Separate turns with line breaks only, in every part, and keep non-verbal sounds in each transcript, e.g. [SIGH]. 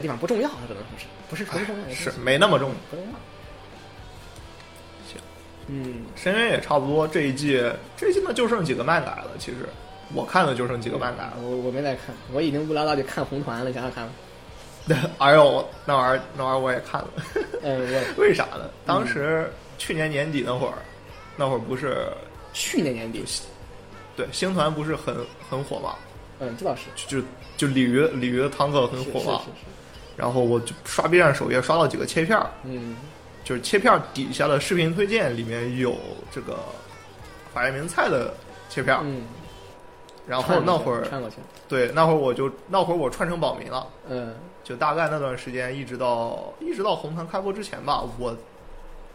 地方不重要，可能不是不是不是重要的东西，
是没那么重。
不重要。
行，
嗯，
深渊也差不多，这一季这一季呢就剩几个漫改了，其实我看的就剩几个漫改了。
我我没在看，我已经无聊到就看红团了，想想看。
[LAUGHS] 哎呦，那玩意儿那玩意儿我也看了， [LAUGHS]
呃，我
为啥呢？当时去年年底那会儿，那会儿不是
去年年底，
对星团不是很很火嘛，
嗯，这倒是
就就就鲤鱼鲤鱼的汤克很
是是
火嘛，
是是，
然后我就刷 B 站首页刷到几个切片儿，
嗯
就是切片儿底下的视频推荐里面有这个法叶名菜的切片儿，
嗯。
啊然后
看
那
过去
会儿
看过去，
对那会儿我就那会儿我串成保民了，
嗯
就大概那段时间一直到一直到红团开播之前吧，我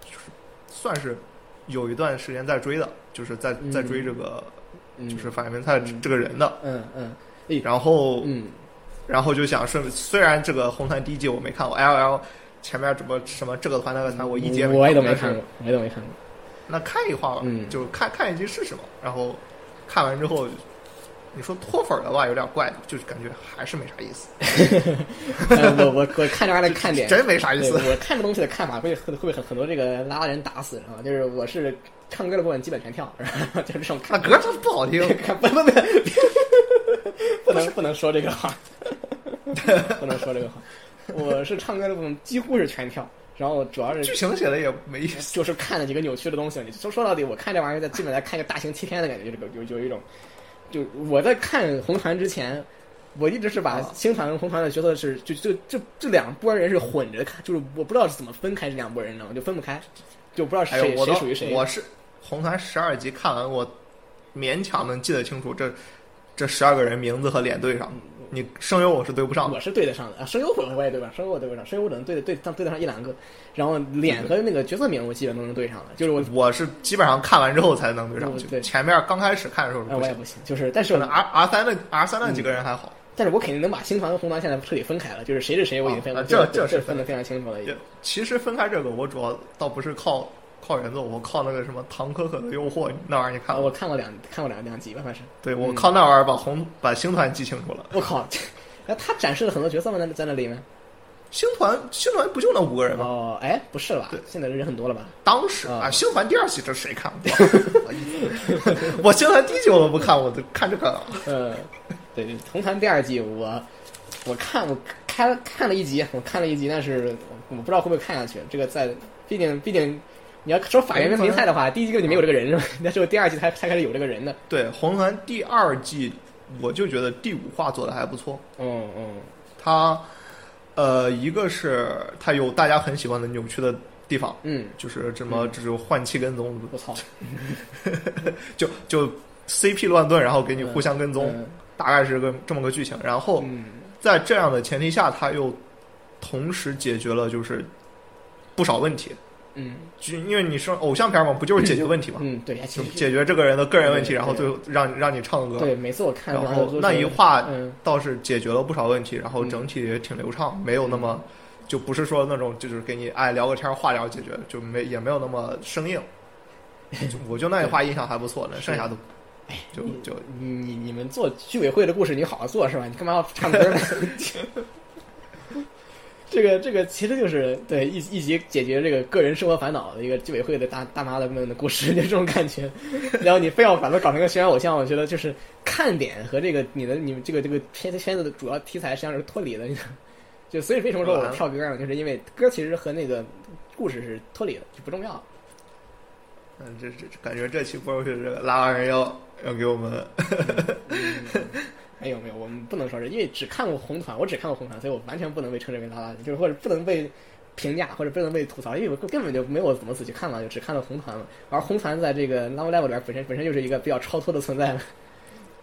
就是算是有一段时间在追的，就是在
嗯
在追这个、
嗯，
就是法叶名菜这个人的，
嗯嗯
然后
嗯，
然后就想顺，虽然这个红团第一季我没看过，L L 前面什么什么这个团那个团我一集也
我也都没
但是
看过，我也都没看过。
那看一话吧，
嗯
就看看一集是什么，然后看完之后，你说脱粉的话有点怪，就是感觉还是没啥意思，
呃我我我看这玩意儿的看点，
[LAUGHS] 真没啥意
对，
思。
我看这东西的看法会会会很很多这个拉拉人打死，知道吗？就是我是唱歌的部分基本全跳，然后 [LAUGHS] 就是这种
那
看
歌它 [LAUGHS] 不好听，
看不不不， [LAUGHS] 不能不能说这个话，不能说这个话。我是唱歌的部分几乎是全跳，然后主要
剧
是
情写的也没意思。
就是看了几个扭曲的东西。你说说到底，我看这玩意儿在基本在看一个大型切片的感觉，就是有有有一种，就我在看红团之前。我一直是把
啊
星团跟红团的角色是就就这这两拨人是混着看，就是我不知道是怎么分开这两拨人的，我就分不开，就不知道
哎
谁
呦，我
谁
都
属于谁。
我是红团十二集看完，我勉强能记得清楚这这十二个人名字和脸对上，你声优我是对不上的
我。是对得上的啊，声优我我也对不上，声优我对不上，声优我只能对得对上对得上一两个，然后脸和那个角色名我基本都能对上的，就是我
我是基本上看完之后才能对上
对
去，前面刚开始看的时候是
哎
不
我也
行。
不行，就是但是
可能啊
我
R R 三的 R 三那几个人还好，
但是我肯定能把星团和红团现在彻底分开了，就是谁是谁我已经分
啊
了，
啊这
这
这是
分得非常清楚了已经
对。其实分开这个，我主要倒不是靠靠原作，我靠那个什么《唐可可的诱惑》那玩意儿，你看
啊，
了
我
吗？
看过两看过两两集吧，反正
对
嗯
我靠那玩意儿把红把星团记清楚了。
我靠， [LAUGHS] 那他展示了很多角色吗？在那在那里面？
星团星团不就那五个人吗？
哦，哎，不是吧
对？
现在人很多了吧？
当时
啊
啊，星团第二季这谁看啊过？ [LAUGHS] 我星团第一季我都不看，我都看这个。
呃，对对，红团第二季我我看我开了看了一集，我看了一集，但是我不知道会不会看下去。这个在，毕竟毕竟你要说法源名菜的话，第一季根本就没有这个人是吧？ [LAUGHS] 那只有第二季才才开始有这个人的。
对红团第二季，我就觉得第五话做的还不错。
嗯嗯
它呃，一个是它有大家很喜欢的扭曲的地方，
嗯，
就是什么
嗯
这种换气跟踪，
我操，
就就 CP 乱炖，然后给你互相跟踪，
嗯
大概是个这么个剧情。然后
嗯
在这样的前提下，它又同时解决了就是不少问题，
嗯
就因为你说偶像片嘛，不就是解决问题嘛，
嗯，对，其
就
实
解决这个人的个人问题，
对
然后最后让你让你唱歌，
对，每次我看
然后那一话
嗯
倒是解决了不少问题，然后
嗯
整体也挺流畅，没有那么。就不是说那种，就是给你哎聊个天儿话聊解决，就没也没有那么生
[LAUGHS]
硬。就我就那一话印象还不错，那剩下都就就
哎你你你们做居委会的故事，你好好做是吧？你干嘛要唱歌呢？ [LAUGHS] 这个这个其实就是对一一集解决这个个人生活烦恼的一个居委会的大大妈的们的故事，就 [LAUGHS] 这种感觉。然后你非要把它搞成个宣传偶像，我觉得就是看点和这个你的你们这个这个片片子的主要题材实际上是脱离的。你知道吗就所以为什么说我跳歌呢？就是因为歌其实和那个故事是脱离的，就不重要。
嗯，这这感觉这期播出去，这个拉二人要呃要给我们
[LAUGHS] 没哎有没有，我们不能说是因为只看过红团，我只看过红团，所以我完全不能被称之为拉拉队，就是或者不能被评价或者不能被吐槽，因为我根本就没有怎么仔细看嘛，就只看了红团嘛。 [LAUGHS] 而红团在这个 Love Live 里边本身本身就是一个比较超脱的存在了，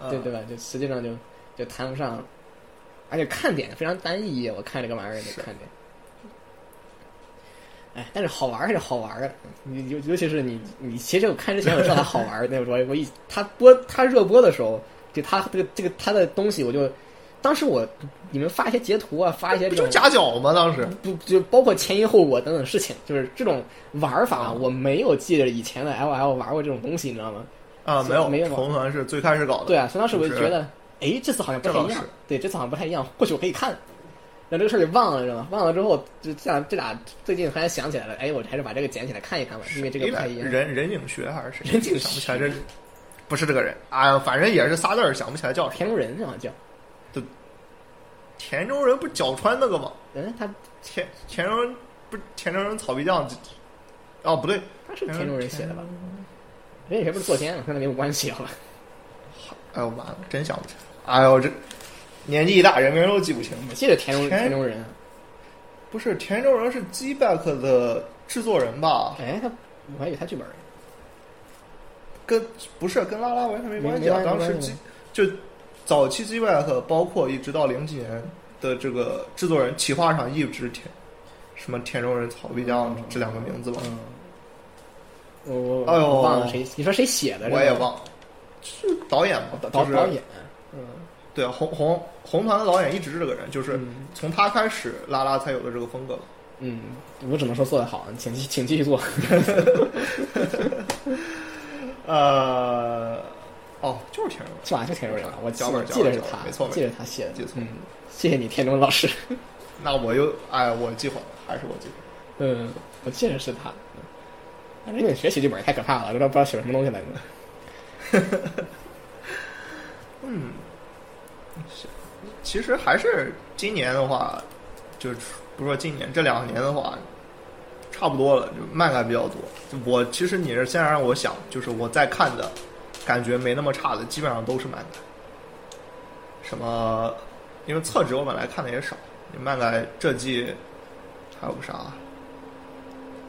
嗯
对对吧？就实际上就就谈不上，而且看点非常单一，我看这个玩意儿的
是
看点。哎，但是好玩儿还是好玩儿啊！你尤尤其是你，你其实我看之前我知道它好玩儿，那 [LAUGHS] 我我一他播他热播的时候，就他这个这个他的东西，我就当时我你们发一些截图啊，发一些
不
这种
就夹角吗？当时
不就包括前因后果等等事情，就是这种玩儿法，
啊
我没有记着以前的 L L 玩过这种东西，你知道吗？
啊，没有，
嗯没有吗
红团是最开始搞的，
对啊，所以当时我就
就是
觉得，哎，这次好像不太
这倒
一样
是，
对，这次好像不太一样，或许我可以看。然后这个事儿就忘了，知道吗？忘了之后，就像这俩最近突然想起来了，哎，我还是把这个捡起来看一看吧，因为这个不太一样。
哎人人影学还是谁？
人影
想不起来这不是这个人啊、反正也是仨字儿，想不起来叫谁。
田中人好像叫，
田中人不是脚穿那个吗？
嗯，他
田田中人不是田中人草皮酱？哦，不对，
他是田中人写的吧？人与谁不是作奸嘛，跟他没有关系，好吧？
哎呦完了，真想不起来。哎呦，这年纪一大，人名都记不清。
我记得田中
田
田中人啊，
不是田中人是 G Back 的制作人吧？
哎，他我还以为他剧本儿，
跟不是跟拉拉完全没关系
没
啊。
没
当时
关系
G 就早期 G Back 包括一直到零几年的这个制作人企划上一直田什么田中人、草壁江这两个名字吧，
嗯，我我
哎呦
嗯我忘了谁，你说谁写的？
我也
是吧
忘了，是导演吧？
导
就是
导演，嗯，
对红红红团的导演一直是这个人，就是
嗯
从他开始拉拉才有的这个风格吧。
嗯，我只能说做得好，请继请继续做。
呃，哦，就是田中人，
是吧？就田中人啊，我记
脚本
记得是
脚本
他，
没错
记得他写的，
记错
嗯，谢谢你，田中老师。
那我又哎，我记混了，还是我记混了。
嗯，我记得是他。但是你学习这本也太可怕了，都不知道写什么东西来着。
嗯，是其实还是今年的话，就是不说今年这两年的话，差不多了，就漫改比较多。我其实你是先让我想，就是我在看的，感觉没那么差的，基本上都是漫改。什么？因为厕纸我本来看的也少，漫改这季还有个啥？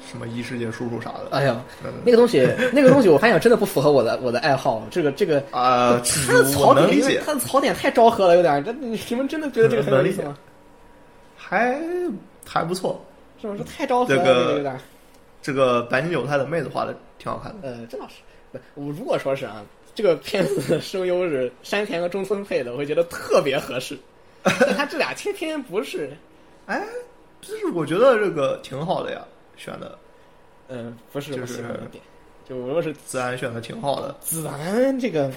什么异世界叔叔啥的？
哎呀，
嗯
那个东西，那个东西，我发现真的不符合我的我的爱好。这个这个，
啊，
他的
我
槽
能
点
理
有点，
解，嗯
他的槽点太昭和了，有点。这你你们真的觉得这个很有意思吗？
还还不错。
是不是太昭和了？
这个
这个有点。
这个白金韭菜的妹子画的挺好看的。
呃，这倒是，不我如果说是啊，这个片子的声优是山田和中村配的，我会觉得特别合适。但他这俩天天不是，
哎，就是我觉得这个挺好的呀，选的
嗯，不是
就
我喜欢
是
的点。就无论是
自然选的挺好的。
子涵这个，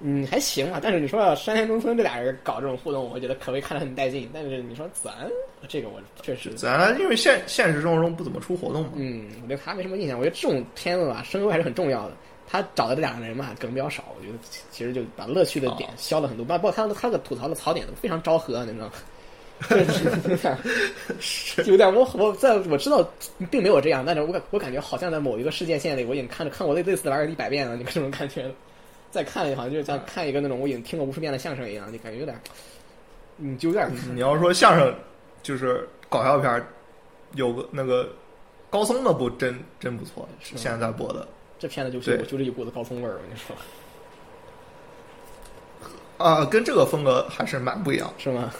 嗯，还行吧。但是你说要山田中村这俩人搞这种互动，我觉得可谓看得很带劲。但是你说子涵这个，我确实，
自然因为现现实生活中不怎么出活动嘛，
嗯，我对他没什么印象。我觉得这种啊片子吧，声优还是很重要的。他找的这两个人嘛，梗比较少，我觉得其其实就把乐趣的点消了很多。包包括他的他的吐槽的槽点都非常昭和，啊你知道吗？就是有点我我在我知道并没有这样，但是我感我感觉好像在某一个事件线里，我已经看着看过类类似的玩意儿一百遍了，你这种感觉。再看好像就像看一个那种我已经听过无数遍的相声一样，就感觉有点，嗯，就有点
你要说相声就是搞笑片儿，有个那个高松那部真真不错，
是吗
现在播的。
这片子就是
对
我就这一股子高葱味儿，我跟你说，
啊，跟这个风格还是蛮不一样的。
是吗？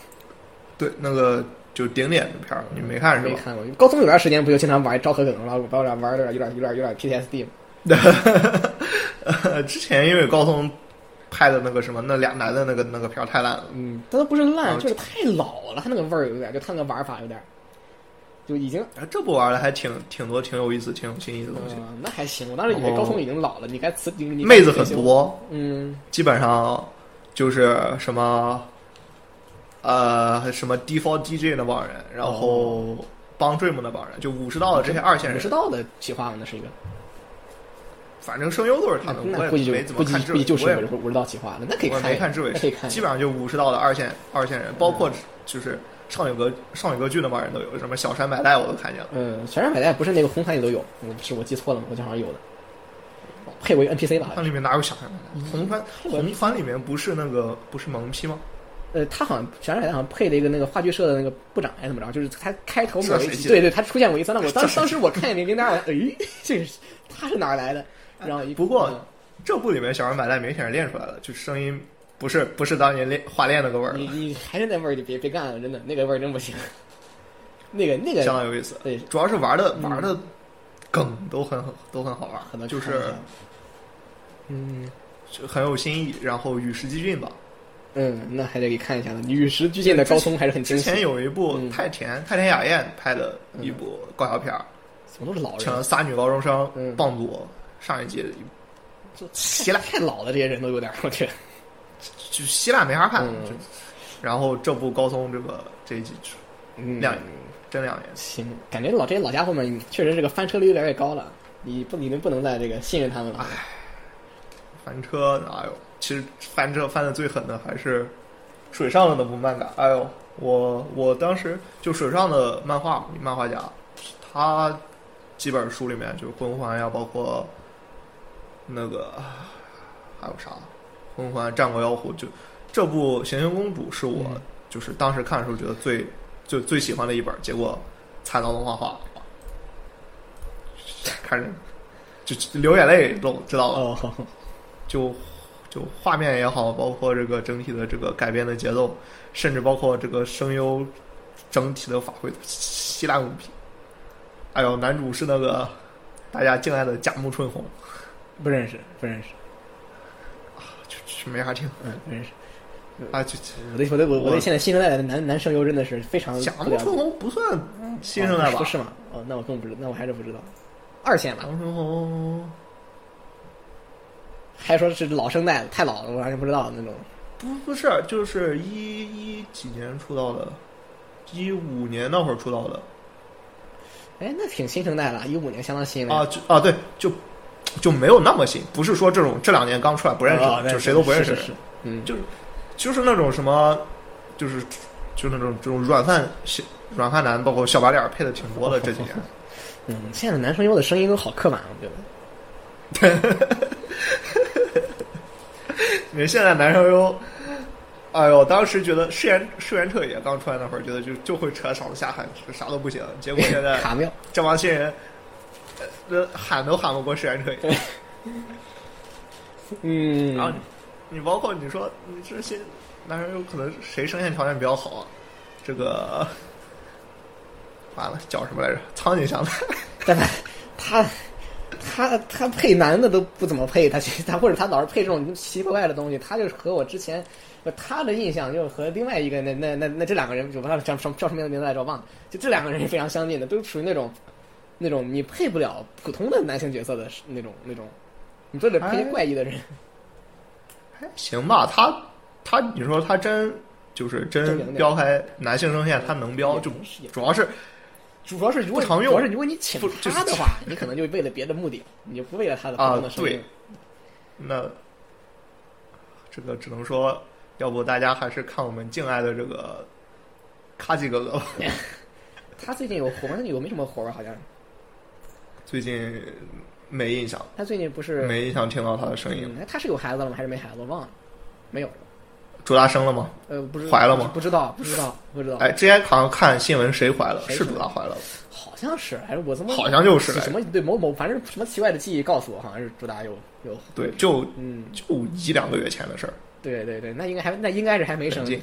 对，那个就顶点的片儿，你没看是
没
吧？
看过，高中有段时间不就经常玩昭和梗了，把我俩玩的有点有点有点 PTSD 嘛。
[LAUGHS] 之前因为高松拍的那个什么那俩男的那个那个片儿太烂了，
嗯，但它不是烂，
嗯
就是太老了，它那个味儿有点，就它那个玩法有点，就已经，
啊，这部玩的还挺挺多，挺有意思，挺有新意的
嗯、
东西。
那还行。我当时以为高中已经老了，你该辞你你该
妹子
退
很
休，
多，
嗯，
基本上就是什么，呃，什么 D4 DJ 那帮人，然后帮 Dream 那帮人，就武士道的这些二线
不知
人，
道的企划嘛，那是一个，
反正声优都是他
那
们，
啊那
我
估计
也
就
没怎
估
么
计
看
估
这
计就
尾，
是
我也
我不知道企划了，那可以
我也
看，
没看这尾
那可以看，嗯
基本上就武士道的二线二线人，包括就是少女歌少女歌剧那帮人都有，什么小山百代我都看见了，
嗯，全山百代不是那个红毯里都有，我是我记错了吗？我记好像有的，配为 NPC 吧，
它里面哪有小山百
嗯
代？红番红番里面不是那个不是萌批吗？
呃，他好像全山百代好像配了一个那个话剧社的那个部长还是怎么着，就是他开头
这
某一
谁记
集，
得
对对，他出现过一次，那我当
这
当时我看见那名单，我哎，这是他是哪儿来的？然后一
不过
嗯
这部里面小人百代明显是练出来了，就声音不是不是当年练画练那个味儿
你
了，
你还是那味儿，就别别干了，真的那个味儿真不行。 [LAUGHS] 那个那个
相当有意思。
对，
主要是玩的
嗯
玩的梗都很都很好
可
玩，
能
就是
嗯
就很有新意，然后与时俱进吧。
嗯，那还得给看一下呢。与时俱进的高通还是很
之
惊喜，
前有一部
嗯
太田太田雅彦拍的一部搞笑片儿，
怎么都是老
请
人
了，仨女高中
哦嗯
生棒组上一季的一部
这
希腊
太老了，这些人都有点儿，我觉得。
就希腊没法看
嗯，
就然后这部高松这个这一季
嗯，
两真两年。
行，感觉老这些老家伙们确实这个翻车率越来越高了，你不，你能不能再这个信任他们了？
啊翻车，哎呦，其实翻车翻的最狠的还是水上的那部漫改。哎呦，我我当时就水上的漫画漫画家，他几本书里面就是《魂环》呀，包括那个还有啥《魂环》《战国妖狐》就这部《行星公主》是我、
嗯
就是当时看的时候觉得最就最喜欢的一本，结果踩到动画 [LAUGHS] 化，看着就就流眼泪都知道了。
哦，
就就画面也好，包括这个整体的这个改编的节奏，甚至包括这个声优整体的发挥稀烂无比。哎呦，男主是那个大家敬爱的甲木春红，
不认识，不认识，
就就没啥听
嗯，不认识。
啊，就
我对我对我我
我
对现在新生代的男男声优真的是非常
甲
嗯不
木
了解
春红不算新生代
哦
吧
不？是吗？哦，那我更不知，那我还是不知道。二线
甲
吧，
木春红
还说是老生代，太老了，我完全不知道那种。
不不是，就是一一几年出道的，一五年那会儿出道的，
哎，那挺新生代了，一五年相当新了。
啊，就啊，对，就就没有那么新，不是说这种这两年刚出来不
不
认识，就谁都不认识，
啊哦是是是嗯，
就就是那种什么，就是就那种这种软饭小软饭男，包括小白脸儿配的挺多的这几
[LAUGHS]
年。
嗯，现在的男声优的声音都好刻板，我觉得。
你现在男生优，哎呦，当时觉得世元世元彻也刚出来那会儿，觉得就就会扯嗓子瞎喊，啥都不行。结果现在
[LAUGHS] 卡妙，
这帮新人，呃，喊都喊不过世元彻也。
嗯，
然后你你包括你说你这些男生有可能谁声线条件比较好啊？这个完了叫什么来着？苍井翔太，
但他他他他配男的都不怎么配，他去他或者他老是配这种奇奇怪怪的东西，他就是和我之前不他的印象就是和另外一个那那那那这两个人，我不知道叫什么叫什么名字来着，忘了，就这两个人是非常相近的，都是属于那种那种你配不了普通的男性角色的那种那种，你都得配
哎
怪异的人，
还行吧？他他，你说他真就是
真能聊
真标开男性声线，他能标，就主要是
主要是如果
不常用
主要是如果你请
不就是
他的话，你可能就为了别的目的，你就不为了他的普
啊
通的声音。
对那这个只能说，要不大家还是看我们敬爱的这个卡吉哥哥吧。
他最近有活吗？有没什么活吧？好像
最近没印象，
他最近不是
没印象听到他的声音了。
嗯，哎他是有孩子了吗？还是没孩子？我忘了，没有。
朱大生了吗？
呃，不知
怀了吗
不知道，不知道，不知道。
哎，之前好像看新闻，谁怀了？
谁
是
怀
主打怀了吧，
好像是，还是我怎么
好像就是哎
什么对某某，反正什么奇怪的记忆告诉我，好像是主打有有。
对，就
嗯，
就一两个月前的事儿，
对对对，那应该还那应该是还没生
很，近。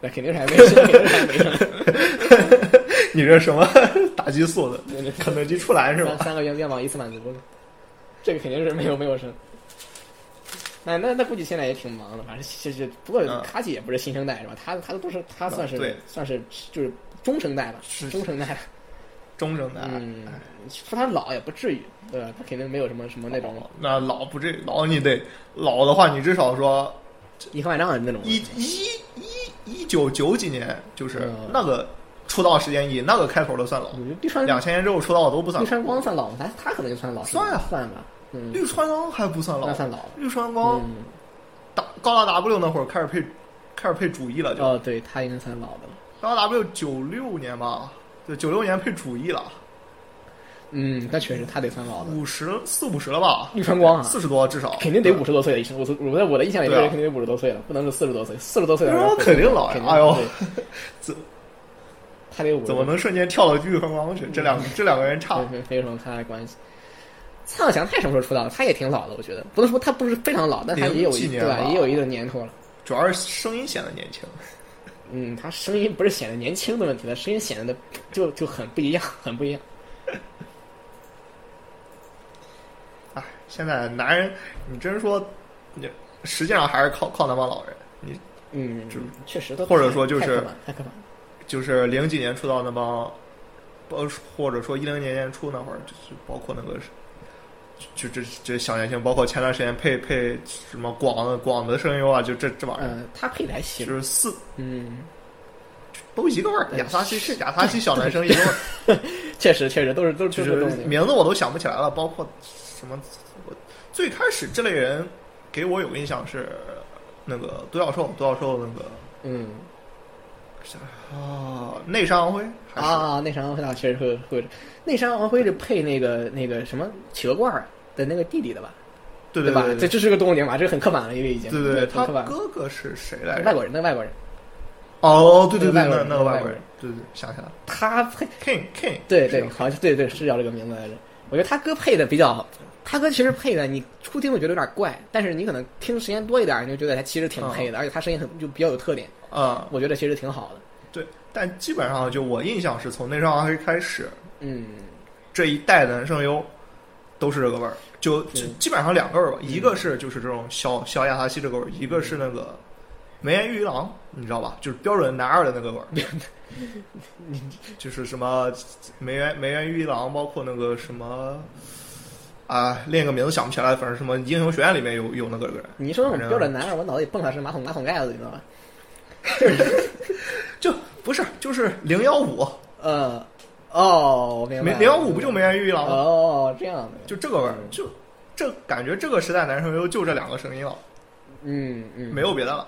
那肯定是还没生，肯定是还没生，
你这什么 [LAUGHS] 打激素的？
对对对
肯德基出栏是
三
吧？
三个愿愿望一次满足了，这个肯定是没有没有生。那那那估计现在也挺忙的，反正就是不过
嗯
卡姐也不是新生代是吧？她她都是她算是、
嗯对
算是就是中生代吧，
是
中生代了。
中正的，
嗯
哎，
说他老也不至于，对吧？他肯定没有什么什么那种
那老不至于老你得老的话，你至少说
一块万丈的那种。
一一一一九九几年，就是
嗯
那个出道时间以那个开头的算老，
我觉得绿川
两千年之后出道的都不算
绿
老。
川光算老吗？他他可能就算老，
算啊
算吧，嗯，
绿川光还不算
那
老，
算老。
绿川光
嗯，
打高达 W 那会儿开始配开始配主义了，就
哦，对他应该算老的了。
高达 W 九六年吧，对，九六年配主义了，
嗯，那确实他得算老的。
五十四五十了吧？
绿川光啊，
四十多至少，
肯定得
对
五十多岁了，以前我我我在我的印象里，这
对啊
人肯定得五十多岁了，不能是四十多岁，四十多岁的
那
人
我肯定老呀
肯定
哎呦 [LAUGHS]
对
怎
他得五十
怎
多
么能瞬间跳到绿光光去？这
嗯
两这两个人差
没，没没有什么太大的关系。蔡小强太什么时候出道的？他也挺老的，我觉得不能说他不是非常老，但他也有
零几
一对
年
吧，
吧
也有一定年头了。
主要是声音显得年轻。
嗯，他声音不是显得年轻的问题，他声音显得 [COUGHS] 就就很不一样， [COUGHS] 很不一样。
哎，现在男人，你真说，你实际上还是靠靠那帮老人。你
嗯
就，
确实都
或者说就
太
是
刻板太刻板了。
就是零几年出道那帮，包或者说一零年年初那会儿，就是包括那个，就这这小年轻，包括前段时间配配什么广的广的声优啊，就这这玩意儿，
呃嗯，他配的还
就
行。
是四
嗯，
都一个味儿，
对
亚萨西是亚萨西小男生一个味儿，
确实确实都是都都
就是
这种东西。
名字我都想不起来了，包括什么，我最开始这类人给我有印象是那个独角兽，独角兽那个
嗯
啊内山昂辉还是
啊，内山昂辉那确实会会，内山昂辉是配那个那个什么企鹅罐儿的那个弟弟的吧？
对
吧？
对
这这是个动物点吧？这个很刻板了，因为已经
对对对，
很
他
刻板了。
哥哥是谁来
外
着？
国人，那外国人，
哦，对对对，
那个外国人
那那个
那个
外
外国
国
人
人，对对，想起来了
他配
，King King，
对
是
对，好像是对对是叫这个名字来着。我觉得他哥配的比较好，他哥其实配的你初听会觉得有点怪，但是你可能听时间多一点，你就觉得他其实挺配的，而且他声音很就比较有特点，
啊、
我觉得其实挺好的。
对，但基本上就我印象是从内山昂辉开始，
嗯，
这一代的男声优都是这个味儿，就
对嗯
就基本上两个味儿吧，一个是就是这种小小亚哈西这个味儿，一个是那个梅艳玉一郎，你知道吧？就是标准男二的那
[LAUGHS]
个味儿，就是什么梅艳梅艳玉一郎，包括那个什么。啊，另一个名字想不起来，反正什么英雄学院里面有有那个人，
你一说那种标准男二，我脑子里蹦出来是马桶马桶盖子，你知道吧？
就不是就是零幺五，
呃，哦，我明白
梅
了。
零幺五不就梅艳玉一郎吗？
哦，这样的，
就这个味儿，就这感觉这个时代男声优就这两个声音了，
嗯嗯，
没有别的了。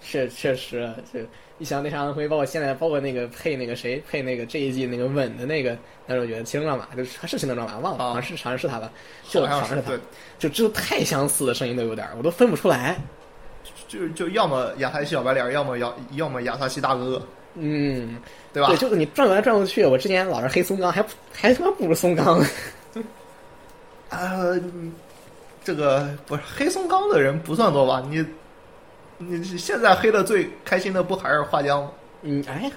是确实是。一想那啥安徽，包括现在，包括那个配那个谁配那个这一季那个吻的那个，但是我觉得青龙战马就是他是青龙战马，忘了好
啊
像是好像是他吧，就
好像
像
是
是他
对，，
就这太相似的声音都有点儿，我都分不出来。
就就要么亚太西小白脸，要么亚要么亚萨西大哥哥，
嗯，
对吧？
对，就是你转过来转过去，我之前老是黑松冈，还不还他妈不如松冈。 [LAUGHS]
呃，嗯这个不是黑松冈的人不算多吧？你你现在黑的最开心的不还是花江吗？
嗯，哎，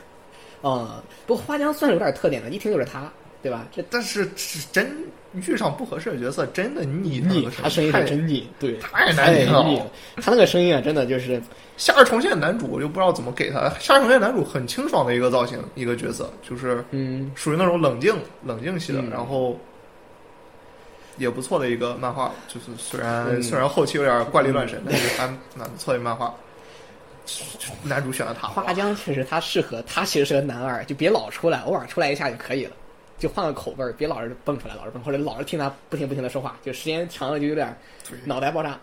哦、不过花江算是有点特点的，一听就是他，对吧？这
但是是真遇上不合适的角色，真的腻他
腻，
那个
他声音
太
是真腻，对，
太难
太
听了。
腻了。他那个声音啊，真的就是
夏日重现男主我就不知道怎么给他。夏日重现男主很清爽的一个造型，一个角色，就是
嗯，
属于那种冷静冷静系的，
嗯
然后也不错的一个漫画，就是虽然、
嗯
虽然后期有点怪力乱神，但是还蛮不错的一个漫画。男主选了他，
啊花江确实他适合，他其实适合男二，就别老出来，偶尔出来一下就可以了，就换个口味儿，别老是蹦出来，老是蹦，或者老是听他不停不停的说话，就时间长了就有点
对
脑袋爆
[LAUGHS]
炸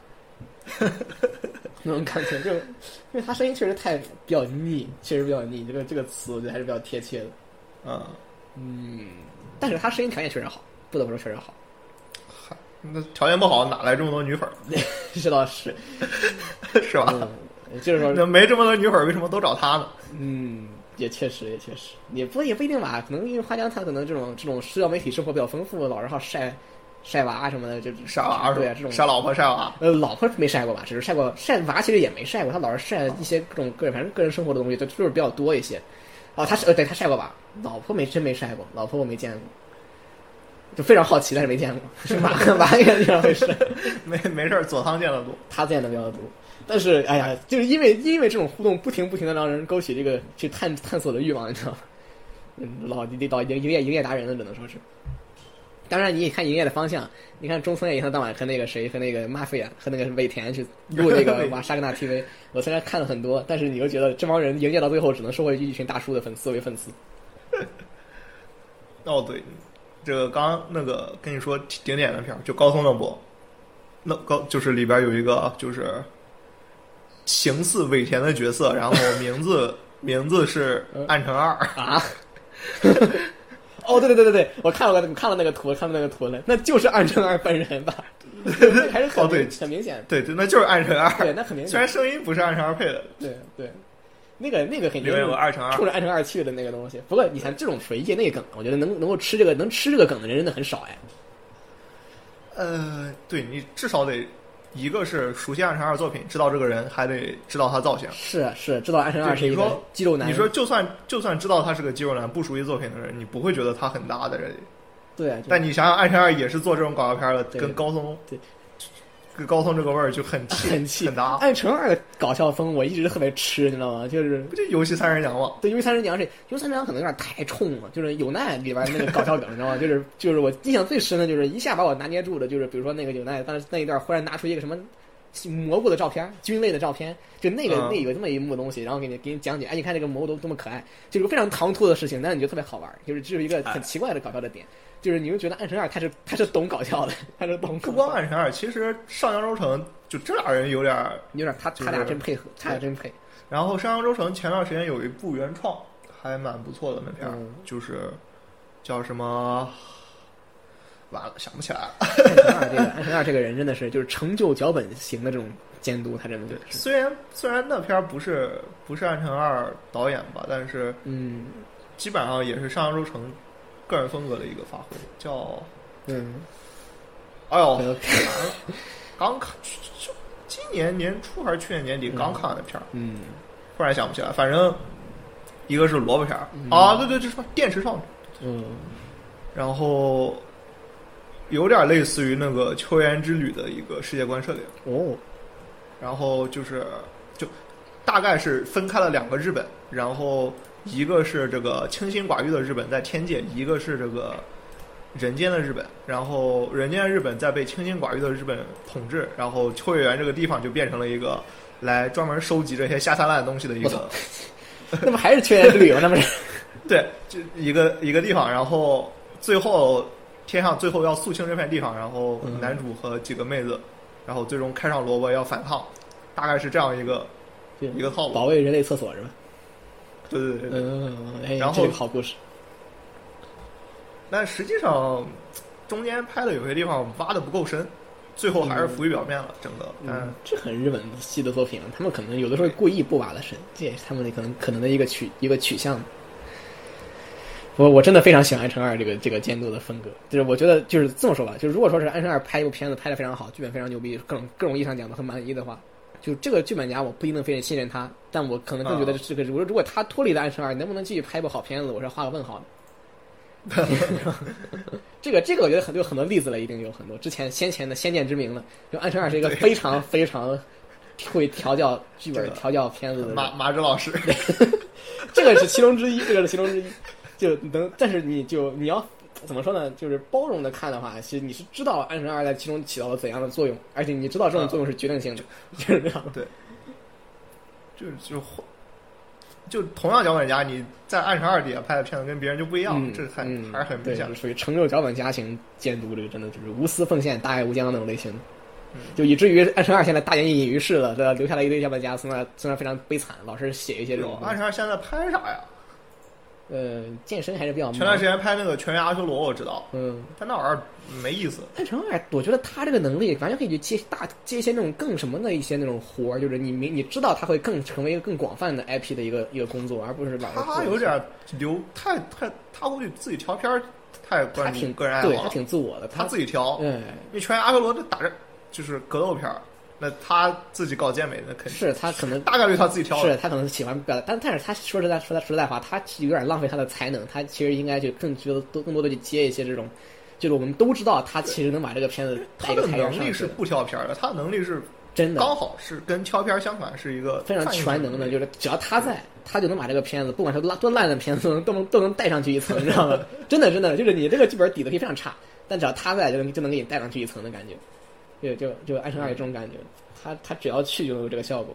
那种感觉，就因为他声音确实太比较腻，确实比较腻，这个这个词我觉得还是比较贴切的。
嗯，
嗯，但是他声音条件确实好，不得不说确实好， [LAUGHS]
嗨，那条件不好哪来这么多女粉儿，
这倒是，
[LAUGHS] 是吧？
嗯，就是说
[LAUGHS] 那没这么多女粉儿，为什么都找他呢？
嗯，也确实，也确实，也不也不一定吧，可能因为花江他可能这种这种社交媒体生活比较丰富，老是好晒晒娃啊什么的，就
晒娃是吧
对啊，这种
晒老婆晒娃， [LAUGHS]
呃老婆没晒过吧，只是晒过晒娃，其实也没晒过，他老是晒一些各种个人反正个人生活的东西，就就是比较多一些。哦，他是呃对他晒过娃，老婆没真没晒过，老婆我没见过，就非常好奇，但是没见过，是 [LAUGHS] 娃娃应该经常会晒。
没没事儿，佐仓见的多。
他见的比较多。但是，哎呀，就是因为因为这种互动，不停不停的让人勾起这个去探探索的欲望，你知道吗？ [LAUGHS] 嗯，老得到营营业营业达人了，只能说是。当然，你也看营业的方向，你看中村也一天到晚和那个谁和那个马菲啊亚和那个尾田去录那
[LAUGHS]
个
尾
瓦沙格纳 TV。我虽然看了很多，但是你又觉得这帮人营业到最后只能收回一群大叔的粉丝为粉丝。
哦，对，这个刚刚那个跟你说顶点的片儿，就高通那部，那高就是里边有一个就是形似尾田的角色，然后
[LAUGHS]
名字名字是暗城二，
啊？哦，对对对对对，我看了我看了那个图，看了那个图了，那就是暗正二本人吧？ [LAUGHS] 那个还是很
哦对
明很明显，
对对，那就是暗城二，
对，那很明
虽
显，
然声音不是暗城二配的，
对对，那个那个肯
里
定
面有个
是
二乘二
冲，着暗乘二去的那个东西。不过你看这种纯业内梗，我觉得能能够吃这个能吃这个梗的人真的很少哎。
呃，对你至少得一个是熟悉暗城二作品，知道这个人，还得知道他造型。
是啊是啊，知道暗乘二
对
是一
你
个
说
肌肉男，
你说，就算就算知道他是个肌肉男，不熟悉作品的人，你不会觉得他很搭在这里。
对啊，就
但你想想，《暗神二》也是做这种搞笑片的，
对
跟高松
对，
跟高松这个味儿就很气，
[LAUGHS] 很
很
气
搭。
暗乘二的搞笑风我一直特别吃，你知道吗？就是
不就游戏三人娘吗？
对，因为三十娘是，因为三十娘可能有点太冲了，就是有奈里边那个搞笑梗，你知道吗？就是就是我印象最深的就是一下把我拿捏住的，就是比如说那个有奈，当时那一段忽然拿出一个什么蘑菇的照片，菌类的照片，就那个、
嗯
那有这么一幕东西，然后给你给你讲解，哎，你看这个蘑菇多多么可爱，就是非常唐突的事情，但是你就特别好玩，就是这是一个很奇怪的搞笑的点，就是你会觉得暗神二他是他是懂搞笑的，他是懂搞
不光
笑的，
暗神二，其实上扬州城就这俩人有点儿。
有点他他俩真配合，
是
他俩真
[LAUGHS]
配，
然后上扬州城前段时间有一部原创，还蛮不错的那片儿，
嗯
就是叫什么？完了，想不起来
[LAUGHS]
了。
暗神二这个暗神二这个人真的是就是成就脚本型的这种监督，他真的就是
虽然虽然那片儿不是不是暗神二导演吧，但是
嗯
基本上也是上扬州城个人风格的一个发挥。叫
嗯，
哎呦
回，头
刚看就今年年初还是去年年底
嗯
刚看的片儿，
嗯
忽然想不起来。反正一个是萝卜片儿、
嗯
啊，对对，这是电池少女，
嗯
然后有点类似于那个秋园之旅的一个世界观设定，
哦
然后就是就大概是分开了两个日本，然后一个是这个清心寡欲的日本在天界，一个是这个人间的日本，然后人间的日本在被清心寡欲的日本统治，然后秋叶原这个地方就变成了一个来专门收集这些下三滥东西的一
我
个
那不还是缺人之旅吗？那不是
对，就一个一个地方，然后最后天上最后要肃清这片地方，然后
嗯
男主和几个妹子，然后最终开上萝卜要反抗，大概是这样一个一个套路。
保卫人类厕所是吧？
对对对对。
嗯，哎，
然后
这个好故事，
但实际上中间拍的有些地方挖的不够深，最后还是浮于表面了，整个。
嗯
嗯，，
这很日本系的作品，啊他们可能有的时候故意不挖的深，这也是他们的可能可能的一个取一个取向。我我真的非常喜欢安城二这个这个监督的风格，就是我觉得就是这么说吧，就是如果说是安城二拍一部片子拍的非常好，剧本非常牛逼，各种各种意义上讲的很满意的话，就这个剧本家我不一定非常信任他，但我可能更觉得
啊
这个如果如果他脱离了安城二，能不能继续拍一部好片子，我是画个问号的。 [LAUGHS] 这个这个我觉得很有很多例子了，一定有很多之前先前的《先见之明》了，就安城二是一个非 [LAUGHS] 常非常会调教剧本、
这个
调教片子的人，
马马哲老师，
这个是其中之一，这个是其中之一，就能，但是你就你要怎么说呢？就是包容的看的话，其实你是知道安神二在其中起到了怎样的作用，而且你知道这种作用是决定性的，嗯就是这样的。
[LAUGHS] 就是就就同样脚本家，你在《暗神二》底下拍的片子跟别人就不一样，
嗯，
这还、
嗯
还是很明
对，
显
就。属于成就脚本家型监督，这个真的就是无私奉献、大爱无疆那种类型的
嗯。
就以至于安神二现在大隐隐于市了，对吧？留下来一堆脚本家，虽然虽然非常悲惨，老是写一些这种
《暗神二》现在拍啥呀？
呃健身还是比较
前段
忙
时。间拍那个《全员阿修罗》，我知道，
嗯，
但那玩意儿没意思。
安城二，我觉得他这个能力完全可以去接大接一些那种更什么的一些那种活儿，就是你明你知道他会更成为一个更广泛的 IP 的一个一个工作，而不是老是
他有点留太太，他估计自己挑片儿太
他
关注
挺
个人爱
对
好
他
了，
挺自我的，
他
他
自己挑。
嗯
因为全员阿修罗这打着就是格斗片儿，那他自己搞健美那肯定
是他可能
大概率他自己挑的。
是他可能喜欢表达，但但是他说实在说他实在话，他其实有点浪费他的才能，他其实应该就更觉得多更多的去接一些这种，就是我们都知道他其实能把这个片子带
他
一个
的
抬高
能力
上
是
去的，
不挑片儿的，他的能力是
真的
刚好是跟挑片儿相反，是一个
非常
泛用
全能的，
能力
就是只要他在，他就能把这个片子，不管是多烂多烂的片子，都能都能都能带上去一层，你知道吗？ [LAUGHS] 真的真的，就是你这个剧本底子可以非常差，但只要他在，就能就能给你带上去一层的感觉，就就就《暗神二》有这种感觉，他他只要去就能有这个效果。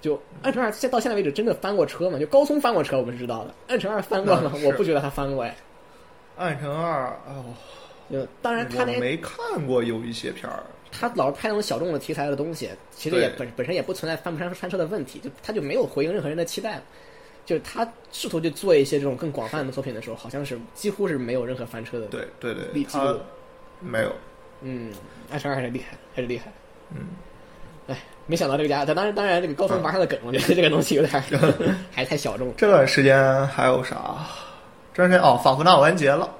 就《暗神二》现到现在为止真的翻过车吗？就高松翻过车，我们是知道的，《暗神二》翻过吗
哦那？是
我不觉得他翻过哎。
暗城二，哎呦，
就当然他
嗯我
连
没看过有一些片儿，
他老是拍那种小众的题材的东西，其实也
对
本本身也不存在翻不翻翻车的问题，就他就没有回应任何人的期待了。就是他试图去做一些这种更广泛的作品的时候，好像是几乎是没有任何翻车的
对对对，
力记
他
录。
没有，
嗯，二十二还是厉害，还是厉害。哎
嗯，
没想到这个家，他当然当然这个高层玩上的梗，我觉
嗯
得这个东西有点还太小众。
[LAUGHS] 这段时间还有啥？这段时间哦，法芙娜完结了，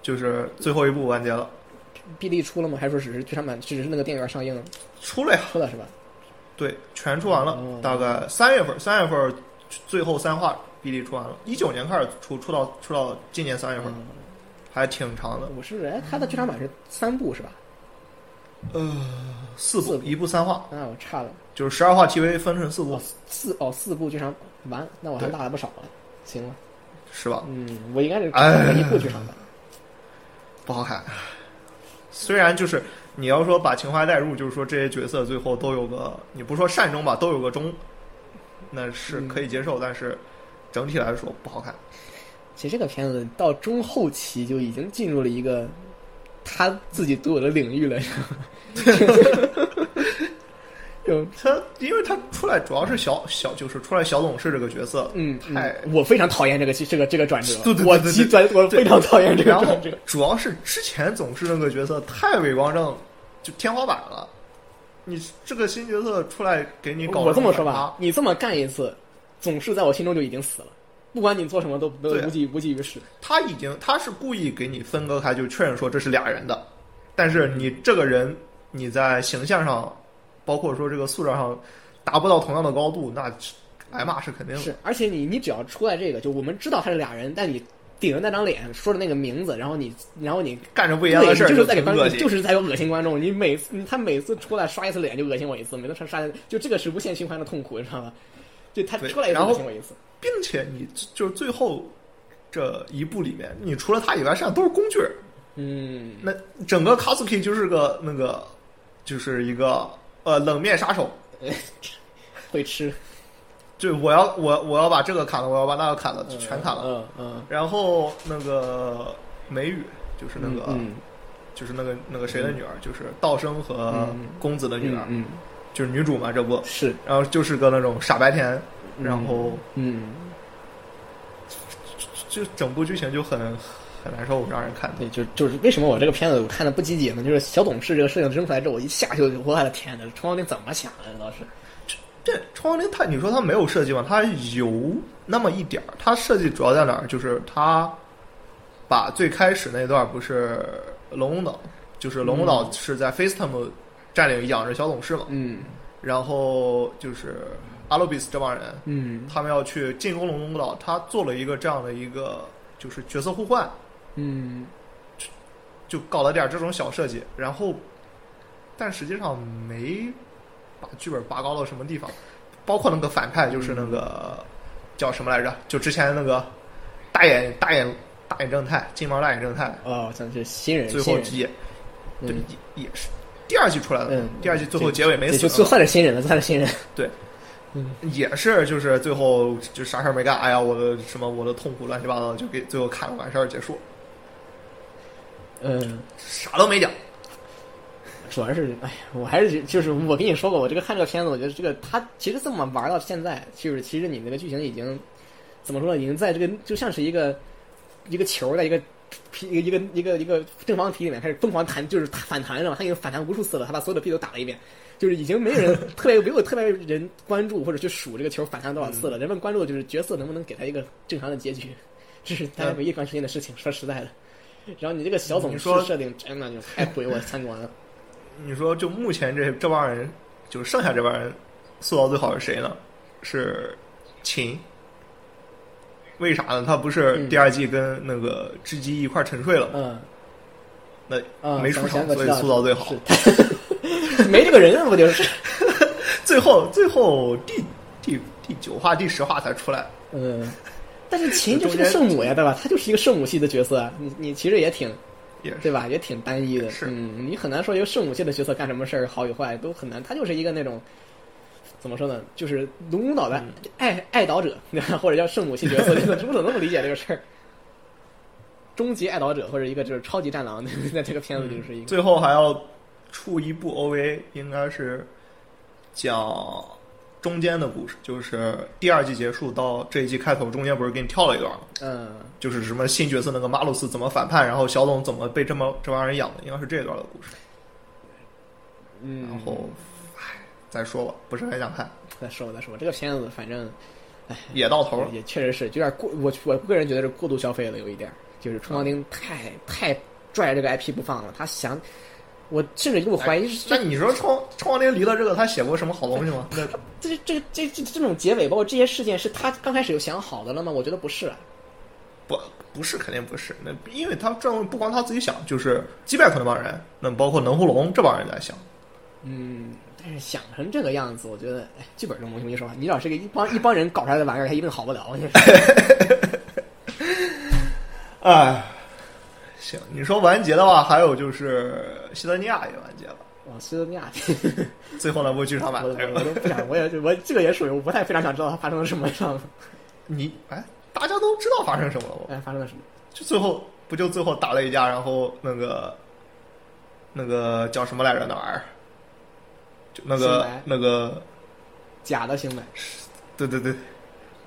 就是最后一部完结了，
B D 出了吗？还是说只是剧场版，只是那个电影院上映了
出了呀。
出了是吧？
对，全出完了，
哦
大概三月份，三月份最后三话比例出完了，一九年开始出，出到出到今年三月份，
嗯
还挺长的，
我是哎，他的剧场版是三部是吧？
四
四
部
部
一部三话，
那啊我差了
就是十二话 TV 分成四部，
四哦四部剧场完，那我还
对
落了不少了。行了。
是吧？
嗯，我应该是
哎
一部剧场版。
不好看，虽然就是你要说把情怀带入，就是说这些角色最后都有个，你不说善终吧，都有个终，那是
嗯
可以接受，但是整体来说不好看。
其实这个片子到中后期就已经进入了一个他自己独有的领域了，
[LAUGHS]
就
他因为他出来主要是小小，就是出来小董事这个角色，
嗯，嗯
太
我非常讨厌这个这个这个转折，
对对对
我
对
极
对
转，我 [LAUGHS] 非常讨厌这个
然后
转折。
主要是之前总是那个角色太伪光正，就天花板了。你这个新角色出来给你搞，啊
我这么说吧，，你这么干一次，总是在我心中就已经死了，不管你做什么都都
对啊
无济无济于事。
他已经他是故意给你分割开，就确认说这是俩人的，但是你这个人你在形象上，包括说这个塑造上达不到同样的高度，那挨骂是肯定的。
是，而且你你只要出来这个，就我们知道他是俩人，但你顶着那张脸说的那个名字，然后你然后你
干着不一
对，
样的事儿
你就是在给
挺
观
恶
众，
心，
就是在有恶心观众。你每次你他每次出来刷一次脸就恶心我一次，每次刷刷一次就这个是无限循环的痛苦，你知道吗？就他
对
出来也
然后
恶心我一次，
并且你就是最后这一部里面，你除了他以外，剩下都是工具人。
嗯，
那整个 Kazuki 就是个那个，就是一个呃冷面杀手。
会吃，
就我要我我要把这个砍了，我要把那个砍了，就全砍了。
嗯嗯，
然后那个美雨就是那个、
嗯
就是那个那个谁的女儿，就是道生和
嗯
公子的女儿，
嗯
就是女主嘛，这不
嗯，是，
然后就是个那种傻白甜，
嗯
然后
嗯，
就整部剧情就很很难受，让人看的。
对，就就是为什么我这个片子我看的不积极呢？就是小董事这个事情扔出来之后，我一下就我的天呐，冲那怎么想的？这倒是，
这冲锋林它你说它没有设计吗？它有那么一点儿，它设计主要在哪儿？就是它把最开始那段不是龙宫岛，就是龙宫岛是在 FaceTime 占领养着小董事嘛，
嗯
然后就是阿鲁比斯这帮人，
嗯
他们要去进攻龙宫岛，他做了一个这样的一个就是角色互换，
嗯，
就搞了点儿这种小设计，然后但实际上没把剧本拔高到什么地方，包括那个反派就是那个、
嗯
叫什么来着？就之前那个大眼大眼大眼正太金毛大眼正太，
哦，像是新人，
最
新
后
人
也对
嗯
也也是第二季出来的，
嗯
第二季最后结尾没
对就
死
就
嘛，
算是新人了，算是新人，
也是就是最后就啥事儿没干，哎呀我的什么我的痛苦乱七八糟的就给最后看了完事儿结束，
嗯。
啥都没讲。
主要是，哎呀，我还是觉就是我跟你说过，我这个看这个片子，我觉得这个他其实这么玩到现在，就是其实你那个剧情已经怎么说呢？已经在这个就像是一个一个球在一个皮一个一个一个一个正方体里面开始疯狂弹，就是反弹了嘛，他已经反弹无数次了，他把所有的币都打了一遍，就是已经没有人特别没有特别人关注或者去数这个球反弹多少次了，人们关注的就是角色能不能给他一个正常的结局，这是大家
嗯
唯一关心的事情。说实在的。然后你这个小
你
总式
说
设定真的就太毁我三观了。
你说，就目前这这帮人，就剩下这帮人，塑造最好是谁呢？是秦。为啥呢？他不是
嗯
第二季跟那个织姬一块儿沉睡了吗？
嗯，
那
嗯
没出
想
场
想我
所
知
以
道
塑造最好
是他没这个人啊不就是？
最后最后第第第九话、第十话才出来。
嗯，但是秦就是个圣母呀，对吧？她就是一个圣母系的角色啊，你你其实也挺
也是
对吧？也挺单一的，
是
嗯，你很难说一个圣母系的角色干什么事儿好与坏都很难，她就是一个那种。怎么说呢？就是龙宫
嗯
岛的爱、爱岛者，对吧或者叫圣母系角色，就是我怎么那么理解这个事儿？终极爱岛者或者一个就是超级战狼， [LAUGHS] 在这个片子里就是一个
最后还要出一部 OVA，应该是讲中间的故事，就是第二季结束到这一季开头，中间不是给你跳了一段吗？
嗯
就是什么新角色那个马鲁斯怎么反叛，然后小董怎么被这么这帮人养的，应该是这段的故事。
嗯，
然后，唉，再说吧，不是很想看，
再说吧再说吧，这个片子反正
也到头了。
也确实是有点过，我我个人觉得是过度消费了，有一点儿，就是
啊
冲浪丁太太拽着这个 IP 不放了，他想，我甚至一度怀疑是
哎那你说创创王林离了这个，他写过什么好东西吗？那
这这这这这种结尾，包括这些事件，是他刚开始有想好的了吗？我觉得不是啊，
不不是，肯定不是。那因为他这种不光他自己想，就是击败克那帮人，那包括能胡龙这帮人在想。
嗯，但是想成这个样子，我觉得哎，剧本这种东西，我跟你说，你老是个一帮一帮人搞出来的玩意儿，他
[LAUGHS]
一定好不了。我跟你说，
唉，行，你说完结的话，还有就是西德尼亚也完结了，
[LAUGHS] 哇，西德尼亚，
最后那部剧场
[LAUGHS]
版
我
来着
我我都不想，我也我这个也属于我不太非常想知道它发生了什么上了，
你哎，大家都知道发生什么了吗？
哎，发生了什么？
就最后不就最后打了一架，然后那个那个叫什么来着那玩意儿？就那
新
个
白
那个，
假的行为
对对对，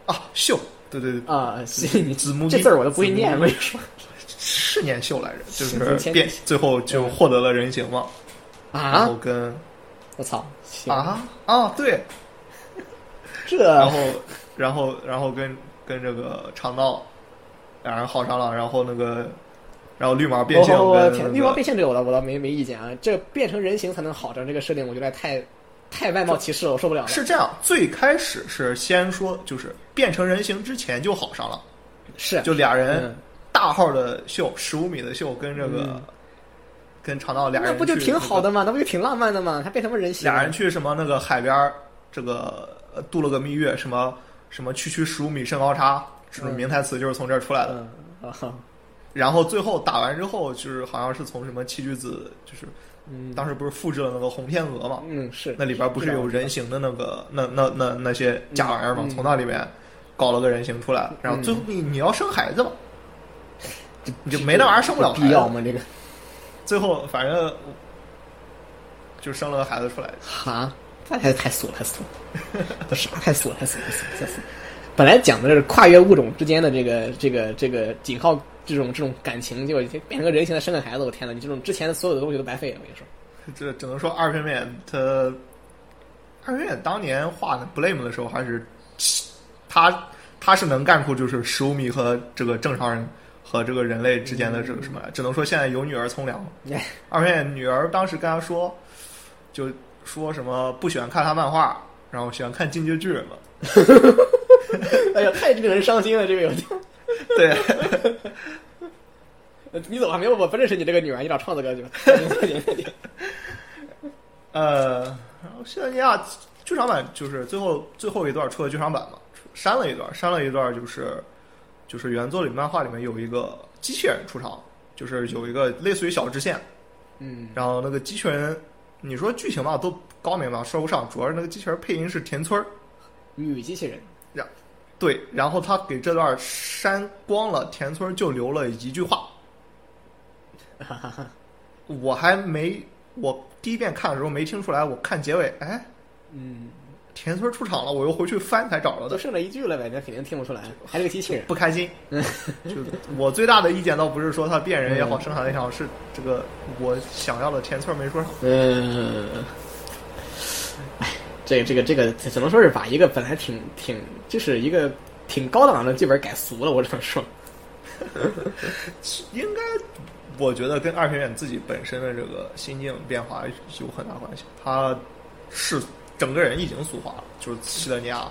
啊秀，对对对，
啊， [LAUGHS] 西你
子木
这
一
字儿我都不会念，
子
我
木
跟
一
你说
是念秀来着，就
子
是
谦
变最后就获得了人形嘛，然后
啊，
跟
我操，行，
啊啊对，然
这
后，然后，然后跟跟这个长道两人好上了，然后那个，然后绿毛变性
我我
跟、那
天，
个、
绿毛变性这我倒我倒没没意见啊，这变成人形才能好着这个设定，我觉得太太外貌歧视了，我受不了了。
是这样，最开始是先说就是变成人形之前就好上了，
是，
就俩人
嗯
大号的秀，十五米的秀跟这个、
嗯
跟长道俩人
那不就
去
挺
那
好
个
的吗？那不就挺浪漫的吗？他变成人形了，
俩人去什么那个海边儿，这个呃度了个蜜月，什么什么区区十五米身高差，这种
嗯
名台词就是从这儿出来的。
嗯啊，
然后最后打完之后，就是好像是从什么七居子，就是
嗯，
当时不是复制了那个红天鹅嘛？
嗯是
那里边不是有人形的那个那那那那些假玩意儿嘛？
嗯
从那里面搞了个人形出来，然后最后你你要生孩子嘛，你就没那玩意儿生不了
有
孩
必要
子。
吗？这个
最后反正就生了个孩子出来，
哈，太太太俗了，太俗了，都啥太俗了，太俗了，太俗了太俗了。本来讲的是跨越物种之间的这个这个这个仅靠这种这种感情，结果变成个人形的生个孩子，我天呐，你这种之前的所有的东西都白费了，我跟你说。 [LAUGHS]
这只能说二平面他二平面当年画的 Blame 的时候，还是他他是能干出就是十五米和这个正常人和这个人类之间的这个什么来，只能说现在有女儿从良。
哎
二平面女儿当时跟他说，就说什么不喜欢看他漫画，然后喜欢看《进击的巨人》嘛。
哎呀，太令人伤心了，这个有点。
对，
[LAUGHS] 你怎么还没有我不认识你这个女儿？你找创子哥去吧。 [LAUGHS]
呃，然后现在尼亚剧场版就是最后最后一段出了剧场版嘛，删了一段，删了一段就是就是原作里漫画里面有一个机器人出场，就是有一个类似于小支线，
嗯，
然后那个机器人，你说剧情吧都高明吧说不上，主要是那个机器人配音是田村儿，
女机器人，
对，然后他给这段删光了，田村儿就留了一句话，
哈哈哈。
我还没我第一遍看的时候没听出来，我看结尾，哎，
嗯，
田村儿出场了，我又回去翻才找着
都。
的
剩了一句了呗，那肯定听不出来，还是个机器人。
不开心。就我最大的意见倒不是说他变人也好，生孩子也好，是这个我想要的田村没说上。
嗯，哎，这个这个这个，只能说是把一个本来挺挺就是一个挺高档的剧本改俗了，我只能说，
应该，我觉得跟二学院自己本身的这个心境变化有很大关系。他是整个人已经俗化了，就是西德尼亚，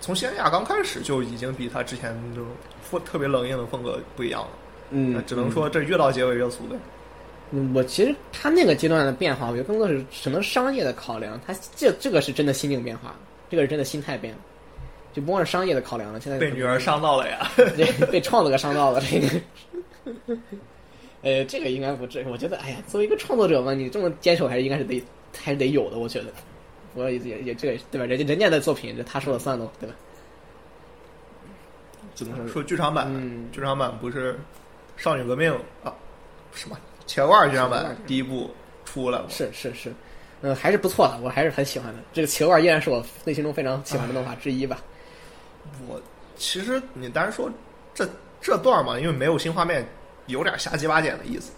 从西德尼亚刚开始就已经比他之前那种风特别冷硬的风格不一样了。那
嗯
啊只能说这越到结尾越俗呗。
嗯，我其实他那个阶段的变化，我觉得更多是可能商业的考量，他这这个是真的心境变化，这个是真的心态变了，就不光是商业的考量了，现在
被女儿伤到了呀，
对， [LAUGHS] 被创作者伤到了这个。 [LAUGHS] 呃，这个应该不至于。我觉得，哎呀，作为一个创作者嘛，你这么坚守还是应该是得，还是得有的。我觉得，我也也也这个对吧？人家人家的作品，这他说了算喽，对吧？
嗯
只能说，
说剧场版，
嗯
剧场版不是少女革命啊，什么铁腕儿剧场
铁腕
版
儿
第一部出来了，
是是是，嗯、还是不错的，我还是很喜欢的。这个企鹅腕依然是我内心中非常喜欢的动画之一吧。
我其实你单说这这段儿嘛，因为没有新画面，有点瞎鸡巴剪的意思。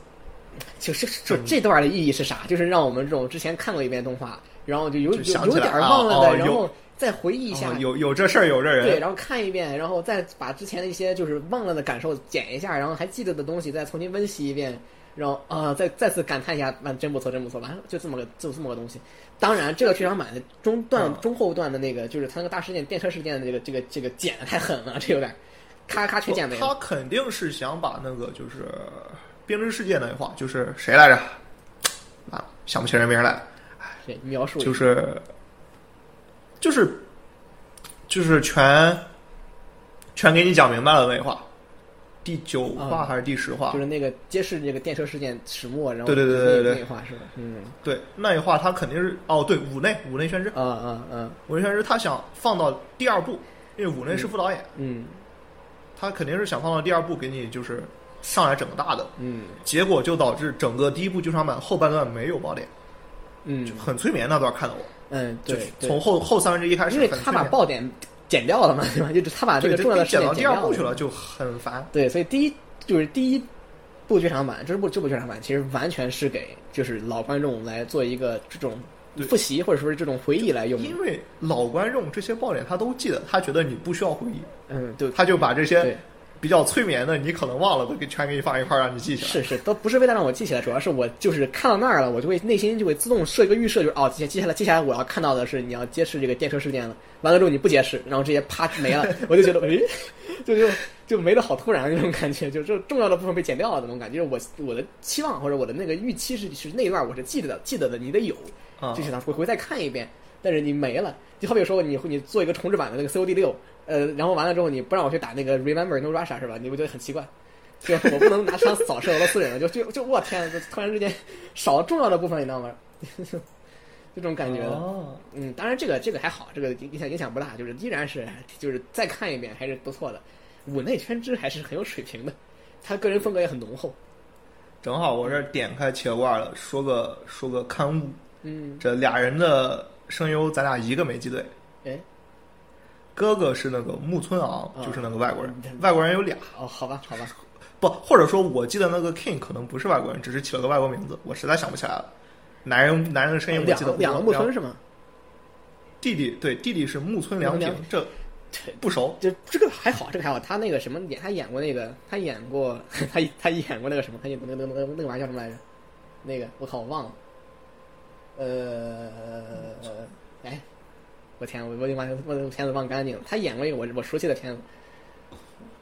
就是
嗯
这这段的意义是啥？就是让我们这种之前看过一遍动画，然后就有
就想
有有
起来
点儿
啊
忘了的，
哦
然
有
后再回忆一下，
哦有有这事儿，有这
对，
人，
然后看一遍，然后再把之前的一些就是忘了的感受剪一下，然后还记得的东西再重新温习一遍，然后啊、再再次感叹一下，完真不错，真不错，完了就这么个就这么个东西。当然，这个剧场版的中段、
嗯
中后段的那个就是他那个大事件电车事件的这个这个这个剪的太狠了，这有点咔咔全剪没
他
了。
肯定是想把那个就是冰之世界那一话，就是谁来着？啊，想不起人名来了。
对，描述一下
就是就是就是全全给你讲明白了那一话，第九话
啊
还是第十话
就，是那个揭示那个电车事件始末，然后
对对对对对对
那一话是吧？嗯，
对那一话他肯定是哦，对五内五内宣之，
啊啊啊，
五内宣之他想放到第二部，因为五内是副导演，
嗯
他肯定是想放到第二部给你就是上来整个大的，
嗯
结果就导致整个第一部剧场版后半段没有爆点，
嗯
就很催眠那段看的我，
嗯，
就
对，对
从后后三分之一开始
因为
很
他
催
把
眠，
爆点剪掉了嘛，对吧？就是他把这
对，
个重要的事
就剪
情
到
剪
第
掉
二部去了，就很烦，
对，所以第一就是第一部剧场版，这部这部剧场版其实完全是给就是老观众来做一个这种
对
复习或者说是这种回忆来用的。
因为老观众这些爆点他都记得，他觉得你不需要回忆，
嗯，对，
他就把这些
对，
比较催眠的，你可能忘了，都给全给你放一块儿，让你记起来。
是是，都不是为了让我记起来，主要是我就是看到那儿了，我就会内心就会自动设一个预设，就是哦，接接下来接下来我要看到的是你要揭示这个电车事件了，完了之后你不揭示，然后直接啪没了，我就觉得诶，就就就没了，好突然那种感觉，就就重要的部分被剪掉了那种感觉，就是我我的期望或者我的那个预期是是那一段我是记得的，记得的你得有，
啊
就，想回回再看一遍，但是你没了。就好比说你你做一个重置版的那个 COD 六，呃，然后完了之后你不让我去打那个 Remember No Russia 是吧？你不觉得很奇怪？就我不能拿枪扫射俄罗斯人了，就就就我天啊，就突然之间少了重要的部分，你知道吗？ [LAUGHS] 就这种感觉的。
哦
嗯，当然这个这个还好，这个影响影响不大，就是依然是就是再看一遍还是不错的。五内圈之还是很有水平的，他个人风格也很浓厚。
正好我这儿点开茄罐了，说个说个刊物，
嗯，
这俩人的声优咱俩一个没记对。
哎，
哥哥是那个木村昂，
啊
就是那个外国人
嗯，
外国人有俩，
哦，好吧，好吧，
不，或者说我记得那个 King 可能不是外国人，只是起了个外国名字，我实在想不起来了。男人男人的声音我记
两
得不多
两个木
然后
村是吗？
弟弟对弟弟是木村良
木村
平
良，
这
对
不熟
就这个还好，这个还好。他那个什么演，他演过那个，他演过，他他演过那个什么，他演那个那个那个那个玩意儿叫什么来着？那个我靠，我忘了。呃，哎，我天，我我已经把我的片子忘干净了。他演过一个我我熟悉的片子，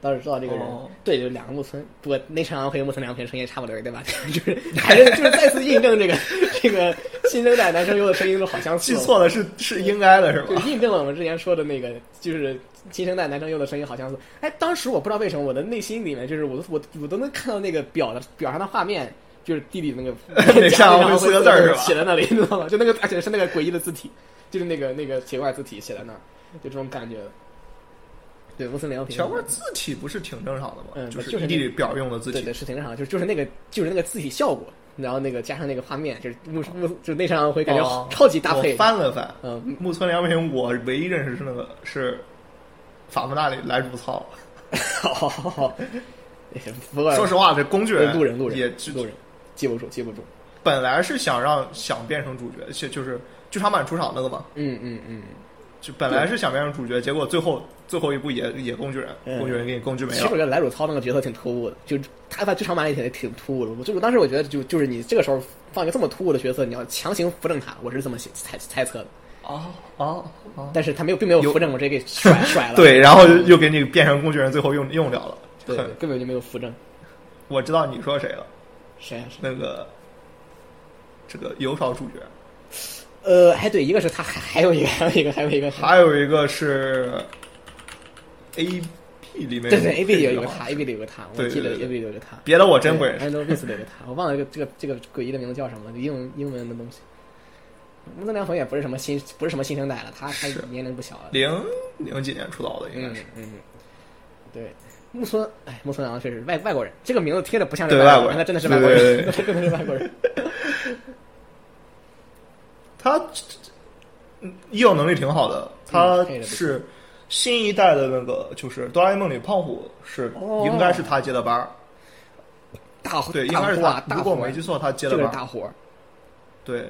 倒是知道这个人。
哦
对，就是两个木村，不过内城昂和木村良平声音也差不多，对吧？ [LAUGHS] 就是还是就是再次印证这个这个新生代男声优的声音都好相似
[LAUGHS] 记
哦。
错了是是应该的是
就
吧？ [LAUGHS]
印证了我们之前说的那个，就是新生代男生优的声音好像是。哎，当时我不知道为什么，我的内心里面就是我我我都能看到那个表的表上的画面，就是弟弟那
[LAUGHS]
个
那上面
面
有四个字儿是吧
写在那里，你 [LAUGHS] 知道吗？就那个而且是那个诡异的字体，就是那个那个奇怪字体写在那儿，就这种感觉。对，乌森良平。
前面字体不是挺正常的吗？
嗯
就是
就是那
地理表用的字
对
体
对，。是挺正常的，就是就是那个就是那个字体效果，然后那个加上那个画面，就是木木就内上会感觉
哦
超级搭配
我。翻了翻，
嗯，
木村良平，我唯一认识是那个是法夫纳里来主操。
好，好好不过
说实话，这工具人
路人路人
也就
路人记不住记不住。
本来是想让想变成主角，就就是剧场版出场那个嘛，
嗯嗯嗯，
就本来是想变成主角，结果最后最后一步也也工具人，
嗯
工具人给你工具没
其实我
了。
觉得莱乳操那个角色挺突兀的，就他在剧场版里挺挺突兀的。我就我当时我觉得就就是你这个时候放一个这么突兀的角色，你要强行扶正他，我是这么想猜猜测的。
哦哦哦，
但是他没有并没有
有
扶正，我直接给
[LAUGHS]
甩甩了。
对，然后又又给你变成工具人，最后用用掉了。
对
很
对，根本就没有扶正。
我知道你说谁了，
谁啊？谁
那个这个有少主角，
呃，还对，一个是他，还还有一个，还有一个，还有一个，
还有一个是 A B 里面
对对，A B 里有一
一
个他，A B 里有个他，我
对
记得
对对
A B 里有个他。
别的我真不认识。
I know this 里有个他，我忘了这个这个这个诡异的名字叫什么，了，英文英文的东西。木村良宏也不是什么新，不是什么新生代了，他他
是
年龄不小了。
零零几年出道的应该
嗯
是，
嗯，对，木村，哎，木村昂确实外外国人，这个名字听着不像是
对
外
外国
人，
人
他真的是
对
外国
对
人
对，
他 [LAUGHS] 真的是外国人。
他嗯医药能力挺好的，他
嗯配得不错
是新一代的那个就是《哆啦 A 梦》里胖虎是
哦
应该是他接的班儿，
大火，
对，应
大
该是
火
他
啊，，大
如
火
果我
啊，
没记错，他接
这个
的
是
班儿，
大火，
对。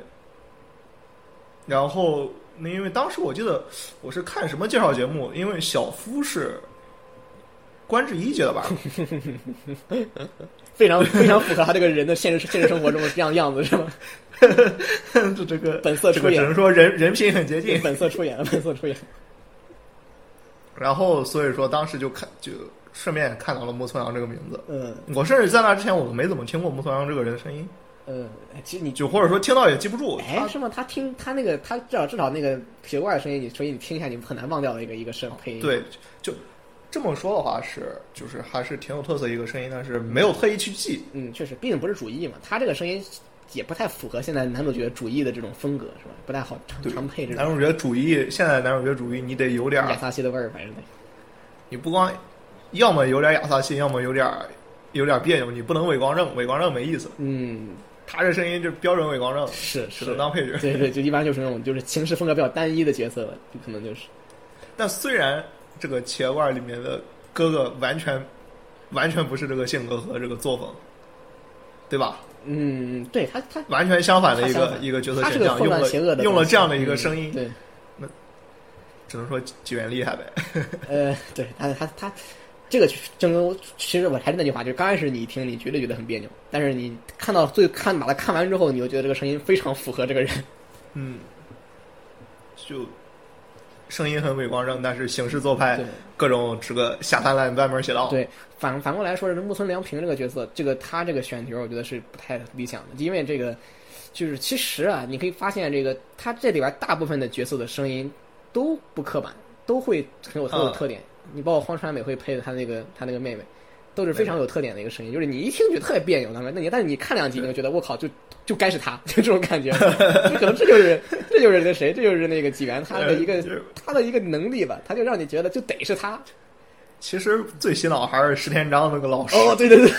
然后，那因为当时我记得我是看什么介绍节目，因为小夫是关智一接的班儿， [LAUGHS]
非常非常符合他这个人的现实现实生活中的这样样子，是吗？
就这个
本色
这
出
个只
演，
能说人人品很接近
[LAUGHS] 对，本色出演，本色出演。
然后所以说当时就看就顺便看到了木村阳这个名字。
嗯
我甚至在那之前我都没怎么听过木村阳这个人的声音，
嗯，哎其实你
就或者说听到也记不住。
哎，是吗？他听他那个，他至少至少那个铁罐的声音，你所以你听一下，你很难忘掉的一个一个声配
他
音。
对，就这么说的话是，就是还是挺有特色一个声音，但是没有特意去记。
嗯，确实，毕竟不是主义嘛，他这个声音也不太符合现在男主角主义的这种风格，是吧？不太好常
对
嗯常配这
男
种
主角主义，现在男主角啊主义，你得有点儿
亚萨西的味儿，反正得。
你不光要么有点亚萨西，要么有点有点别扭，你不能伪光正，伪光正没意思。
嗯，
他这声音就标准伪光正，
是是
只能当配角。
对对，就一般就是那种就是情绪风格比较单一的角色了，就可能就是
但虽然这个企业罐里面的哥哥完全完全不是这个性格和这个作风，对吧？
嗯，对他他
完全相反的一
他相
个
反
一个角色
他是
形
个
象，
混
用
乱
了
邪恶的东西，
用了这样的一个声
嗯
音，
对，
只能说纪元厉害呗。
呃，对他他他这个正跟其实我还是那句话，就是刚开始你听你绝对觉得很别扭，但是你看到最看把它看完之后，你就觉得这个声音非常符合这个人。
嗯，就声音很伪光正，但是行事做派
对
各种这个下三滥歪门邪道。
对，反反过来说，是木村良平这个角色，这个他这个选角，我觉得是不太理想的，因为这个就是其实啊，你可以发现这个他这里边大部分的角色的声音都不刻板，都会很有特有
嗯
特点。你包括荒川美惠配的他那个他那个妹妹。都是非常有特点的一个声音，就是你一听觉得特别别扭，那么那你但是你看两集你就觉得我靠，就就该是他，就这种感觉，就可能这就是这就是那谁，这就是那个纪元他的一
呃
个
就是
他的一个能力吧，他就让你觉得就得是他，
其实最洗脑还是石天章那个 [LAUGHS] 老师。
哦，对对对，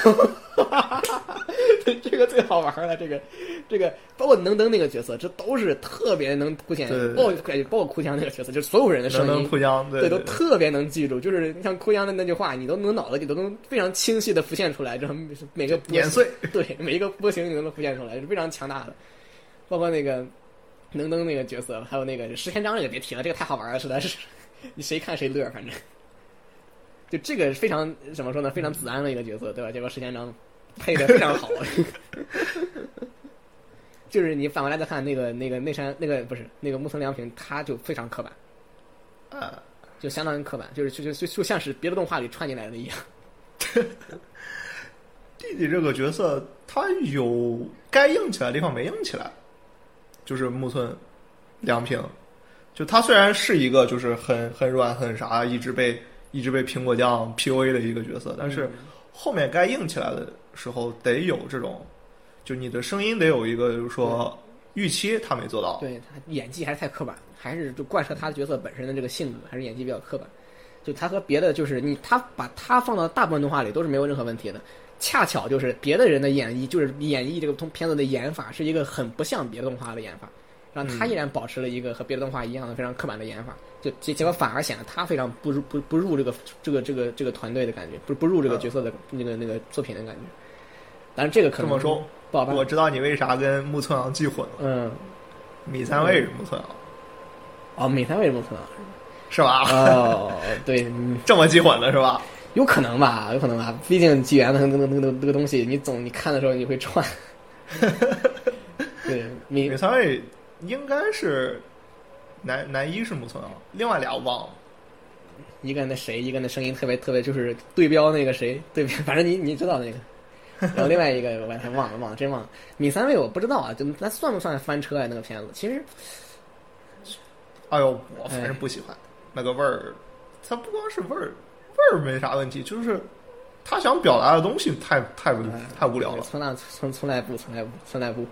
[LAUGHS] 对这个最好玩了，这个这个包括能登那个角色，这都是特别能凸显
对对，对
包括包括哭腔那个角色，就是所有人的
能
声
能
音。
互相对
都
对
特别能记住，就是你像哭腔的那句话，你都能脑子里都能非常清晰的浮现出来，这每个波
碾
形
碎，
[LAUGHS] 对每一个波形你都能浮现出来，是非常强大的。包括那个能登那个角色，还有那个石天章这个别提了，这个太好玩了，实在是你谁看谁乐，反正就这个非常怎么说呢，非常子安的一个角色，对吧？结果石天章配的非常好， [LAUGHS] 就是你反过来再看那个那个内山那个不是那个木村良平，他就非常刻板，
啊，
就相当于刻板，就是就就就就像是别的动画里串进来的一样，
弟弟这个角色他有该硬起来的地方没硬起来，就是木村良平，就他虽然是一个就是很很软很啥，一直被一直被苹果酱 PUA 的一个角色，但
嗯
是后面该硬起来的时候得有这种，就你的声音得有一个就是说预期他没做到，
对他演技还是太刻板，还是就贯彻他角色本身的这个性格，还是演技比较刻板。就他和别的就是你，他把他放到大部分动画里都是没有任何问题的。恰巧就是别的人的演绎，就是演绎这个通片子的演法是一个很不像别的动画的演法，让他依
嗯
然保持了一个和别的动画一样的非常刻板的演法，就结结果反而显得他非常不入不不入这个这个这个这个团队的感觉，不不入这
嗯
个角色的那个那个作品的感觉。当然这个可
这
能
么说，
不好办
我，知道你为啥跟木村昂记混了，
嗯，
米三位是木村昂，
哦，美三为什么可能？
是吧？
[LAUGHS] 哦，对，嗯
这么记混的是吧？
有可能吧，有可能吧。毕竟纪元的那个那个那个东西，你总你看的时候你会串。对，你
米三位应该是男男一是木村昂，啊另外俩我忘了。
一个那谁，一个那声音特别特别，就是对标那个谁，对标，反正你你知道那个。然后另外一个我还忘了，忘了，真忘了。米三位我不知道啊，就那算不算翻车啊？那个片子其实
哎呦，我反正不喜欢、那个味儿，它不光是味儿，味儿没啥问题，就是他想表达的东西太太无
哎
太无聊了。
村大村村濑部，村濑部，村濑部。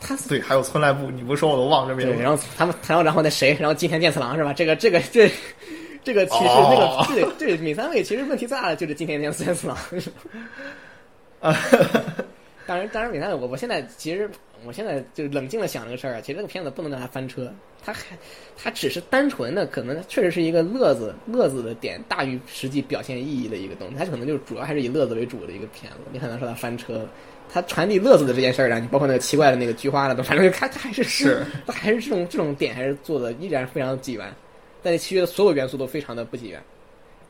他
对，还有村濑部，你不说我都忘这名
对，
字。
然后他们，然后然后那谁，然后金田健次郎是吧？这个这个这这个其实那
哦
个对对米三位其实问题最大的就是金田健次郎。当然当然米三位，我我现在其实我现在就冷静的想这个事儿啊，其实这个片子不能让它翻车，它还它只是单纯的可能确实是一个乐子乐子的点大于实际表现意义的一个东西，它可能就主要还是以乐子为主的一个片子，你很难说它翻车。它传递乐子的这件事儿啊，你包括那个奇怪的那个菊花了都，反正它它还是
是
[LAUGHS] 它还是这种这种点还是做的依然非常纪元，但是其余的所有元素都非常的不纪元。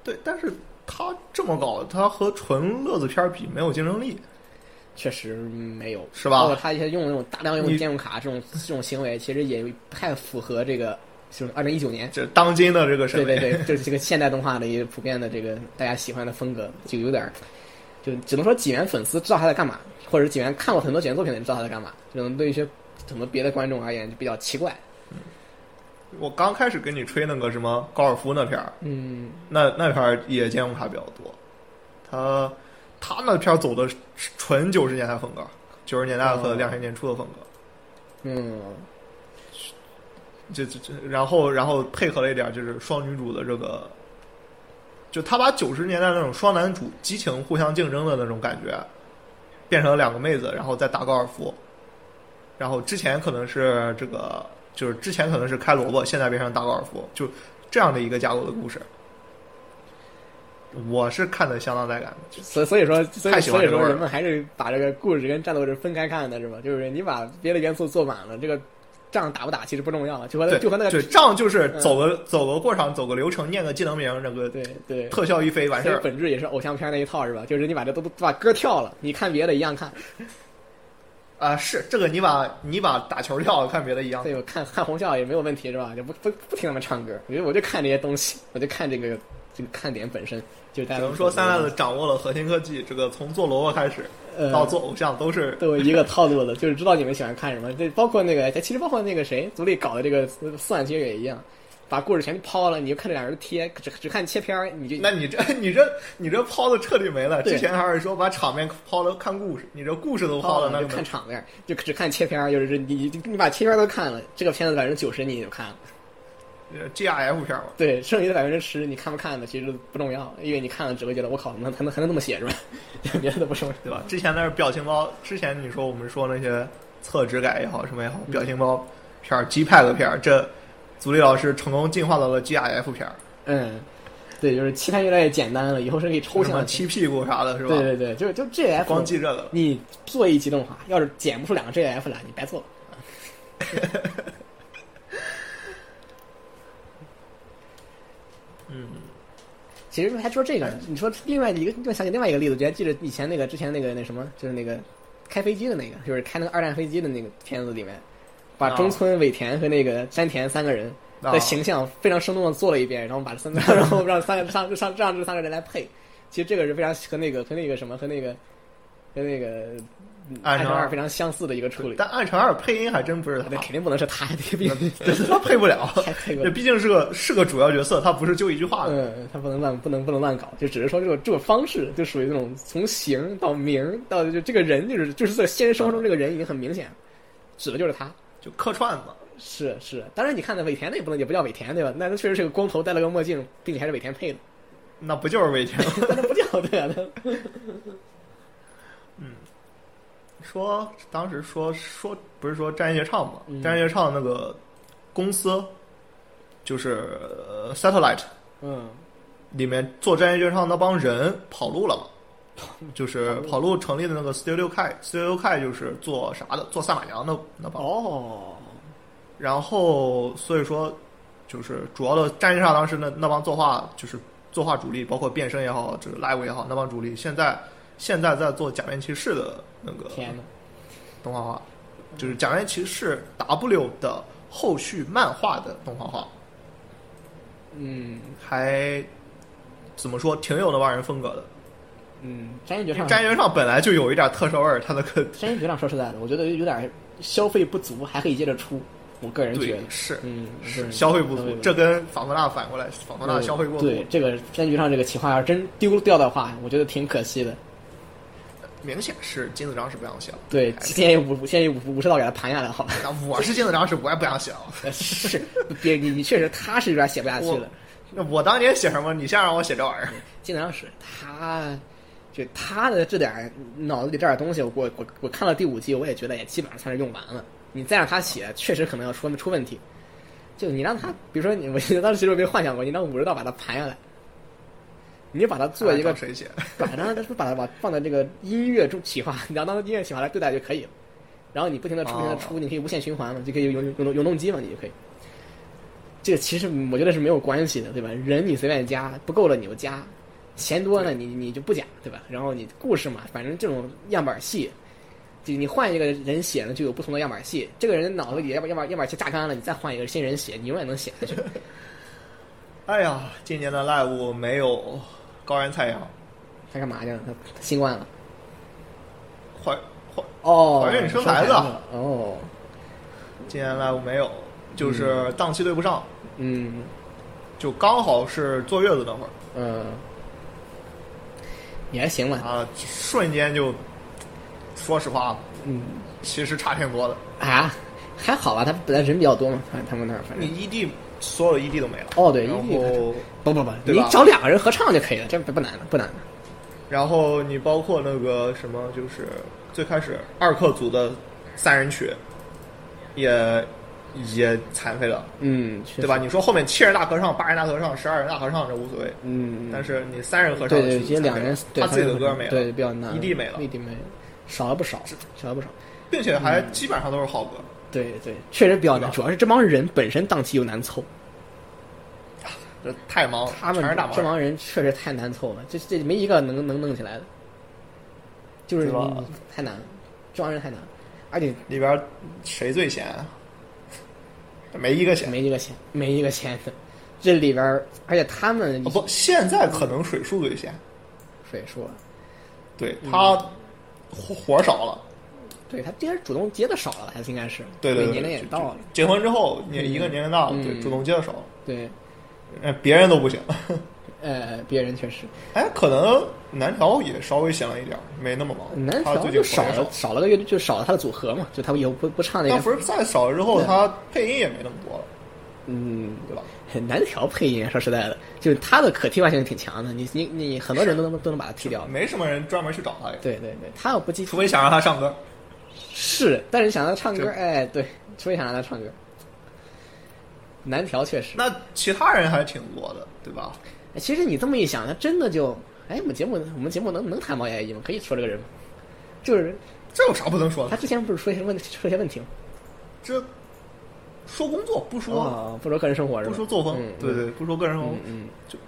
对，但是他这么搞，他和纯乐子片儿比没有竞争力。
确实没有，
是吧
包括他一些用那种大量用
你
信用卡这种这种行为，其实也不太符合这个就是二零一九年，
这当今的这个审
对
美， [LAUGHS]
对对，就是这个现代动画的一个普遍的这个大家喜欢的风格，就有点儿，就只能说几元粉丝知道他在干嘛，或者是几元看过很多几元作品的人知道他在干嘛，可能对一些可能别的观众而言就比较奇怪。
我刚开始跟你吹那个什么高尔夫那片儿，
嗯，
那那片儿也信用卡比较多，他他那片儿走的纯九十年代风格，九十年代和
哦
两千年初的风格，
嗯，
这这这，然后然后配合了一点就是双女主的这个，就他把九十年代那种双男主激情互相竞争的那种感觉，变成了两个妹子，然后再打高尔夫，然后之前可能是这个就是之前可能是开萝卜，现在变成打高尔夫，就这样的一个架构的故事。我是看的相当带感的，就
所以所以说，所
太
以
喜欢
所以
这
说，
味儿了
人们还是把这个故事跟战斗是分开看的，是吧？就是你把别的元素做满了，这个仗打不打其实不重要，就和
对，
呃就和那
对
个
仗就是
嗯
走个、走个过场，走个流程，念个技能名，那个
对对。
特效一飞完事
所以
儿。
本质也是偶像片那一套是吧？就是你把这都把歌跳了，你看别的一样看。
啊、是这个你把你把打球跳了看别的一样
对，我看看红校也没有问题是吧？就不不不听他们唱歌，我就我就看这些东西，我就看这个这个看点本身。就大
只
家
能说三赖子掌握了核心科技，这个从做萝卜开始
呃
到做偶像都是
都有一个套路的，就是知道你们喜欢看什么。这包括那个，其实包括那个谁，足力搞的这个算，其实也一样，把故事全抛了，你就看这俩人贴，只只看切片儿，你就
那你这 [LAUGHS] 你这你这抛的彻底没了。
对
之前还是说把场面抛了看故事，你这故事都抛
抛
了，
了，
那
你
就
哦就看
没
场面，就只看切片儿，就是你你你把切片儿都看了，这个片子百分之九十你就看了，
呃 GIF 片嘛。
对，剩下的百分之十你看不看的其实不重要，因为你看了只会觉得我靠，能还能还能这么写是吧？ [LAUGHS] 别的都不重要，
对吧？？之前那是表情包，之前你说我们说那些侧质改也好，什么也好，
嗯
表情包片儿、G 派的片儿，这足力老师成功进化到了 GIF 片儿，
嗯，对，就是期盼越来越简单了，以后是可以抽
什
象
么
的，
七屁股啥的，是吧？
对对对，就就 G F
光记这个了，
你做一激动化，要是剪不出两个 GIF 来，你白做了。
嗯，
其实还说这
哎
个呢，你说另外一个，就想起另外一个例子，就还记得以前那个之前那个那什么，就是那个开飞机的那个，就是开那个二战飞机的那个片子里面，把
啊
中村、尾田和那个山田三个人
啊
的形象非常生动的做了一遍，然后把三，然后让三个上上让这三个人来配。其实这个是非常和那个和那个什么和那个和那个嗯暗
暗杀
杀二非常相似的一个处理，
但暗城二配音还真不是他
那，肯定不能是他，这必须
他配不了，
太配
这毕竟是个是个主要角色，他不是就一句话的。
嗯，他不能乱，不能不能乱搞，就只是说这种这种方式，就属于那种从形到名到就这个人，就是就是在现实生活中这个人已经很明显，指的就是他。
就客串嘛，
是是，当然你看那尾田那也不能也不叫尾田对吧？那他确实是个光头，戴了个墨镜，并且还是尾田配的，
那不就是魏天？
但那不叫对啊，那
[LAUGHS] 说当时说说不是说战夜唱嘛，
嗯
战夜唱那个公司就是呃 Satellite
嗯
里面做战役对唱那帮人跑路
[LAUGHS]
了嘛，就是跑路成立的那个 Studio K，Studio K 就是做啥的，做赛马娘的那帮。
哦
然后所以说，就是主要的战役上当时那那帮作画就是作画主力，包括变身也好，这个 Live 也好，那帮主力现在现在在做假面骑士的那个
天呐，
动画化，就是假面骑士 W 的后续漫画的动画化，
嗯
还怎么说挺有那帮人风格的。
嗯，山野绝唱，
战役上本来就有一点特色味儿，它那个
山野绝唱说实在的，我觉得有点消费不足，还可以接着出，我个人觉
对
得，
是
嗯
是
对
消费
消
不
费
足
不，足
这跟仿佛纳反过来，仿佛纳消费过度
对，这个山局上这个企划要真丢掉的话，我觉得挺可惜的。
明显是金子章是不想写了。
对，建议五建议五五十道给他盘下来好吧？
那啊我是金子章是我也不想哦写
[LAUGHS]
了。
是，别你你确实他是有点写不下去了。
那我当年写什么，你现在让我写这玩意儿，
金南是他，就他的这点儿脑子里这点儿东西，我我我我看了第五季，我也觉得也基本上算是用完了。你再让他写，确实可能要出出问题。就你让他，比如说你，我记得当时其实我没幻想过，你让五十道把它盘下来，你就把它 [LAUGHS] 做一个
找谁哎写？
把它是把它把放在这个音乐中企划，你要当音乐企划来对待就可以了。然后你不停的出，不停的出，你可以无限循环嘛，就可以有有有永动机嘛，你就可以。这个其实我觉得是没有关系的，对吧？人你随便加，不够了你就加，嫌多了你你就不加，对吧？然后你故事嘛，反正这种样板戏，就你换一个人写呢，就有不同的样板戏。这个人脑子里要把样板样板戏榨干了，你再换一个新人写，你永远能写下去。
哎呀，今年的 live 没有高原菜阳，
他干嘛去了？他新冠了？嗯
怀怀
哦，
怀孕生
生
孩子啊
子了哦。
今年 live 没有，就是档期对不上，
嗯
就刚好是坐月子那会儿
嗯，也还行吧，
啊，瞬间就，说实话，
嗯
其实差挺多的。
啊，还好吧，他本来人比较多嘛，反正他们那儿反
你
正。
异地所有的异 E 地都没了，
哎哦，对，异
然
地
后
不不不，
对
你
吧
找两个人合唱就可以了，这不不难了，不难了。
然后你包括那个什么，就是最开始二课组的三人曲，也也残废了，
嗯，确实
对吧？？你说后面七人大合唱、八人大合唱、十二人大合唱这无所谓，
嗯，
但是你三人合唱
对对，
就残
其实
废
两个人
了
对
他自己的歌
没
没了，
对比较难，
异地没了
异地没了，少了不少，少了不少。
并且还基本上都是好歌。
对对，确实比较
对
难，
吧
主要是这帮人本身档期又难凑，
这太忙，
他们
全是大
这
忙人。
帮人确实太难凑了，这这没一个能能弄起来的，就是
对吧
你太难，这帮人太难，而且
里边谁最闲啊？没一个闲。
没一个钱，没一个钱的，这里边儿而且他们
哦不，现在可能水树最闲，
水说，
对
嗯
他活活少了。
对他这些主动接的少了，还是应该是
对对对，
每年龄也
就
到了，。
就结婚之后，你
嗯
一个年龄大了，
嗯
对，主动接的少了，
对，
呃别人都不行。 [LAUGHS]
呃，别人确实
哎，可能南条也稍微闲了一点儿，没那么忙。
南
他
条
最
就
近
少
活也
了
少。
少了个乐队，就少了他的组合嘛，就他们以后不不唱那个，嗯
但福赛少了之后，
对
他配音也没那么多了，
嗯，
对吧？
很难调配音。说实在的，就是他的可替换性挺强的，你你你很多人都能都能把他替掉。
没什么人专门去找他，
对对对，他要不记
除非想让他唱歌。
是，但是想让他唱歌，
这
哎，对，除非想让他唱歌，难调确实。
那其他人还挺多的，对吧？
哎其实你这么一想，他真的就，哎，我们节目我们节目能能谈毛爷爷吗？可以说这个人吗？就是
这有啥不能说
他
的？
之前不是说一些问题，说一些问题吗？
这说工作不说、
哦不说个人生活是吧？
不说作风，
嗯、
对对，不说个人风
嗯，嗯，
就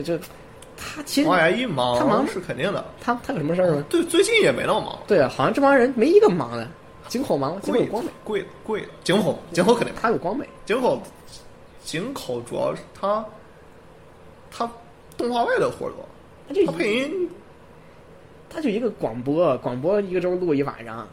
就就他其实
王源一忙
他忙
是肯定的。
他他有什么事儿吗？
对，最近也没那么忙，
对啊，好像这帮人没一个忙的，井口忙吗？井口
贵
有光美，
贵贵，井口井口肯定忙，
他有光美，
井口井口主要是他他动画外的活儿多，
他就
他配音
他就一个广播，广播一个周录一晚上，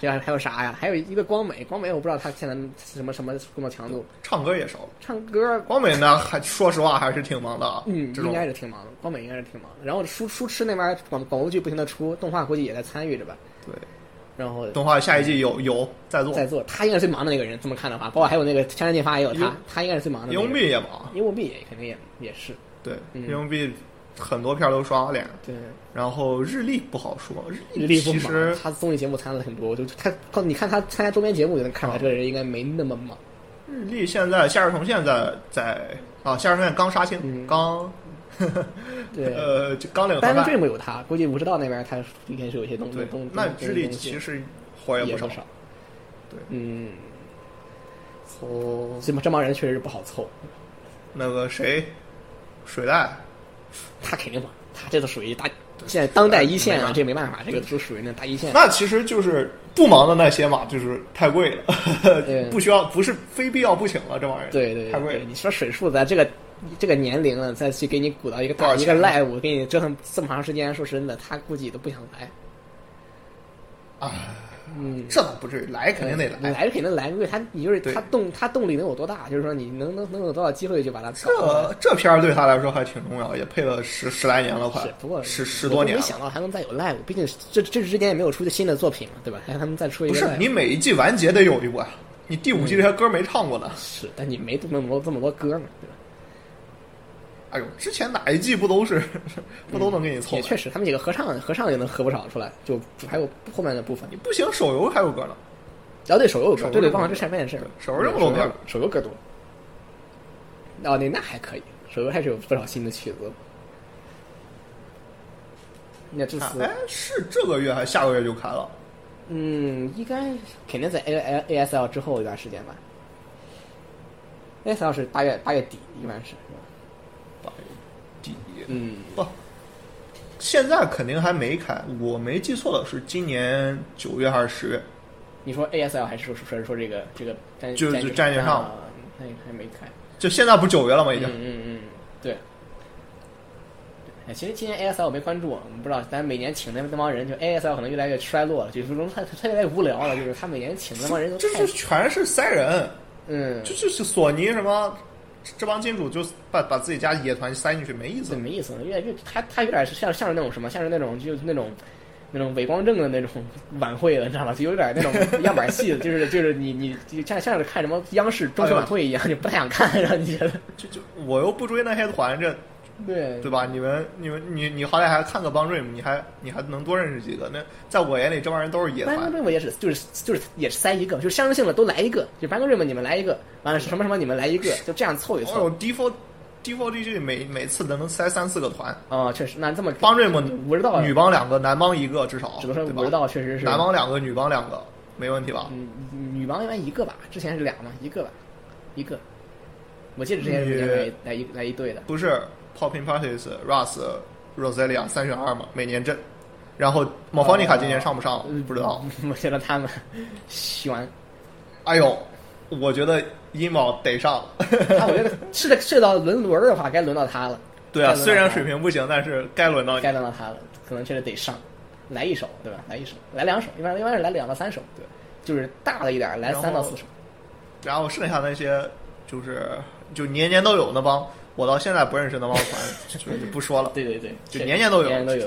对吧？还有啥呀？还有一个光美，光美我不知道他现在什么什么工作强度，
唱歌也少。
唱歌。
光美呢，还说实话还是挺忙的啊，
嗯，
这
应
种
该是挺忙的，光美应该是挺忙的。然后书书痴那边儿广广播剧不停的出，动画估计也在参与着吧。
对。
然后
动画下一季有有在做，
在做，他应该是最忙的那个人。这么看的话，包括还有那个《枪山进发》也有他
幽，
他应该是最忙的那
英
个
文
人。
币也忙，
因为我们也肯定也也是，
对，
嗯
英文币很多片儿都刷脸，
对，
然后日历不好说，
日
日
历不
其
忙
实，
他综艺节目参加了很多，就他光你看他参加周边节目就能看出
哦
来，这个人应该没那么忙。
日历现在夏日重现在在啊，夏日重现刚杀青，
嗯
刚
对，
呃就刚领盒
单位
饭，
有他，估计武士道那边他应该是有一些东
对
东，，
那
东
日历
东西
其实活
也
不
少
少，。
对
对，
嗯，
哦，
这帮这帮人确实是不好凑，
那个谁，水袋，
他肯定忙，他这都属于大现在当代一线啊，
没办法
这没办法，这个都属于那大一线。
那其实就是不忙的那些嘛，就是太贵了
对，
不需要，不是非必要不请了，这玩意儿，
对对
太
对
贵
对，
了，
你说水树在这个这个年龄了，再去给你鼓捣一个
多
大
少
一个
钱
live，给你折腾这么长时间，说真的，他估计都不想来。
这倒不至于，来肯定得
呃来，
来，
来肯定来，因为他你就是
对
他动他动力能有多大，就是说你能能能有多少机会去把它搞过来。
这这片儿对他来说还挺重要，也配了十十来年了，快
是，不过
十十
我
多
都
年
没
了。
想到还能再有 live，毕竟这这之间也没有出新的作品嘛，对吧？还他们再出一
不
个嗯
是
live
你每一季完结得有一部啊，你第五季这些歌没唱过呢。
是，但你没这么多这么多歌嘛，对吧？
哎呦，之前哪一季不都是 [LAUGHS] 不都能给你凑
嗯也
来？
确实，他们几个合唱合唱也能合不少出来，就还有后面的部分
你。不行，手游还有歌呢。
然后对手游有歌，
手游
对对，
这么
忘了这前面的事儿。
手游这么多片儿
手游歌多。哦，那那还可以，手游还是有不少新的曲子。那这次
哎，是这个月还是下个月就开了？
嗯，应该肯定在 A A A S L 之后一段时间吧。A S L 是八月八月底，一般是。
八月底
嗯，
不，哦现在肯定还没开。我没记错的是今年九月还是十月？
你说 A S L 还是说说说这个这个战
就是
战
战略上
啊还还没开。
就现在不是九月了吗？已
嗯
经。 [LAUGHS]
嗯嗯，对。哎，其实今年 A S L 我没关注，啊我们不知道。咱每年请那那帮人，就 A S L 可能越来越衰落了，就是说他他越来越无聊了，就是他每年请那帮人都
这
太
这全是塞人，
嗯，
就就是索尼什么这帮金主就把把自己家野团塞进去没意思
怎。么意思呢？越来越他他有点像像是那种什么，像是那种就那种那种伪光正的那种晚会了，你知道吧？就有点那
[LAUGHS]
种样板戏，就是就是你你就像像是看什么央视中秋晚会一样，你不太想看，让你觉得
就就我又不追那些团，这
[LAUGHS] 对
对吧？你们你们你你好歹还看个帮 dream，你还你还能多认识几个？那在我眼里，这帮人都是野
白光
团。
瑞姆也是，就是就是也是塞一个，就是象征性的都来一个，就白光瑞姆你们来一个，完了什么什么你们来一个，就这样凑一
哦
凑。
，D4 D4 DG 每每次都能塞三四个团，
哦，确实，那这么
帮 dream
五十道，
女帮两个，男帮一个至少，
只能说
对吧
五十道确实是
男帮两个，女帮两个，没问题吧？
嗯，女王一般一个吧，之前是俩嘛，一个吧，一个。我记得之前
女
是来来一来一队的， [LAUGHS]
不是 Popping Parties、Russ、Roselia 三选二嘛，每年这，然后 m o r p h o n i c a 今年上不上、
嗯
不知道。。
我觉得他们悬，
哎呦，我觉得 emo 得上。 [LAUGHS]
他我觉得是的，是到轮轮儿的话，该轮到他了，
对
该轮
啊，
到他
虽然水平不行，但是该轮到你
该。轮到他了，可能确实得上，来一首对吧？来一首，来两首，一般一般是来两到三首，对，就是大了一点儿来
然后
三到四首。
然后剩下那些就是就年年都有那帮，我到现在不认识那帮团， [LAUGHS] 就就不说了。
对对对，
就年年都有
年年都有。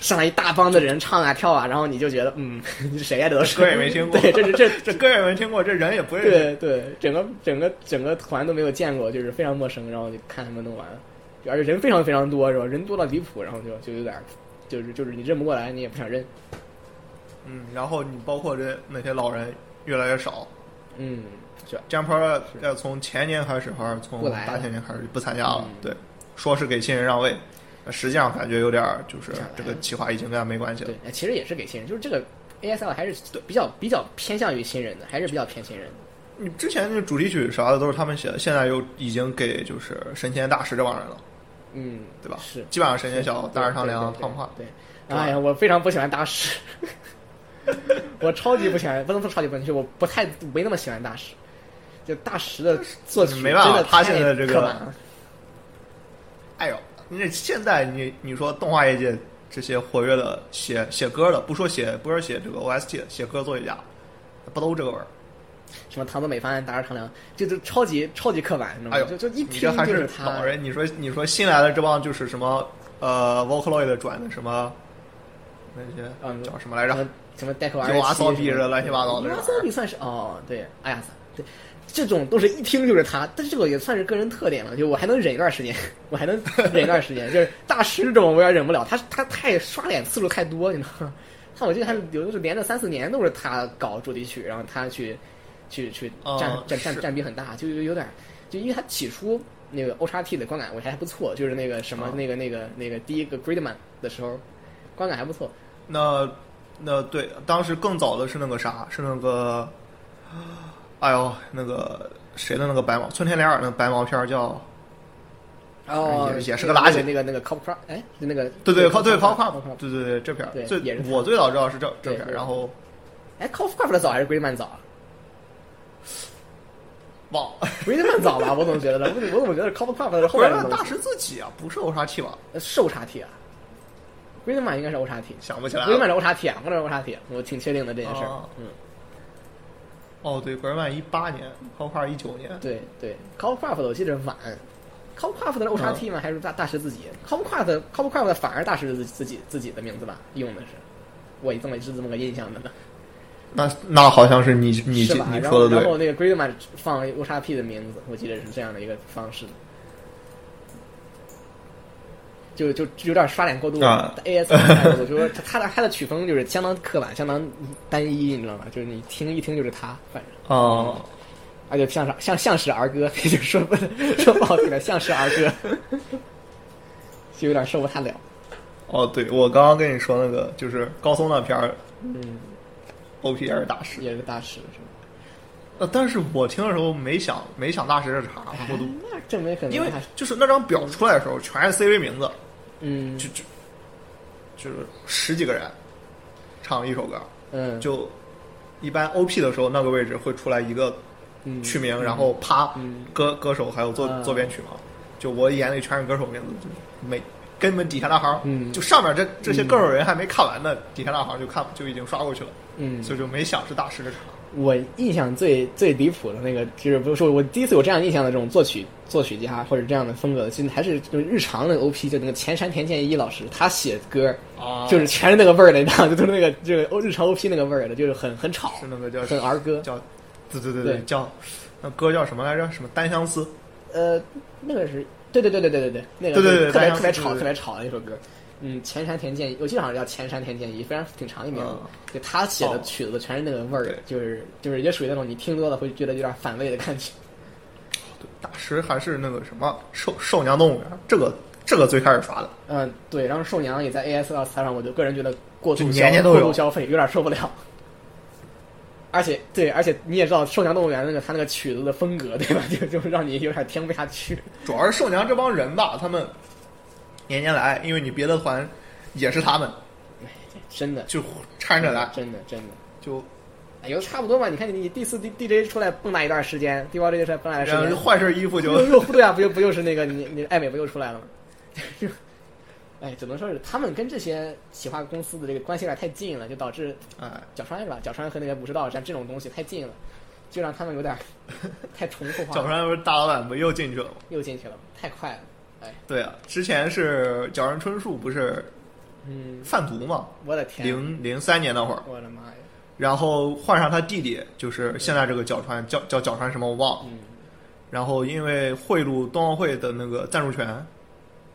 上来一大帮的人唱啊跳啊，然后你就觉得，嗯，你是谁呀、这都是
歌也没听过
对，这是这
这歌也没听过，这人也不认识。
对对，整个整个整个团都没有见过，就是非常陌生，然后就看他们弄完，而且人非常非常多，是吧？人多到离谱，然后就就有点儿，就是就是你认不过来，你也不想认。
嗯，然后你包括这那些老人越来越少。
嗯，是吧？
江坡要从前年开始，还是从
不来了
大前年开始就不参加了
嗯。
对，说是给新人让位，呃实际上感觉有点儿就是
不想来了
这个企划已经跟他没关系了
对。，哎其实也是给新人，就是这个 ASL 还是比较比较偏向于新人的，还是比较偏新人的。
你之前那主题曲啥的都是他们写的，现在又已经给就是神仙大师这帮人了，
嗯，
对吧？
是
基本上神仙小、大
对
二长良、
对对
胖胖，
对，
对吧
哎呀，我非常不喜欢大师， [LAUGHS] 我超级不喜欢，不能说超级不喜欢，就我不太没那么喜欢大师。就大师的作曲
没办法
真的
他现
太
在这个
刻板了
哎呦，你这现在你你说动画业界这些活跃的写写歌的，不说写不是写这个 OST，写歌作曲家，不都这个味儿？
什么唐泽美帆、达尔长良，这就超级超级刻板，你知道
哎
吗
呦？
就就一
你这
听
还
就是他。
老人，你说你说新来的这帮就是什么呃 Vocaloid 转的什么那
嗯
些叫什么来
什
着
么？什么戴克尔
就阿骚比
什
这
么
乱七八糟的
阿骚比算是哦，对，哎呀，对，这种都是一听就是他，但这个也算是个人特点了，就我还能忍一段时间，我还能忍一段时间， [LAUGHS] 就是大师这种我有点忍不了，他他太刷脸次数太多，你知道吗？ [LAUGHS] 他我记得他有的是连着三四年都是他搞主题曲，然后他去去去占、
哦
占占
是
占比很大，就有有点，就因为他起初那个 O x T 的观感我觉得还不错，就是那个什么、
哦
那个那个那个第一个 Gridman 的时候，观感还不错，
那那对，当时更早的是那个啥，是那个，哎呦，那个谁的那个白毛，村田莲尔那个白毛片儿叫，
哦，
也也是个垃圾
那个那个 cop crop，哎，就那个
对对，靠对
cop
靠
crop，
靠
Cop Crop，
对对对，这片儿
对
最
也是他
我最早知道是这这
对
片儿，
对
然后
哎 cop crop 的早还是 Greenman 早啊
忘了，
？Greenman 早吧，我怎么觉得呢？我怎么我怎么觉得 cop crop [LAUGHS] 是后
不是
来的
那
东
大
西
师自己啊，不是 O 啥 T 吧？
呃是 O 叉 T 啊，Greenman 应该是 O 叉 T，
想不起来了
Greenman 是 O 叉 T 啊，我是 O 叉 T，我挺确定的这件事儿
哦。
嗯，
哦，对，格尔曼一八年，靠块一九年，
对对，cop crop 的我记得晚。Cop Crop 的 O 叉
嗯
T 吗？还是大大师自己？Cop Crop 的 Cop Crop 的反而大师自己自己自己的名字吧，用的是，我这么是这么个印象的呢。
那那好像是你你
是
这
吧？
你
然
说
后
的
然后
对，
那个 Gridman 放 O 叉 P 的名字，我记得是这样的一个方式的，就就就有点刷脸过度
啊
[LAUGHS] A S 我觉得他的他的曲风就是相当刻板，相当单一，你知道吗？就是你听一听就是他，反正
哦，
而且像是像像是儿歌， [LAUGHS] 就说不说不好听点，像是儿歌， [LAUGHS] 就有点受不太了。
哦，对，我刚刚跟你说那个就是高松那片儿
嗯，
，O P R 大师，
也是大师是吧？
呃，但是我听的时候没想没想大师是啥，我都
哎那证明可能
因为
他
就是那张表出来的时候，全是 CV 名字，
嗯
就就就是十几个人唱一首歌，
嗯
就一般 OP 的时候，那个位置会出来一个
嗯
曲名，然后啪
嗯
歌歌手还有作
嗯
作编曲嘛，就我眼里全是歌手名字，就没根本底下那行，
嗯
就上面这这些歌手人还没看完呢，底下那行就看就已经刷过去了，
嗯
所以就没想是大师的场。
我印象最最离谱的那个，就是不是说我第一次有这样印象的这种作曲作曲家或者这样的风格的，其实还是就是日常的 OP，就那个前山田健一老师，他写歌 [LAUGHS]
啊
就是全是那个味儿的，你知道吗，就是那个就是日常 OP 那个味儿的，就是很很吵，
是那个叫
很儿歌。
叫，对对对
对
叫那歌叫什么来着？什么单相思？
呃，那个是对对对对对对对，那个
对对对
是特别
大家
特别
是
吵特别吵的一首歌。嗯，前山田健一，我记得好像叫前山田健一，非常挺长一名字。
嗯
就他写的
哦
曲子全是那个味儿
对，
就是就是也属于那种你听多了会觉得有点反胃的感觉。
大师还是那个什么兽兽娘动物园？这个这个最开始刷的，
嗯，对。然后寿娘也在 AS 二采访，我就个人觉得过度
就
消
年年都
过
有
度消费有点受不了。而且对，而且你也知道寿娘动物园那个他那个曲子的风格，对吧？就就让你有点听不下去。
主要是兽娘这帮人吧，他们年年来，因为你别的团也是他们，
真的，
就掺着来，
真的真的。
就
哎呦，差不多嘛！你看你第四 D D J 出来蹦跶一段时间，D Y J 出来蹦跶一段时
然后
间
就，换身衣服就
又又对啊，不就不就是那个你你艾美不又出来了吗？ [LAUGHS] 哎，只能说是他们跟这些企划公司的这个关系有点太近了，就导致
哎，
角川是吧？角川和那个武士道像这种东西太近了，就让他们有
[LAUGHS]
点儿太重复化
角
了，
川不是大老板不又进去了吗？
又进去了，太快了。哎，
对啊，之前是角川春树不是
嗯，
贩毒嘛，
我的天，啊
零零三年那会儿，
我的妈呀，
然后换上他弟弟，就是现在这个角川叫叫角川什么我忘了，
嗯，
然后因为贿赂冬奥会的那个赞助权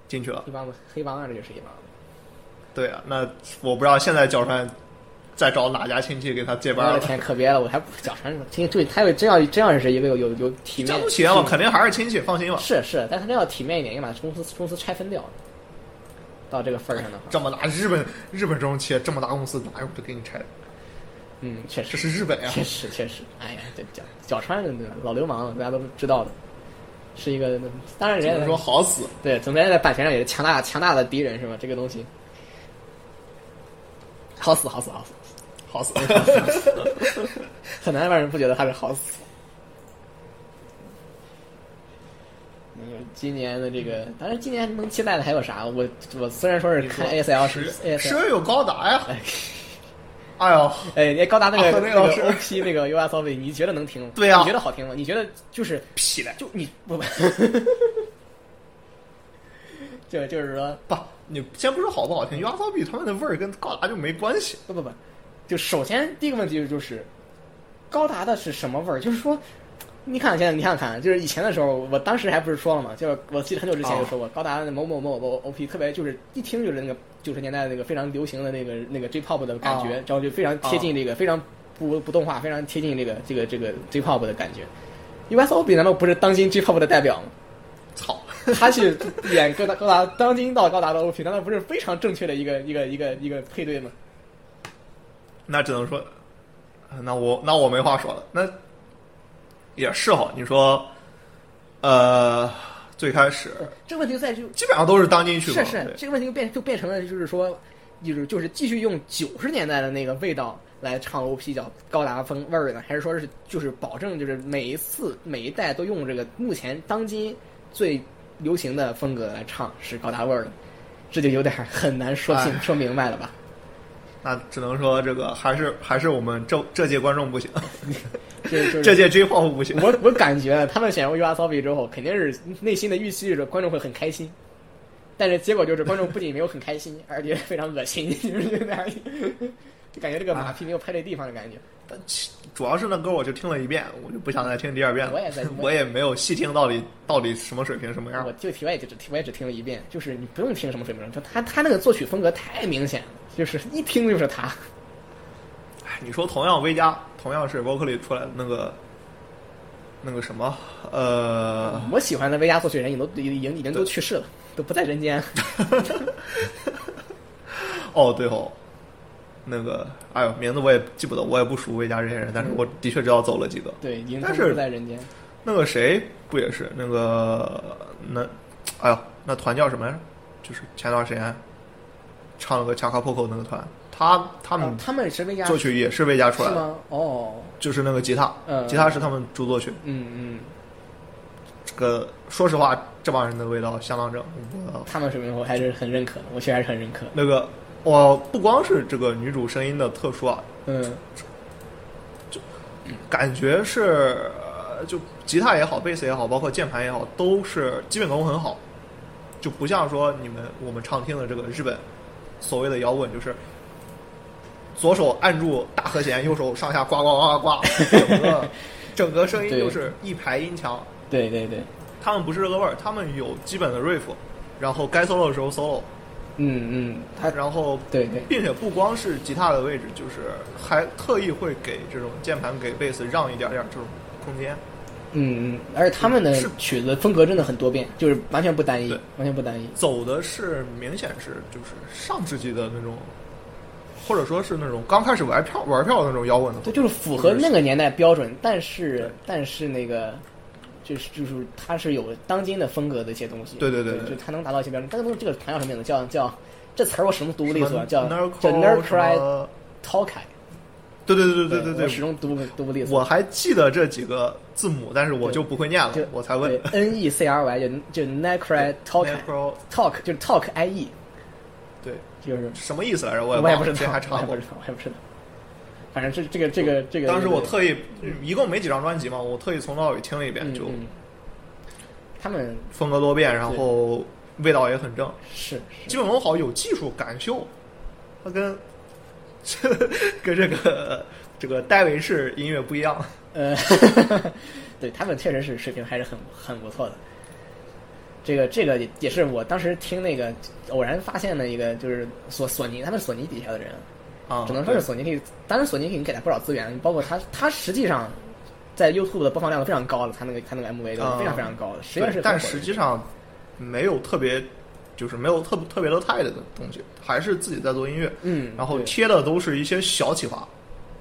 进去了。
黑帮子黑帮啊，这就是黑帮子。
对啊，那我不知道现在角川再找哪家亲戚给他接班
我的
了。
天，可别了，我还不角川，听对，他有真要真要是一个有有有体面
家，族企业嘛，
体
啊肯定还是亲戚，放心吧。
是是，但他真要体面一点，应该把公司公司拆分掉。到这个份儿上的话，
这么大日本日本这种企业，这么大公司哪有不给你拆的？
嗯，确实，
这是日本呀、
确实，确实，哎呀，这角角川对吧？老流氓了，大家都知道的，是一个，当然
只
人
能
家
说好死。
对，总之在版权上也是强大强大的敌人是吧？这个东西，好死好死好死，
好死，
很难让人不觉得他是好死。嗯，今年的这个，当然今年能期待的还有啥？我我虽然说是看 ASL 是
十
ASL，
月有高达呀！
哎
哎呦，
哎，你高达那个、
啊那个老师
OP 那个 U S O V，你觉得能听吗？
对啊
你觉得好听吗？你觉得就是
屁嘞！
就你不 [LAUGHS] 不，就就是说
不，你先不说好不好听，压缩比他们的味儿跟高达就没关系。
不不不，就首先第一个问题就是，高达的是什么味儿？就是说，你看现在你想想看，就是以前的时候，我当时还不是说了嘛，就是我记得很久之前就说过，高达的某某某某 OP 特别就是一听就是那个九十年代那个非常流行的那个那个 J-pop 的感觉，
哦
然后就非常贴近这个、非常不不动画，非常贴近这个这个这个 J-pop 的感觉。U.S.O.B 难道不是当今 J-pop 的代表吗？
操，
他去演高达高达当今到高达的 OP，难道不是非常正确的一个一个一个一个配对吗？
那只能说，啊那我那我没话说了。那也是哈，你说，呃，最开始
呃这个问题就在于
基本上都是当今去过，
是是
对，
这个问题就变就变成了就是说，就是就是继续用九十年代的那个味道来唱 OP 叫高达风味儿呢，还是说是就是保证就是每一次每一代都用这个目前当今最流行的风格来唱是高达味儿呢？这就有点儿很难说清
哎
说明白了吧？
那只能说这个还是还是我们这这届观众不行，
这
[LAUGHS]
就是
这届 J-pop 不行。
[LAUGHS] 我我感觉他们选用 U R S O B 之后，肯定是内心的预期是观众会很开心，但是结果就是观众不仅没有很开心，而且非常恶心， [LAUGHS] 就是这样，就感觉这个马屁没有拍对地方的感觉。
但其主要是那歌我就听了一遍，我就不想再听第二遍了。
我也
[LAUGHS]
在
我也没有细听到底到底什么水平什么样
我。就题外就只听我也只听了一遍，就是你不用听什么水平，就他他那个作曲风格太明显了，就是一听就是他。
哎，你说同样微加，同样是 Vocally 出来的那个那个什么呃，
我喜欢的维亚作曲人已经都已经已经都去世了，都不在人
[LAUGHS]
间。
哦对哦，那个哎呦名字我也记不得，我也不熟微加这些人，但是我的确知道走了几个。
对，已经都
但是
不在人间。
那个谁不也是那个那哎呦那团叫什么来着？就是前段时间唱了个《恰卡破口》那个团，他他们
啊他们是维亚
作曲也是魏家出
是
来的，
吗？哦，
就是那个吉他，
嗯
吉他是他们主作曲。
嗯嗯，
这个说实话，这帮人的味道相当正。我
他们水平我还是很认可的，我确实还是很认可的。
那个，哦我不光是这个女主声音的特殊啊，
嗯，
感觉是呃就吉他也好，贝斯也好，包括键盘也好，都是基本功很好，就不像说你们我们常听的这个日本所谓的摇滚，就是左手按住大和弦，右手上下刮刮刮刮刮，整个整个声音
对
就是一排音墙。
对对对，
他们不是这个味儿，他们有基本的 riff，然后该 solo 的时候 solo，
嗯嗯，他
然后
对对
并且不光是吉他的位置，就是还特意会给这种键盘给贝斯让一点点这种空间。
嗯嗯，而且他们的
是
曲子风格真的很多变，就是完全不单一
对，
完全不单一。
走的是明显是就是上世纪的那种，或者说是那种刚开始玩票玩票的那种摇滚的风格。
对，就是符合那个年代标准，但是但是那个就是就是它是有当今的风格的一些东西，
对对对
对，
对
就它能达到一些标准。但是这个团叫什么名字？叫叫这词儿我始终读不利索，叫
什么
叫
Nerdcore，
n e r c r y
什么
t o k a
对对对
i
对对
我始终读不读不利索。
我还记得这几个字母，但是我就不会念了
就，
我才问。
N E C R Y 就就 n e c r y t o k a i
Necro
talk 就是 talk I E
对
就是
什么意思来着？我
我
也忘了
不知道
这，还
我
查
也
过
不知。道，我也不知道。反正这这个这个这个，
当时我特意一共没几张专辑嘛，我特意从头到尾听了一遍，
嗯
就
嗯他们
风格多变，然后味道也很正。
是是
基本功好，有技术感秀，它跟 [LAUGHS] 跟这个这个戴维式音乐不一样。
呃， [LAUGHS] 对他们确实是水平还是很很不错的。这个这个也也是我当时听那个偶然发现的一个，就是索索尼他们索尼底下的人，
啊，
只能说是
对
索尼可以，当然索尼可以给他不少资源，包括他他实际上在 YouTube 的播放量都非常高了，他那个他那个 MV 都是非常
嗯
非常高的，实际上是很
对
火
但
的
实际上没有特别，就是没有特特别的态度的东西，还是自己在做音乐，
嗯，
然后
对
贴的都是一些小企划、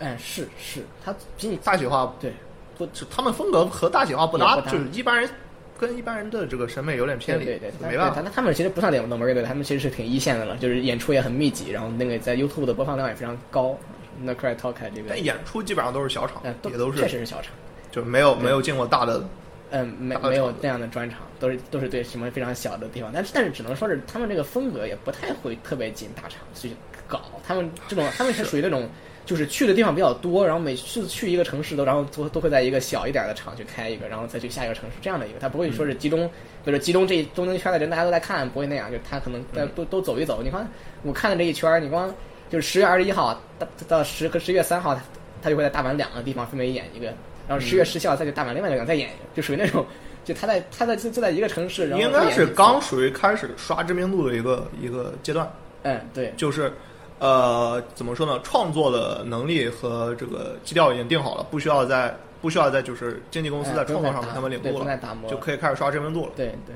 哎是是，他比你
大企划，
对不
就他们风格和大企划不搭
也，不搭
就是一般人跟一般人的这个审美有点偏离，
对对对，
没办法
他。他他们其实不算冷冷门乐队，他们其实是挺一线的了，就是演出也很密集，然后那个在 YouTube 的播放量也非常高。那 Cry Talk 啊这个
但，演出基本上都是小场
呃，，
也都
确
是
实是小场，
就没有
对
没有进过大的，
嗯，没
大的
没有
场子
那样的专场，都是都是对什么非常小的地方，但是但是只能说是他们这个风格也不太会特别进大场去搞，他们这种他们是属于那种就是去的地方比较多，然后每次去一个城市都然后都都会在一个小一点的场去开一个，然后再去下一个城市这样的一个，他不会说是集中，比如说集中这中间圈的人大家都在看，不会那样，就他可能在都都走一走，你看我看的这一圈儿，你光就是十月二十一号到到十和十月三号，他他就会在大阪两个地方分别演一个，然后十月十七号再去大阪另外一个地方再演一个，就属于那种，就他在他在就就在一个城
[LAUGHS]
市，然后
应
再
该
演
是
几次
刚属于开始刷知名度的一个一个阶段，
嗯对
就是呃怎么说呢，创作的能力和这个基调已经定好了，不需要再不需要再就是经纪公司
哎
在
不
创
再
作上给
打
他们领
对
路
不
了
再打磨，
就可以开始刷知名度了。
对对，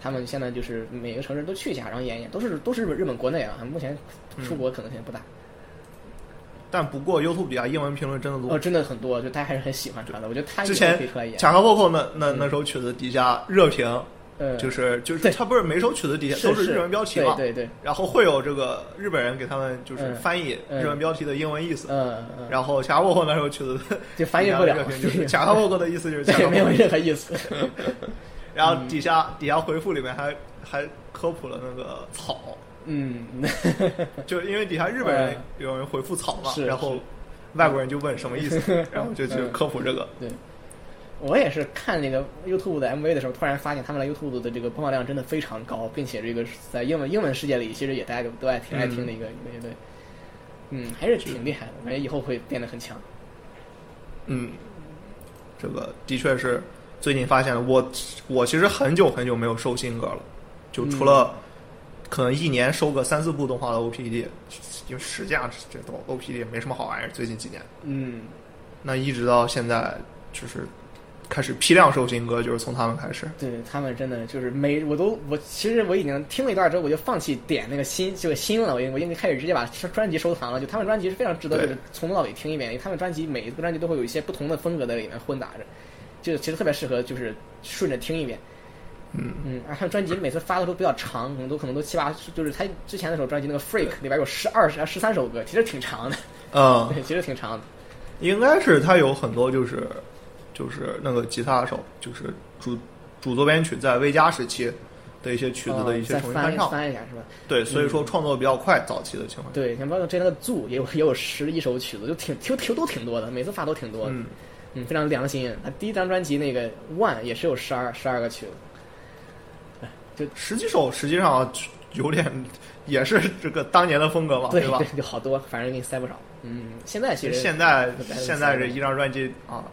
他们现在就是每个城市都去一下，然后演一演，都是都是日本日本国内啊，目前出国可能性不大。
但不过 YouTube 底下英文评论真的
哦，
多。
真的很多，就大家还是很喜欢他的，我觉得他
嗯之
以后
前
可以出来演，
卡克 vocal 那那那首曲子底下热评，
呃，
就是就是
对
他不是每首曲子底下
是
都是日文标题嘛，
对对对，
然后会有这个日本人给他们就是
嗯
翻译
嗯
日文标题的英文意思，
嗯嗯，
然后卡沃霍那首曲子
就 [LAUGHS] 翻译不
[LAUGHS]
了， [LAUGHS]
就是卡沃霍的意思就是卡
对， [LAUGHS] 没有嗯
沃，
任何意思。
然后底下底下回复里面还还科普了那个草，
嗯，
就是因为底下日本人有人回复草嘛，
是
然后
是
外国人就问什么
[LAUGHS]
意思，然后就就
嗯
科普这个，
对，我也是看那个 YouTube 的 MV 的时候，突然发现他们的 YouTube 的这个播放量真的非常高，并且这个是在英文英文世界里，其实也大家都都爱听
嗯
爱听的一个乐队。嗯，还是挺厉害的，我感觉以后会变得很强。
嗯，这个的确是最近发现了，我我其实很久很久没有收新歌了，就除了。可能一年收个三四部动画的 OPD，因为实际上这都 OPD 也没什么好玩意儿。最近几年，
嗯，
那一直到现在，就是开始批量收新歌，就是从他们开始。
对他们真的就是每我都我其实我已经听了一段之后，我就放弃点那个新这个新了，我已经我已经开始直接把专专辑收藏了。就他们专辑是非常值得
对
就是从头到尾听一遍，因为他们专辑每一个专辑都会有一些不同的风格在里面混杂着，就其实特别适合就是顺着听一遍。
嗯，
嗯，而且专辑每次发的都比较长，可能都可能都七八，就是他之前那首专辑那个《Freak》里边有十二十十三首歌，其实挺长的，
嗯，
对，其实挺长的。
应该是他有很多就是就是那个吉他手，就是主主作编曲在魏佳时期的一些曲子的一
哦
些
再
重新
翻
哦翻唱。
翻一下是吧？
对，所以
嗯
说创作比较快，早期的情况下。
对，像包括之前那个 Zoo 也有也有十一首曲子，就挺挺挺都挺多的，每次发都挺多的，嗯
嗯，
非常良心。他第一张专辑那个 One 也是有十二十二个曲子，
十几首实际上有点也是这个当年的风格嘛，
对 [LAUGHS]
吧？
就好多，反正给你塞不少。嗯，现在其
其
实
实现在
就白了
现在这一张专辑啊，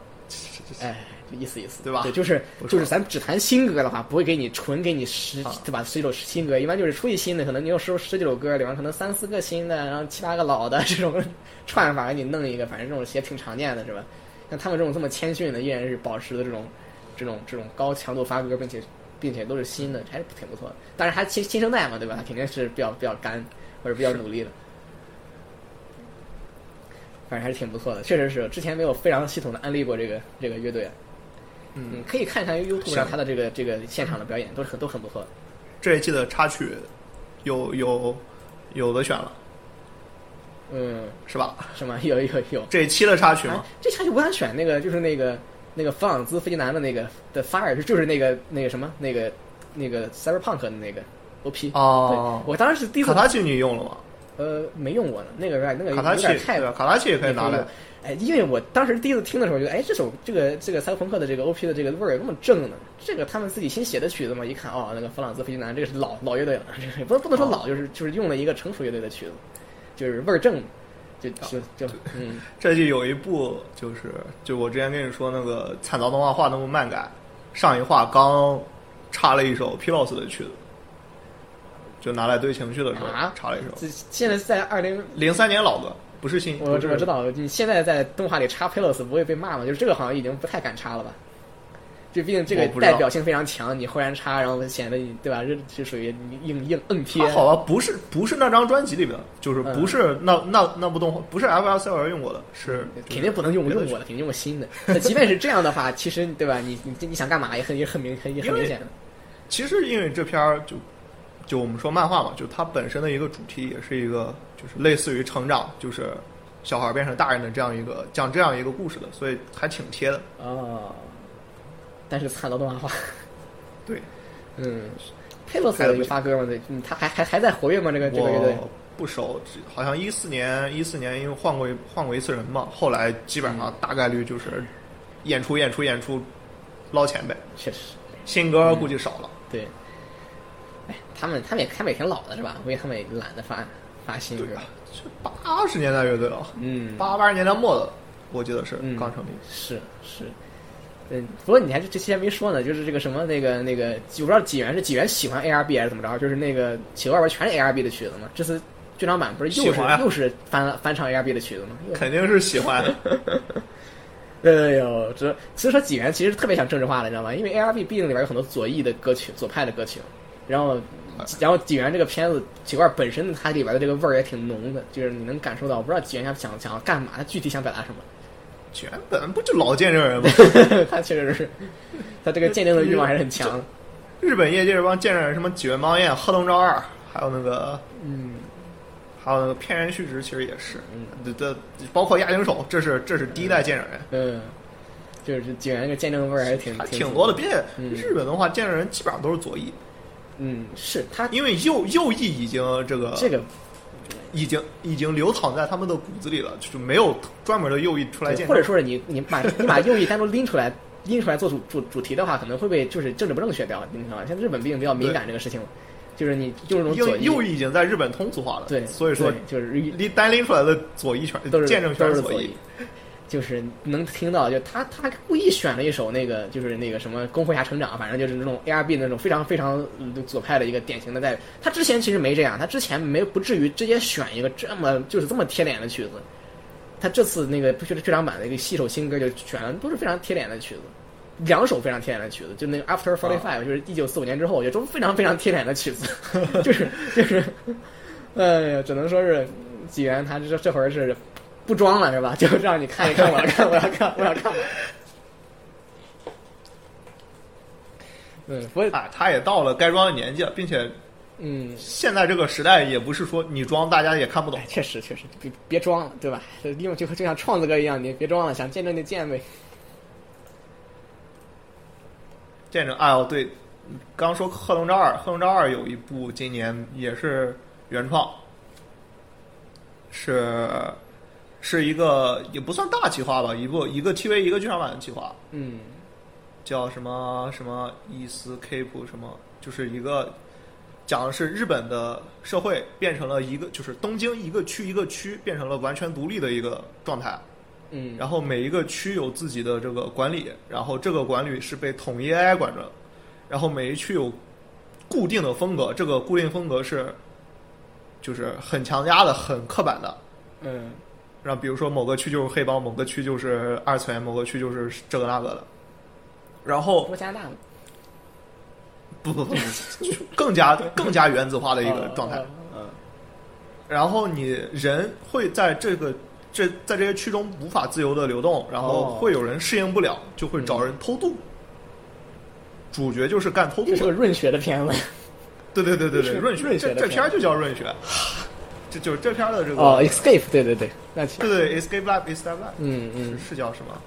哎，就意思意思，
对吧
对，就是
不错
就是咱只谈新歌的话，不会给你纯给你十
啊
对吧？十几首新歌，一般就是出一新的，可能你有十十几首歌里面可能三四个新的，然后七八个老的这种 [LAUGHS] 串法给你弄一个，反正这种也挺常见的，是吧？像他们这种这么谦逊的，依然是保持的这种这种这种高强度发歌，并且并且都是新的，还是挺不错的。但是还新新生代嘛，对吧？肯定是比较比较干或者比较
是
努力的。反正还是挺不错的，确实是之前没有非常系统的安利过这个这个乐队。嗯
嗯，，
可以看一看 YouTube 上
是
他的这个这个现场的表演，都是很都很不错的。
这一季的插曲有有有的选了
[LAUGHS] 嗯，
是吧？
什么有有有，
这一期的插曲
哎
嘛，，
这下就我想选那个，就是那个那个弗朗兹·费迪南的那个的 Fire，就是那个那个什么那个那个 Cyberpunk 的那个 OP。
哦
哎对，我当时是第一
卡
次
塔奇你用了吗？
呃没用过呢，那个有点那个
卡
有
塔奇
点太
对吧？卡塔奇也可以拿来。。
哎，因为我当时第一次听的时候，觉得哎，这首这个这个赛博朋克的这个 OP 的这个味儿有那么正呢，这个他们自己新写的曲子嘛，一看哦，那个弗朗兹·费迪南，这个是老老乐队了，这个也不能不能说老，就是就是用了一个成熟乐队的曲子，就是味儿正，就就就嗯，
[LAUGHS] 这季有一部就是就我之前跟你说那个惨遭动画画那部漫改，上一话刚插了一首 Pilos 的曲子，就拿来堆情绪的时候
啊
插了一首。
这现在在二零，
零三年老歌，不是新，
我
不是
我知道你现在在动画里插 Pelos 不会被骂吗？就是这个好像已经不太敢插了吧。就毕竟这个
我不知道
代表性非常强，你忽然插，然后显得你对吧？这这属于你硬硬硬贴
还。好吧，不是不是那张专辑里面的，就是
嗯
不是那、那那部动画，不是 F L C L 用过的，是
嗯肯定不能用
别的
用我的，肯定用我新的。那即便是这样的话，其实对吧？你你你想干嘛也很也很明很也很
因为
明显的。
其实因为这片儿就就我们说漫画嘛，就它本身的一个主题也是一个就是类似于成长，就是小孩变成大人的这样一个讲这样一个故事的，所以还挺贴的。
哦，但是惨到动画化，
对，
嗯，佩洛斯
拍得不
有发歌吗？对，嗯他还还还在活跃吗？这个这个乐队
我不熟，只好像一四年一四年因为换过一换过一次人嘛，后来基本上大概率就是演出演出演出捞钱呗，
确实
新歌估计少了。
对。哎，他们他们也他们也挺老的是吧？估计他们也懒得发发新歌
对。啊，这八十年代乐队了，
嗯，
八八十年代末的，我记得是
嗯
刚成立。
是是，嗯，不过你还这期还没说呢，就是这个什么那个那个，我不知道纪元是纪元喜欢 ARB 还是怎么着，就是那个企鹅外边全是 ARB 的曲子嘛。这次剧场版不是又
喜
是、
欢啊
又是翻翻唱 ARB 的曲子嘛？又
肯定是喜欢，
哎呦，这所以说纪元其实特别想政治化了，你知道吗？因为 ARB 毕竟里边有很多左翼的歌曲、左派的歌曲，然后然后
呃
纪元这个片子，企鹅本身它里边的这个味儿也挺浓的，就是你能感受到，我不知道纪元想想想要干嘛，他具体想表达什么。
卷本不就老见证人吗？ [LAUGHS]
他确实是，他这个鉴定的欲望还是很强的。
日本业界这帮见证人，什么几元邦彦、贺东昭二，还有那个，
嗯，
还有那个骗人虚职，其实也是
嗯，
这这包括亚井手，这是这是第一代见证人，
嗯，就是警员这个见证味儿还是挺
还挺多的。。并且
嗯
日本的话，见证人基本上都是左翼，
嗯，是他
因为右右翼已经这个
这个，
已经已经流淌在他们的骨子里了，就没有专门的右翼出来见
或
证
者。说是你你把你把右翼单独拎出来拎出来做主主主题的话，可能会被就是政治不正确掉影响。像日本毕竟比较敏感这个事情，就是你就是那种
右
左
右翼已经在日本通俗化了，
对，
所以说
对就是
拎单拎出来的左翼圈
都是
见证
都
圈
是
左
翼，就是能听到，就他他故意选了一首那个就是那个什么《功夫侠成长》，反正就是那种 ARB 那种非常非常嗯左派的一个典型的代表。他之前其实没这样，他之前没不至于直接选一个这么就是这么贴脸的曲子。他这次那个不是剧场版的一个新手新歌就选了都是非常贴脸的曲子，两首非常贴脸的曲子，就那个 After Forty Five，、就是一九四五年之后，我觉得都非常非常贴脸的曲子， [LAUGHS] 就是就是，哎呀，只能说是纪元他这这会儿是不装了是吧？ [LAUGHS] 就让你看一
[LAUGHS]
看，我要看，我要看，我要看。嗯，不会，
啊，他也到了该装的年纪了，并且
嗯，
现在这个时代也不是说你装大家也看不懂
哎，，确实确实，别别装了，对吧？因为就就像创子哥一样，你别装了，想见证就见呗。
见证。哎呦，对，刚说《贺龙章二》，《贺龙章二》有一部今年也是原创，是是一个也不算大企划吧，一部一个 TV 一个剧场版的企划，
嗯，
叫什么什么伊斯 K 普什么，就是一个讲的是日本的社会变成了一个就是东京一个区一个区变成了完全独立的一个状态，
嗯，
然后每一个区有自己的这个管理，然后这个管理是被统一 AI 管着的，然后每一区有固定的风格，这个固定风格是就是很强压的、很刻板的。
嗯
然后比如说某个区就是黑帮，某个区就是二次元，某个区就是这个那个的。然
不
后
过加拿大嘛
不不不， [LAUGHS] 更加更加原子化的一个状态。
哦哦
然后你人会在这个这在这些区中无法自由的流动，然后
哦
会有人适应不了，就会找人偷渡。主角就是干偷渡
哦这是
的，
个润学的片
[LAUGHS]
子
对对对对对，
是
润学，
润学
这
的
这
片
片儿就叫润学，这就是这片儿的这个，
哦，Escape，对对对，那其
对对，Escape Lab e s c a p e Lab
嗯
是
嗯
是叫什么？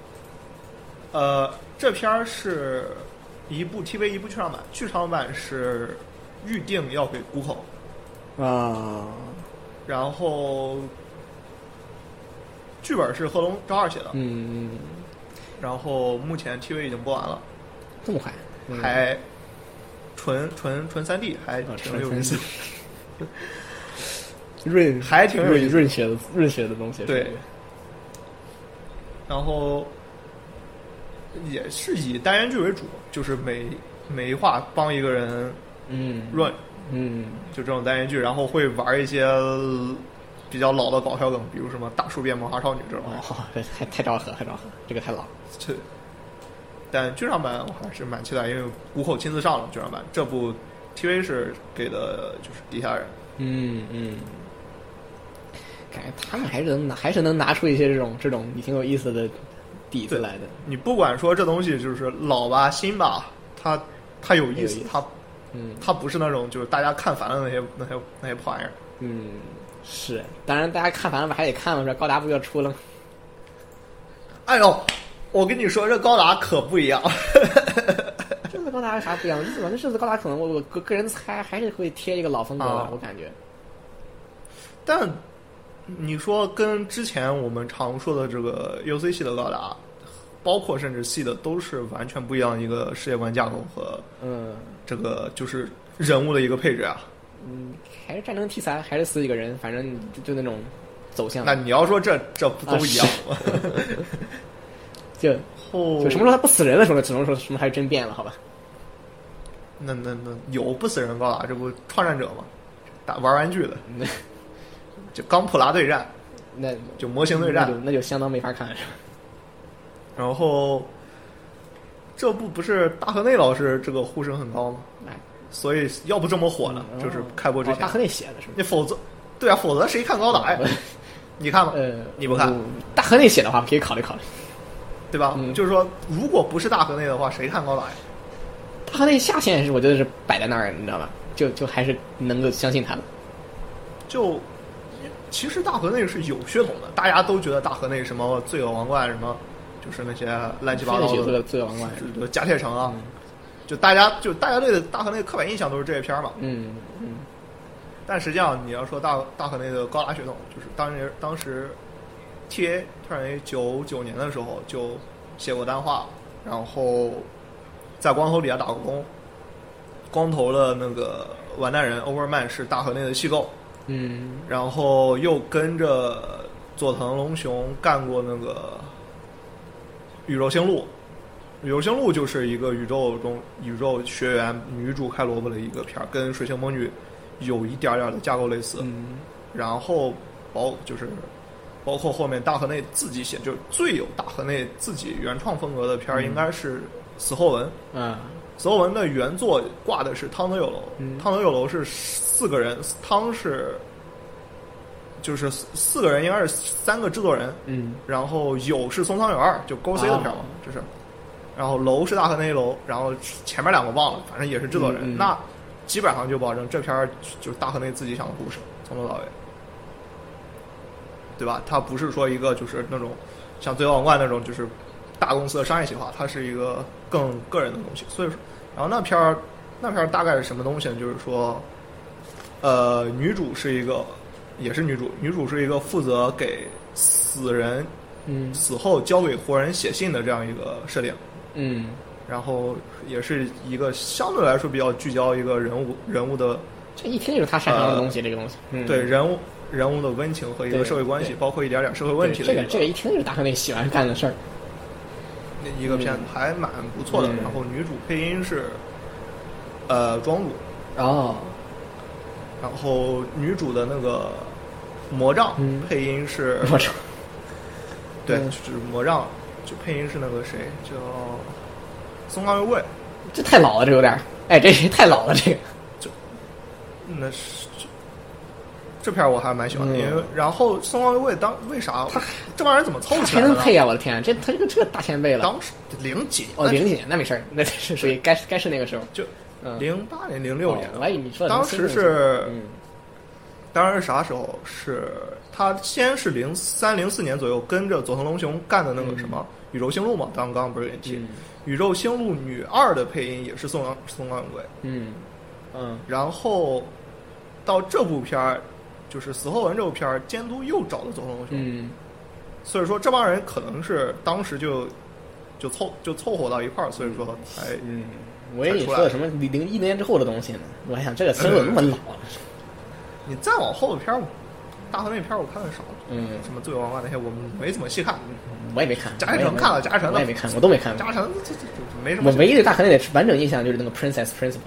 呃，这片儿是一部 TV 一部剧场版，剧场版是预定要给 Google，
啊，
然后剧本是贺龙昭二写的，
嗯，嗯
然后目前 TV 已经播完了，
这么快，嗯
还纯纯纯三 D，还
啊
挺有意思
纯。润
还挺有意
[LAUGHS] 润
思
润学的润学的东西，
对
是不是
然后也是以单元剧为主，就是每每一话帮一个人
嗯
run，
嗯
就这种单元剧，然后会玩一些比较老的搞笑梗，比如什么大叔变魔法少女这种玩意儿。
哦， [LAUGHS] 这太太昭和，太昭和，这个太老了，
这但剧场版我还是蛮期待，因为谷口亲自上了剧场版。这部 TV 是给的就是地下人，
嗯嗯。感觉他们还是能拿，还是能拿出一些这种这种挺有意思的底子
对
来的。
你不管说这东西就是老吧新吧，它它有意
有
思
意思，
它
嗯
它不是那种就是大家看烦了那些那些那些破玩意儿。
嗯，是。当然，大家看完了还得看嘛，这高达不就出了吗？ [LAUGHS]
哎呦，我跟你说，这高达可不一样。 [LAUGHS]
这次高达有啥不一样？日本的这次高达可能我我个个人猜还是会贴一个老风格吧，
啊
我感觉。
但你说跟之前我们常说的这个 UC 系的高达，包括甚至系的，都是完全不一样一个世界观架构和
嗯
这个就是人物的一个配置啊。
嗯，还是战争题材，还是死几个人，反正就就那种走向，
那你要说这这不
啊
都一样
[LAUGHS]
吗？
就
哦
就什么时候他不死人的时候，只能说什么还真变了，好吧？
那那那有不死人高达，这不创战者吗？打玩玩具的，
那
就钢普拉对战，
那
就模型对
那
战
就。那就相当没法看了，是吧？
然后这不不是大河内老师这个呼声很高吗？
哎，
所以要不这么火呢？
嗯
就是开播之
哦大
前，嗯
河内嗯写的是吧？
你否则对啊，否则谁看高达呀？你看吗？
呃，
你不看
我大河内写的话，可以考虑考虑。
对吧？
嗯
就是说，如果不是大河内的话，谁看高达呀？
大河内下线是我觉得是摆在那儿，你知道吧？就就还是能够相信他的。
就其实大河内是有血统的，大家都觉得大河内什么罪恶王冠什么，就是那些乱七八糟
这个角色
的，
的罪恶王冠，
就就甲铁城啊
嗯，
就大家就大家对大河内的刻板印象都是这些片儿嘛。
嗯嗯
但实际上，你要说大大河内的高达血统，就是当时当时 T A 突然 A 九九年的时候就写过单话，然后在光头底下打过工。光头的那个完蛋人 Overman 是大河内的细构，
嗯
然后又跟着佐藤龙雄干过那个宇宙星路。宇宙星路就是一个宇宙中宇宙学员女主开萝卜的一个片儿，跟水星魔女有一点儿点儿的架构类似。
嗯
然后包就是包括后面大河内自己写，就是最有大河内自己原创风格的片儿，
嗯
应该是死后文。
啊
死后文的原作挂的是汤德有楼，
嗯
汤德有楼是四个人，汤是就是四四个人，应该是三个制作人，
嗯
然后有是松仓有二，就勾 C 的片嘛
哦，
就是，然后楼是大河内楼，然后前面两个忘了，反正也是制作人，
嗯嗯
那基本上就保证这片儿就是大河内自己想的故事，从头到尾，对吧？它不是说一个就是那种像《最后王冠》那种就是大公司的商业企划，它是一个更个人的东西，所以说，然后那片儿。那片儿大概是什么东西呢？就是说，呃，女主是一个，也是女主，女主是一个负责给死人
嗯
死后交给活人写信的这样一个设定，
嗯
然后也是一个相对来说比较聚焦一个人物人物的
这一听就是他擅长的东西，这个东西。嗯，
呃对人物人物的温情和一个
对
社会关系，
对
包括一点点社会
对
问题的
这个
一
这个一听就是大河内喜欢干的事儿。
一个片子，还蛮不错的。
嗯
然后女主配音是呃庄主，
哦，
然后女主的那个魔杖
嗯
配音是，
我操，
对，
嗯
就是魔杖，就配音是那个谁叫松冈优贵，
这太老了，这有点儿。哎，这太老了，这个。
那是这这片儿我还蛮喜欢的，
嗯
因为然后松冈优贵当为啥这玩意儿怎么凑起
谁
来的
能
呢？
配啊？我的天，这他这个这个大前辈了。
当时零几年
哦，零几年那没事儿，那是属于该该是那个时候。
就
嗯，
零八年零六年
哦，我还以为你说的
当
是那
时
个
是
嗯
当时是啥时候？是他先是零三零四年左右跟着佐藤龙雄干的那个什么《宇宙星路》嘛，当刚刚不是也提，
嗯
宇宙星路女二》的配音也是宋冈宋冈永贵。
嗯嗯
然后到这部片儿，就是《死后文》这部片儿，监督又找了佐藤龙雄，
嗯
所以说这帮人可能是当时就就凑就凑合到一块儿，所以说哎才
嗯，我以为你说的什么零零一年之后的东西呢？我还想这个词儿
嗯
怎么那么老啊了？
你再往后的片儿，大河那片儿我看的少，
嗯，
什么《醉王八》那些我没怎么细看，
我也没看。
贾一成看了贾一成的
我也没看，我都没看。
加成这这这这没什么
我
戏。
唯一对大河内的完整印象就是那个 Princess Principal，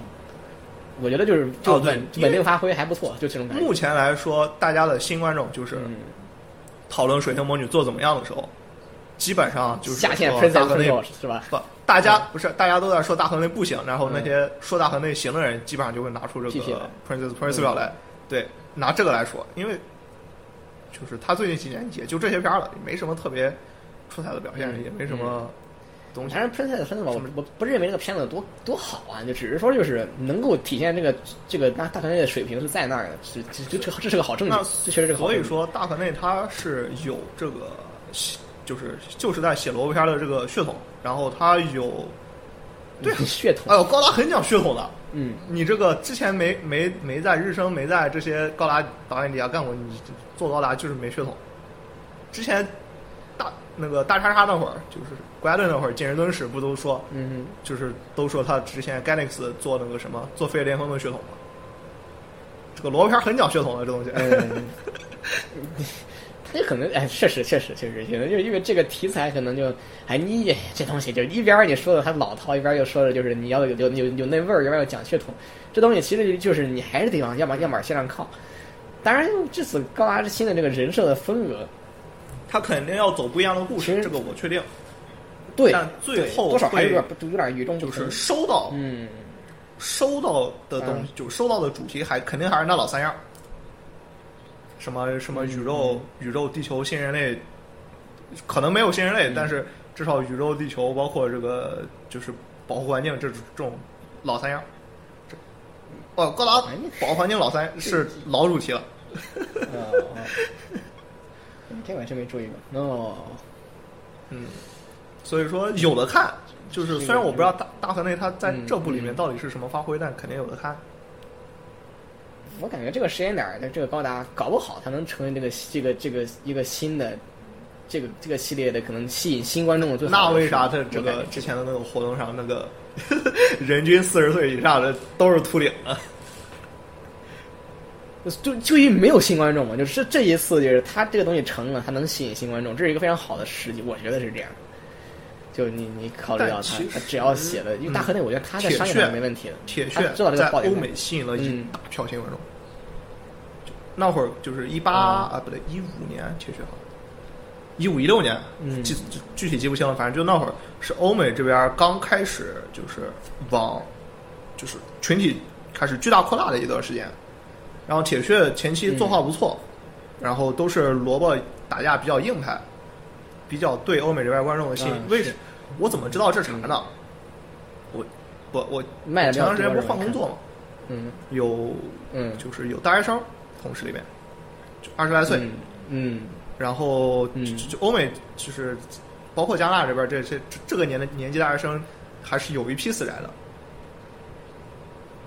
我觉得就是就
哦对
稳
因为
稳定发挥还不错，就这种感觉。
目前来说，大家的新观众就是
嗯
讨论《水星魔女》做怎么样的时候，基本上就是
下线
说
Princess
大河内
Principal 是吧？
不，大家不是大家都在说大河内不行，然后那
嗯
些说大河内行的人，基本上就会拿出这
继续来
个 Princess
嗯
Principal 来，对，拿这个来说，因为就是他最近几年也就这些片儿了，也没什么特别出彩的表现，
嗯
也没什么东西
当。然，Princess Principal 我我不认为这个片子多多好啊，就只是说就是能够体现这个这个大大团队的水平是在那儿的，这这这这这是个好证据
那，
这嗯确实是个好
所
证
以
据。
说，大河内它是有这个，就是就是在写萝卜片儿的这个血统，然后它有，对啊
嗯血统
哎，呦，高达很讲血统的。
嗯，
你这个之前没没没在日升没在这些高达导演底下干过，你做高达就是没血统。之前大那个大叉叉那会儿，就是国家队那会儿，健身敦史不都说，
嗯
就是都说他之前 Ganex 做那个什么做飞猎巅峰的血统吗？这个萝卜片儿很讲血统的，这东西。
嗯，他就可能哎，确实确实确实，可能就因为这个题材，可能就哎，你这东西就一边儿你说的还老套，一边儿又说的就是你要有有有有那味儿，要不要讲血统，这东西其实就是你还是得往要往要往线上靠。当然，这次高达之星的这个人设的风格，
他肯定要走不一样的故
其
事，
实
这个我确定。
对，
但最后
对多少还有
会
点不有点与众不
就
同
是。收到、
嗯，
收到的东西，就是收到的主题还肯定还是那老三样儿，什么什么
嗯
宇宙、宇宙、地球、新人类，可能没有新人类，
嗯
但是至少宇宙、地球，包括这个就是保护环境这这种老三样儿。这哦，高达
哎那
保护环境老三是老主题了，
啊、啊 [LAUGHS] 嗯这我还真没注意过。哦，
嗯，所以说有的看，就是
这个
虽然我不知道大大河内他在
嗯
这部里面
嗯
到底是什么发挥，但肯定有的看。
我感觉这个时间点儿，这个高达搞不好它能成为这个这个这个一个新的这个这个系列的可能吸引新观众的最
那
好的
为啥
方
他
式
这
我感
个
觉
之前的那个活动上，那个 [LAUGHS] 人均四十岁以上的都是秃顶的？
就就因为没有新观众嘛，就是这一次就是他这个东西成了，它能吸引新观众，这是一个非常好的时机，我觉得是这样。就你你考虑到
但
他
其，
他
实
只要写的，因为大河内，我觉得他在商业
铁血
上没问题的，
铁
他
血
啊知道这个
在
爆点
欧
在哪
美吸引了一
嗯
大票新观众。就那会儿就是一八
哦
啊，不对，一五年铁血好，一五一六年，
嗯
记具具体记不清了，反正就那会儿是欧美这边刚开始就是往就是群体开始巨大扩大的一段时间。然后铁血前期作画不错，
嗯
然后都是萝卜打架比较硬派，比较对欧美这边观众的吸引。
嗯
为什我怎么知道这茬呢？我我我
卖的
前段时间不是换工作嘛，
嗯
有
嗯，
就是有大学生同事里面，就二十来岁，
嗯嗯
然后就
嗯
就欧美就是包括加拿大这边这这这这个年的年纪大学生，还是有一批死宅的。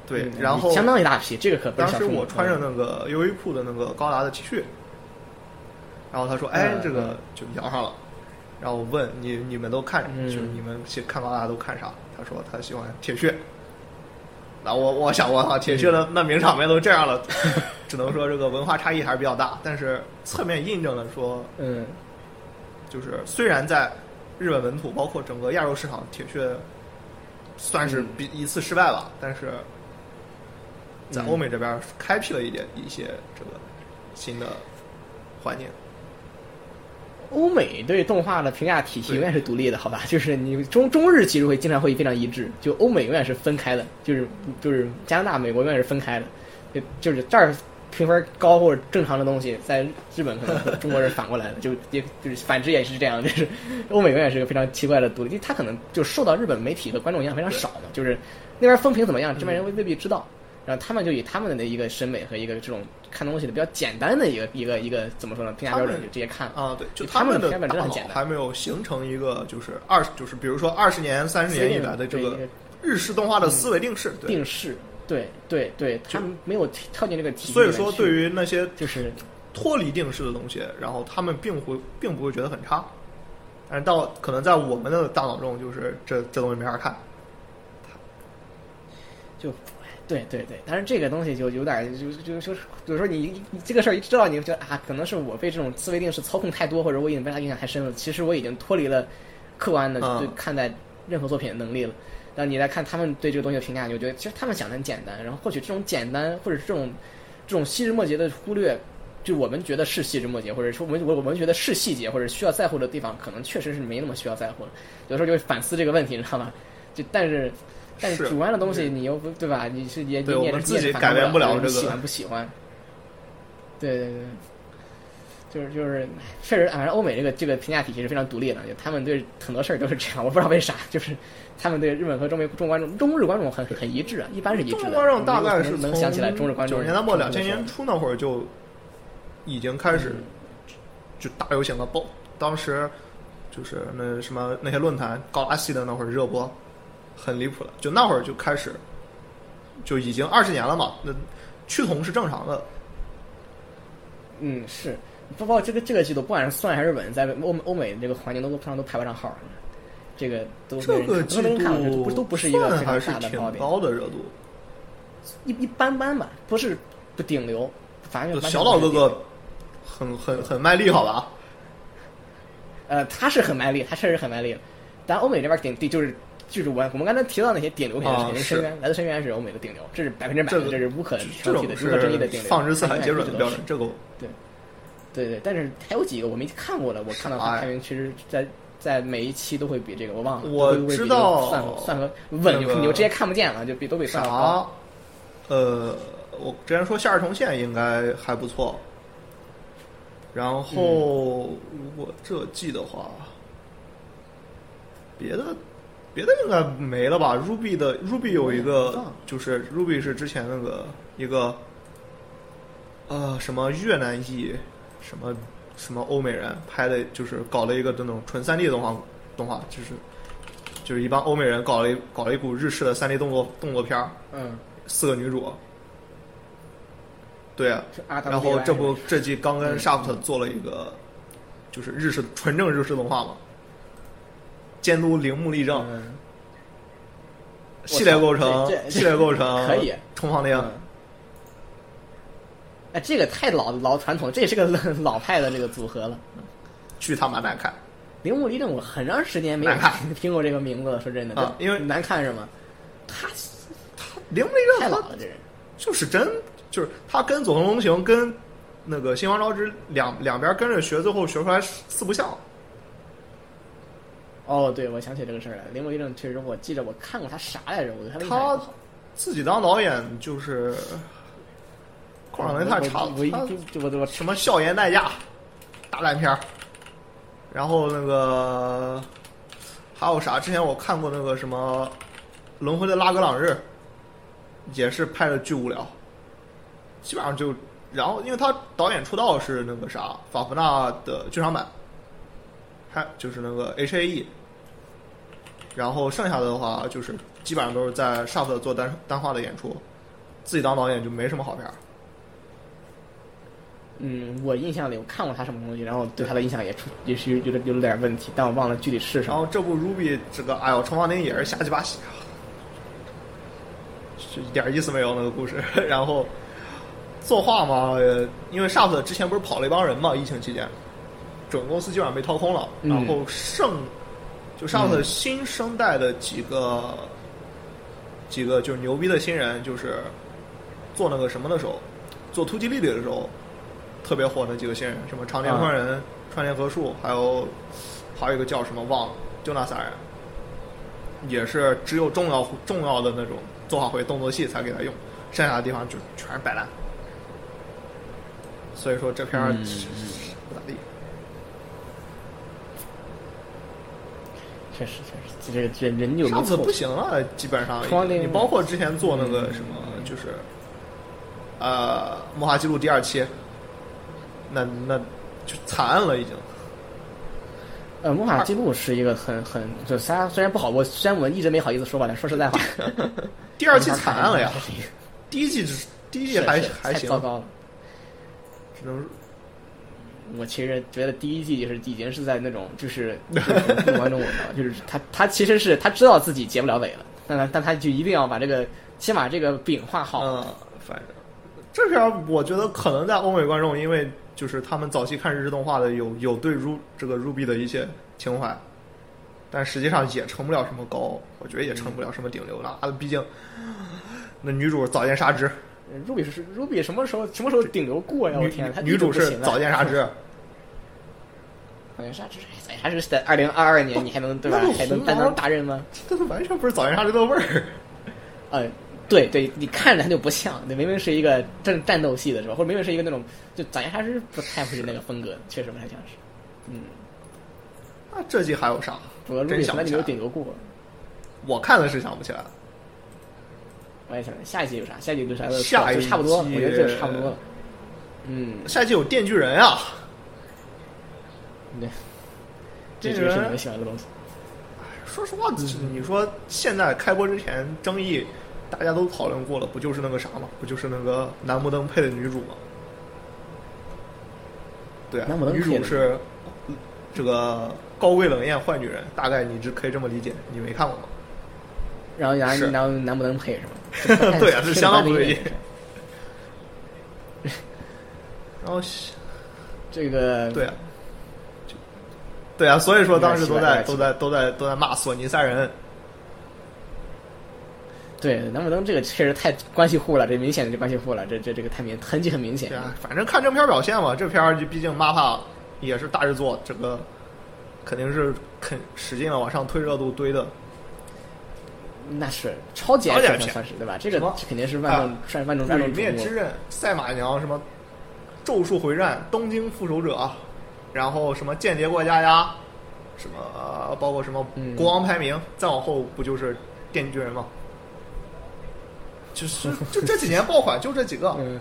对
嗯，
然后
相当一大批，这个可不
当
是小嗯
时
数目
我穿着那个优衣库的那个高达的 T 恤，然后他说：“
嗯
哎，这
嗯
个就摇上了。”然后我问你你们都看，
嗯
就是你们去看高达都看啥？他说他喜欢铁血。那我我想我操，铁血的那名场面都这
[LAUGHS]
样了，只能说这个文化差异还是比较大，但是侧面印证了说，
嗯
就是虽然在日本本土，包括整个亚洲市场，铁血算是比
嗯
一次失败吧，但是在欧美这边开辟了一点一些这个新的环境。
欧美对动画的评价体系永远是独立的，好吧？ [LAUGHS] 就是你中中日其实会经常会非常一致，就欧美永远是分开的，就是就是加拿大、美国永远是分开的，就就是这儿评分高或者正常的东西，在日本可能和中国人反过来的， [LAUGHS] 就也就是反之也是这样， [LAUGHS] 就是欧美永远是一个非常奇怪的独立，因为它可能就受到日本媒体和观众影响非常少嘛，就是那边风评怎么样，这边人
嗯
未未必知道。然后他们就以他们的一个审美和一个这种看东西的比较简单的一个一个一个怎么说呢评价标准
他们
就直接看了
啊，对，就
他们
们
的
的
片
大
本真的很
脑
简单
还没有形成一个就是二十，就是比如说二十年、三十年以来的这
对
个
一个
日式动画的思维定式，对。
定式，对对对，他们没有跳进这个体系里
所以
面去。
说，对于那些
就是
脱离定式的东西，然后他们并不并不会觉得很差，但是到可能在我们的大脑中，就是这这东西没法看。
就对对对，但是这个东西就有点儿就就就是，比如说你你这个事儿一知道，你就觉得啊，可能是我被这种思维定式操控太多，或者我已经被它影响太深了。其实我已经脱离了客观的
嗯
对看待任何作品的能力了。然后你来看他们对这个东西的评价，你就觉得其实他们想的很简单，然后或许这种简单或者是这种这种细枝末节的忽略。就我们觉得是细枝末节，或者说我们我我们觉得是细节，或者需要在乎的地方，可能确实是没那么需要在乎了。有时候就会反思这个问题，你知道吗？就但是但
是
主观的东西
是
你又不对吧？你是也
对
你也
我们
是你也
自己
是
改变
不
不了
就是
这
喜
个
欢不喜欢。对对对，就是就是，确实，反正欧美这个这个评价体系是非常独立的，就他们对很多事儿都是这样，我不知道为啥，就是他们对日本和中美中观众中日观众很很一致啊，一般是一致
中
的。
日观众大概是
能
从
能想起来中日观众
九十年代末
中
两
日
千年
观众
初那会儿就已经开始
嗯
就大流行了，包当时就是那什么那些论坛高拉系的那会儿热播，很离谱了。就那会儿就开始，就已经二十年了嘛，那趋同是正常的。
嗯是，包括这个这个季度，不管是算还是稳，在欧美欧美这个环境都上都排不上号儿，这个都没
这
人
个
看
季
都没人看了，这都
度
不都不是一个非
算
常
还是
大的
挺
爆点。
高的热度。
一一般般吧，不是不顶流，反正就
小岛哥哥很很很卖力，好吧？
呃，他是很卖力，他确实很卖力，但欧美这边顶顶就是就是我我们刚才提到那些顶流片，
啊
肯定
是
深渊来自深渊是欧美的顶流，这是百分之百
这
的，
个
这是无可挑剔
这种
的、无可争议的
是
顶流，
放之四海
永远
皆准
不
的
知
标
道
准，这个
对对，但是还有几个我没看过的，我看到
啥
他
呀
排名，其实在在每一期都会比这个，我忘了，
我
都会比
知
这个
道
算算和稳，
那个
你就直接看不见了，就比都比算高。
啥？呃，我之前说夏日重现应该还不错。然后，
嗯
如果这季的话，别的别的应该没了吧？Ruby 的 Ruby 有一
我也不知
个
道，
就是 Ruby 是之前那个一个呃什么越南裔什么什么欧美人拍的，就是搞了一个这种纯三 D 动画动画，就是就是一帮欧美人搞了一搞了一股日式的三 D 动作动作片儿，
嗯，
四个女主。对啊，
是阿达
然
莫迪
后
莱
这不这季刚
嗯
跟 Shaft 做了一个，就是日式纯正日式动画嘛，监督铃木立正，
嗯
系列构成
这这，
系列构成
可以
冲锋令，
嗯哎，这个太老老传统，这也是个 [LAUGHS] 老派的这个组合了。
巨他妈难看。
铃木一正，我很长时间没有
难看
[LAUGHS] 听听过这个名字了。说真的，
啊
这
因为
难看是吗？他
铃木立
太
正
老
他
了，这人。
就是真，就是他跟佐藤龙行跟那个新王昭之两两边跟着学，最后学出来四不像。
哦，对，我想起这个事儿来了。铃木一正确实，我记得我看过他啥来着，我对他的印象也
他
不好
自己当导演就是空场雷太差了
我，
他
我就我我
什么校园代驾，大烂片儿。然后那个还有啥？之前我看过那个什么《轮回的拉格朗日》，也是拍的巨无聊，基本上就。然后，因为他导演出道是那个啥，法芙纳的剧场版，还就是那个 H A E。然后剩下的话就是基本上都是在 Shaft 做单单画的演出，自己当导演就没什么好片儿。
嗯，我印象里我看过他什么东西，然后对他的印象也出也是有点有点问题，但我忘了具体是什
然
么。
后这部 Ruby 这个，哎呦，陈华林也是瞎鸡巴写，就一点意思没有那个故事。 [LAUGHS] 然后作画嘛，呃因为 Shaft 之前不是跑了一帮人嘛，疫情期间，整个公司基本上被掏空了。
嗯
然后剩就 Shaft 新生代的几个、几个就是牛逼的新人，就是做那个什么的时候，做突击力的时候特别火的几个新人，什么
啊
长田宽人、川田和树，还有还有一个叫什么忘了，就那仨人，也是只有重要重要的那种作画会动作戏才给他用，剩下的地方就全是摆烂。所以说这片儿
嗯
不咋地。
确实确实，这个人人有没
上次
错
不。行了，基本上
双
你
零
包括之前做那个什么，
嗯
就是呃《木哈记录》第二期，那那就惨案了已经。
呃，魔法记录是一个很很就虽然虽然不好，我虽然我一直没好意思说吧，但说实在话，
第二期惨案了呀， [LAUGHS] 第一季只是第一季
嗯是
还
是
还
太
行
糟，糕了。
只能
我其实觉得第一季就是已经是在那种就是就是观众我了，就是他他其实是他知道自己结不了尾了，但他但他就一定要把这个先把这个饼画好。
嗯，反正这片儿我觉得可能在欧美观众，因为就是他们早期看日式动画的有有对 Ru 这个 Ruby 的一些情怀，但实际上也成不了什么高，我觉得也成不
嗯
了什么顶流了。啊毕竟那女主早见沙织，
r u b y 是 Ruby 什么时候什么时候顶流过哎呀？我
女
天，啊他
女主是早
见
见沙织，
[LAUGHS] 早见啥知早见啥知在二零二二年你还能对吧
那个？
还能
红
担当
毛
大任吗？
这都完全不是早见沙织的味儿。
呃，对对，你看着他就不像，那明明是一个战战斗系的是吧？或者明明是一个那种就早见啥知不太会是那个风格，确实不太像是。嗯，
那这季还有啥？
不过 r u
真
b 从
想
来
不
就没有
起来
顶。流过。
我看的是想不起来了。
我也想下一季有啥？下一季有啥？
下一季
就差不多，我觉得这差不多了。嗯，
下季有电锯人啊，
对，
这
这
个
就是你们喜欢的东西。
说实话，你说现在开播之前争议，大家都讨论过了，不就是那个啥吗？不就是那个楠木灯配的女主吗？对啊
楠木，灯
女
配的
主是呃这个高贵冷艳坏女人，大概你只可以这么理解。你没看过吗？
然后，然后，
是
然后能不能配是
[LAUGHS]
吧？
对啊这相当不对劲
劲。
然后
这个
对啊，就对啊，所以说当时都在
有点奇
都
怪
在都在都在骂索尼三人，
对，能不能这个确实太关系户了，这明显的就关系户了，这这这个太明痕迹很明显
对。啊，反正看这片儿表现嘛，这片儿就毕竟 MAPA 也是大制作，这个肯定是肯使劲的往上推热度堆的。
那是超级
超级
action
片
算是对吧？这个
什么
这肯定是万众
啊
算万众万
毁
众
灭
瞩
之
目。
刃、赛马娘、什么咒术回战、东京复仇者，然后什么间谍过家家，什么呃包括什么
嗯
国王排名，再往后不就是电锯人吗？
[LAUGHS]
就是就这几年爆款就这几个，
嗯，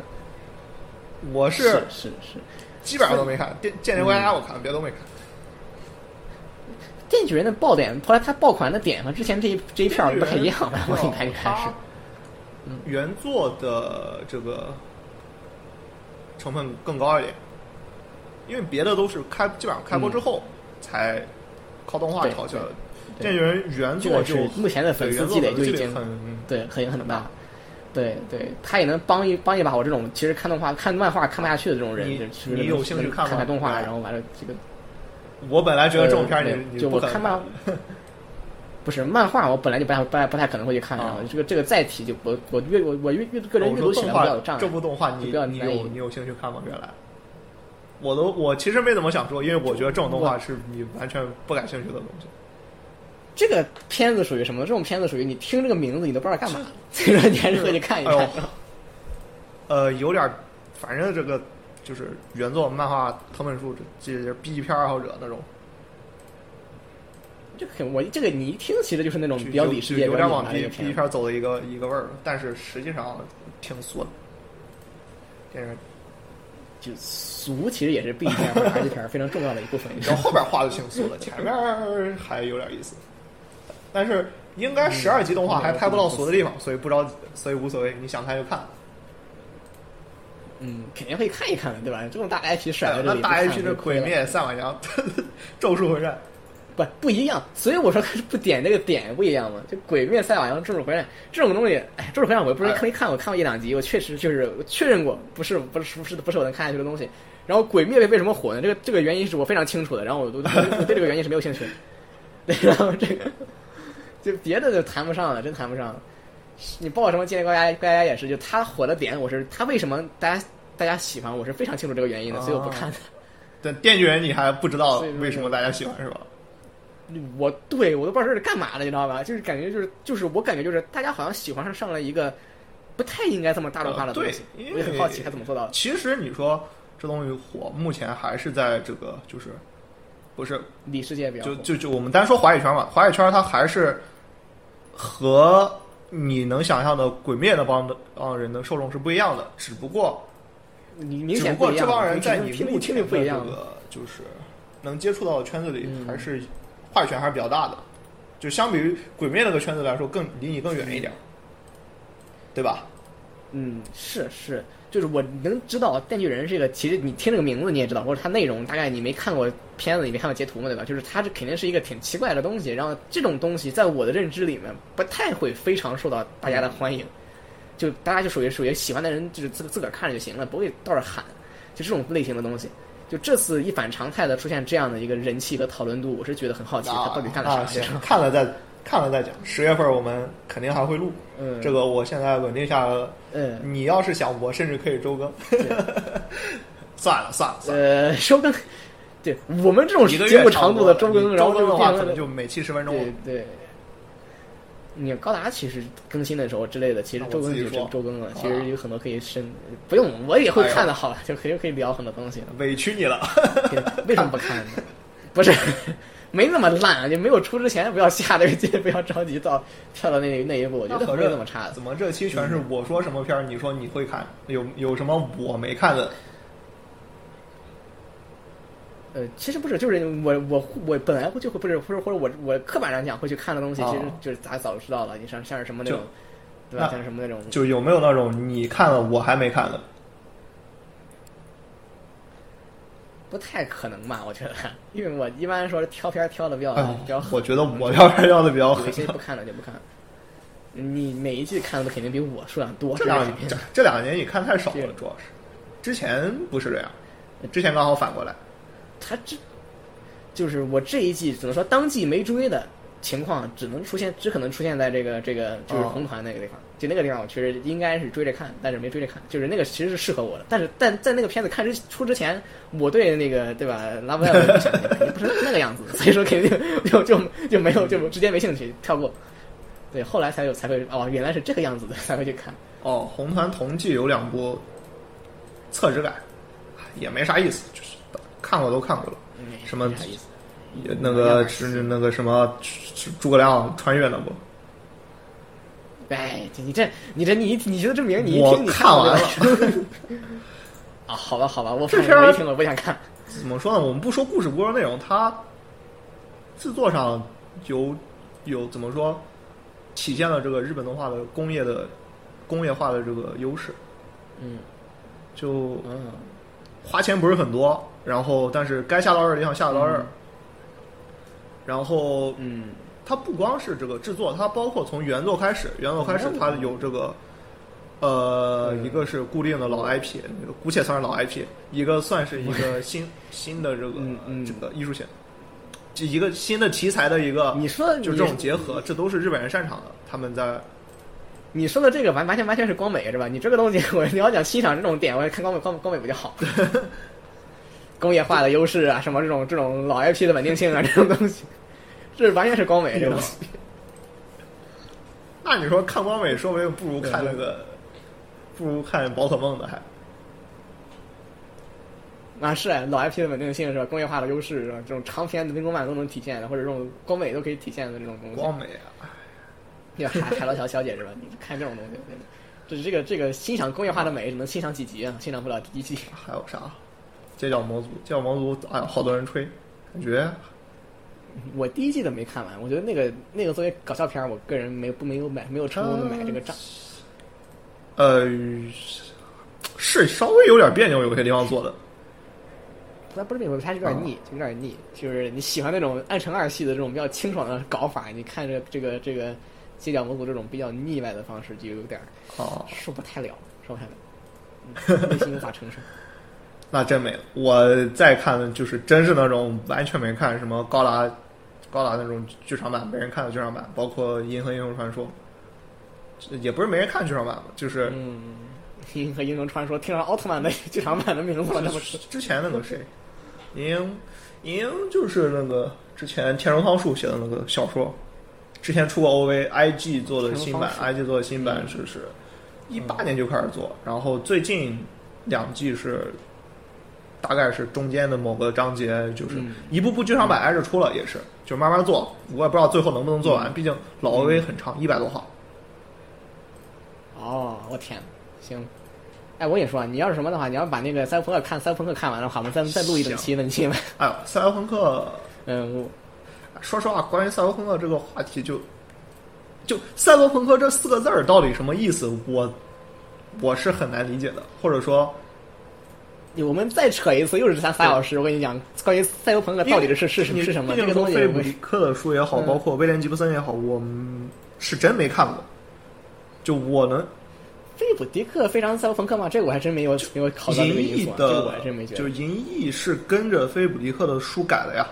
我是
是是。
基本上都没看。间间谍过家家我看，别的都没看。
电锯人的爆点，后来他爆款的点和之前这一这一片儿不太一样
[LAUGHS]
吧？我感觉还是嗯
它。原作的这个成分更高一点，因为别的都是开基本上开播之后才靠动画
对
炒起来的。
对
电锯人原
这
作
个
就是
目前的粉
对
丝
原
积
作
累
的
就
积
已
累
经
很
对，很很大。对对，他也能帮一帮一把我这种其实看动画、看漫画看不下去的这种人，
你
就是
你有兴趣看
看
吗
看动画，
对
然后完了这个。
我本来觉得这种片儿
呃
你
没有
你
就
不
我
可能
看漫，不是漫画，我本来就不太不太不太可能会去看，
啊哦
然后这个这个载体就我我阅我我阅阅个人
我
阅
说
读起
动
来比
画
较有障碍
这。部动画
就
你
比较
你
难
有
以
你有兴趣看吗？原来我都我其实没怎么想说，因为我觉得这种动画
我
是你完全不感兴趣的东西。
这个片子属于什么？这种片子属于你听这个名字你都不知道干嘛，所以说你还是会去看一
哎
看
呦。 [LAUGHS] 呃，有点儿，反正这个就是原作漫画藤本树这这 B 级片爱好者那种，
这个很我这个你一听其实就是那种嗯
就
比较
就
理世
就
界、比
有
较
点儿往
理
B
的
B 级
片
片。儿走的一个一个味儿，但是实际上挺俗的。电影，
就俗其实也是 B 级片儿或者 R 级片儿非常重要的一部分。
然后后边画的挺俗的，前面儿还有点意思，但是应该十二集动画还拍不到所有的地方，所以不着急，所以无所谓，你想看就看。
嗯，肯定会看一看的，对吧？这种大 IP 甩在
哎呦
这
那
里，
大
不
IP
看
的
就亏
《鬼
了
灭》《三碗娘》 [LAUGHS] 《咒术回战》，
不不一样，所以我说不点这个点不一样嘛。就《鬼灭》《赛亚人》《咒术回战》这种东西，哎，《咒术回战》我不是
哎
没看，我看过一两集，我确实就是我确认过，不是不是不是不是我能看下去的东西。然后《鬼灭》为什么火呢？这个这个原因是我非常清楚的，然后我都 [LAUGHS] 我对这个原因是没有兴趣的。对，然后这个就别的就谈不上了，真谈不上了。你报什么《建立高压高压也是，就他火的点，我是他为什么大家大家喜欢，我是非常清楚这个原因的，所以我不
哦
看的。
但《电锯人》你还不知道
所以说
为什么大家喜欢是吧？
我对我都不知道这是干嘛的，你知道吧？就是感觉就是就是我感觉就是大家好像喜欢上上了一个不太应该这么大众化的
呃对
东西，
因
我
为
也很好奇他怎么做到的。
啊其实你说这东西火，目前还是在这个就是不是
里世界比较
就
火
就就我们单说华语圈嘛，华语圈它还是和你能想象的《鬼灭》那帮的帮人的受众是不一样的，只不过
你明
只
显
不过
不一
这
样啊
帮人在
你
你
听
目
力听
前的
力
这
不一样，啊
个就是能接触到的圈子里
嗯，
还是话语权还是比较大的，就相比于《鬼灭》那个圈子来说，更离你更远一点，对吧？
嗯，是是，就是我能知道《电锯人》这个，其实你听这个名字你也知道，或者它内容大概你没看过片子，你没看过截图嘛，对吧？就是它这肯定是一个挺奇怪的东西，然后这种东西在我的认知里面不太会非常受到大家的欢迎，就大家就属于属于喜欢的人就是自自个儿看着就行了，不会到这儿喊，就这种类型的东西。就这次一反常态的出现这样的一个人气和讨论度，我是觉得很好奇他到底干了
啊
啥。
行，看了再看了再讲。十月份我们肯定还会录，
嗯，
这个我现在稳定下来了。
嗯
你要是想，我甚至可以周更。算了算了算了，
呃收更，对我们这种
一个月
节目
差不
呃长度
多
的
了
周更，
你
然后
周更的
就
话
变
可
成
能就每期十分钟。
对对，你高达其实更新的时候之类的，其实
啊我
周更
自己
就
说
周周更了，
好
其
吧
实有很多可以深，不用我也会
哎呦
看的，好吧，就可以可以聊很多东西了。
委屈你了，
对为什么不看呢？不
[LAUGHS]
是，没那么烂，就没有出之前不要下这个劲，不要着急到跳到那那一步，我觉得不会那么差的。嗯
怎么这期全是我说什么片儿，你说你会看？有有什么我没看的？
呃，其实不是，就是我我我本来就会不是，或者或者我我刻板上讲会去看的东西，
哦
其实就是大家早知道了。你像像是什么那种，对吧？
那
像是什么那种，
就有没有那种你看了我还没看的？
不太可能吧？我觉得，因为我一般说挑片儿挑的比较、
哎
啊比
呦
较，狠
我觉得我要是要的比较
有
狠
一。些不看了就不看了。你每一季看的肯定比我数量多，
这
哦是
两
肯定
这
的
这两年你看太少
对
了，主要是之前不是这样，
嗯
之前刚好反过来。
他这就是我这一季只能说当季没追的情况，只能出现，只可能出现在这个这个就是
哦
红团那个地方，就那个地方我其实应该是追着看，但是没追着看，就是那个其实是适合我的，但是但在那个片子看之出之前，我对那个对吧拉布莱尔的想法肯定不是那个样子，所以说肯定就就就就没有就直接没兴趣跳过，对，后来才有才会哦原来是这个样子的才会去看，
哦，红团同季有两部侧质感，也没啥意思，就是看过都看过了。
嗯
什么
没啥意思，
也那
一样
个
的
是那个什么诸诸葛亮穿越那部，
哎，你这你这你你觉得这名哎你一
我
听你
看
过
完
对吧 [LAUGHS] 啊？好吧好吧，我
这
反
片
正
儿
没听，我不想看。
[LAUGHS] 怎么说呢？我们不说故事，不说内容，它制作上有有怎么说，体现了这个日本动画的工业的工业化的这个优势。
嗯
就
嗯，
花钱不是很多，然后但是该下到二地方下到二，
嗯
然后
嗯
它不光是这个制作，它包括从原作开始，原作开始
嗯
它有这个，呃，
嗯
一个是固定的老 IP，那个姑且算是老 IP，一个算是一个新新的这个、
嗯嗯
这个艺术性，这一个新的题材的一个，
你说
嗯就
你
这种结合，这都是日本人擅长的，他们在
你说的这个完完全完全是光美是吧？你这个东西，我你要讲欣赏这种点，我看光美光美光美不就好？
[LAUGHS]
工业化的优势啊，什么这种这种老 IP 的稳定性啊，这种东西，这完全是光美这种。
嗯那你说看光美，说不定不如看那个，不如看宝可梦的还。
[LAUGHS] 啊，是啊老 IP 的稳定性是吧？工业化的优势是吧？这种长篇的民工漫都能体现的，或者这种光美都可以体现的这种东西。
光美啊，
对吧？海海老小小姐是吧？你看这种东西，对吧这是这个这个欣赏工业化的美，只能欣赏几集啊，欣赏不了一季。
还有啥？街角魔族，街角魔族，哎呀，好多人吹，感觉
我第一季的没看完，我觉得那个那个作为搞笑片儿，我个人没不没有买，没有成功的买这个账。
呃，是稍微有点别扭，有些地方做的。
它不是那种，它有点腻，就有点腻。就是你喜欢那种暗沉二系的这种比较清爽的搞法，你看这这个这个街角蘑菇这种比较腻歪的方式，就有点儿
哦，
受不太了，受不太了，嗯内心无法承受。
那真没了。我再看就是真是那种完全没看什么高达，高达那种剧场版没人看的剧场版，包括《银河英雄传说》，也不是没人看剧场版嘛，就是
嗯，银河英雄传说听上奥特曼的剧场版的名字了，那不是？
之前那个谁，银鹰银鹰就是那个之前田荣康树写的那个小说，之前出过 OVIG 做的新版
田荣嗯
，IG 做的新版是是一八年就开始做，然后最近两季是大概是中间的某个章节，就是
嗯
一步步剧场版挨着出了，也是就慢慢做，我也不知道最后能不能做
嗯
完，毕竟老 OV 很长，一百多号。
哦，我天，行。哎，我跟你说啊，你要是什么的话，你要把那个赛博朋克看赛博朋克看完的话，我们再再录一整期呢，你信吗？
哎呦，赛博朋克
嗯，我
说实话，关于赛博朋克这个话题就，就赛博朋克这四个字儿到底什么意思，我我是很难理解的。或者说，
我们再扯一次，又是三仨小时。我跟你讲，关于赛博朋克到底是是是是什么？
毕
这
竟
个
说
东西
菲
我
普
们
里克的书也好，
嗯
包括威廉吉布森也好，我们是真没看过。就我能
菲普迪克非常赛博朋克吗？这个我还真没有没有考到这
银
个因
翼
素啊，这个我
的
还真没，觉
就
得。
银翼是跟着菲普迪克的书改的呀。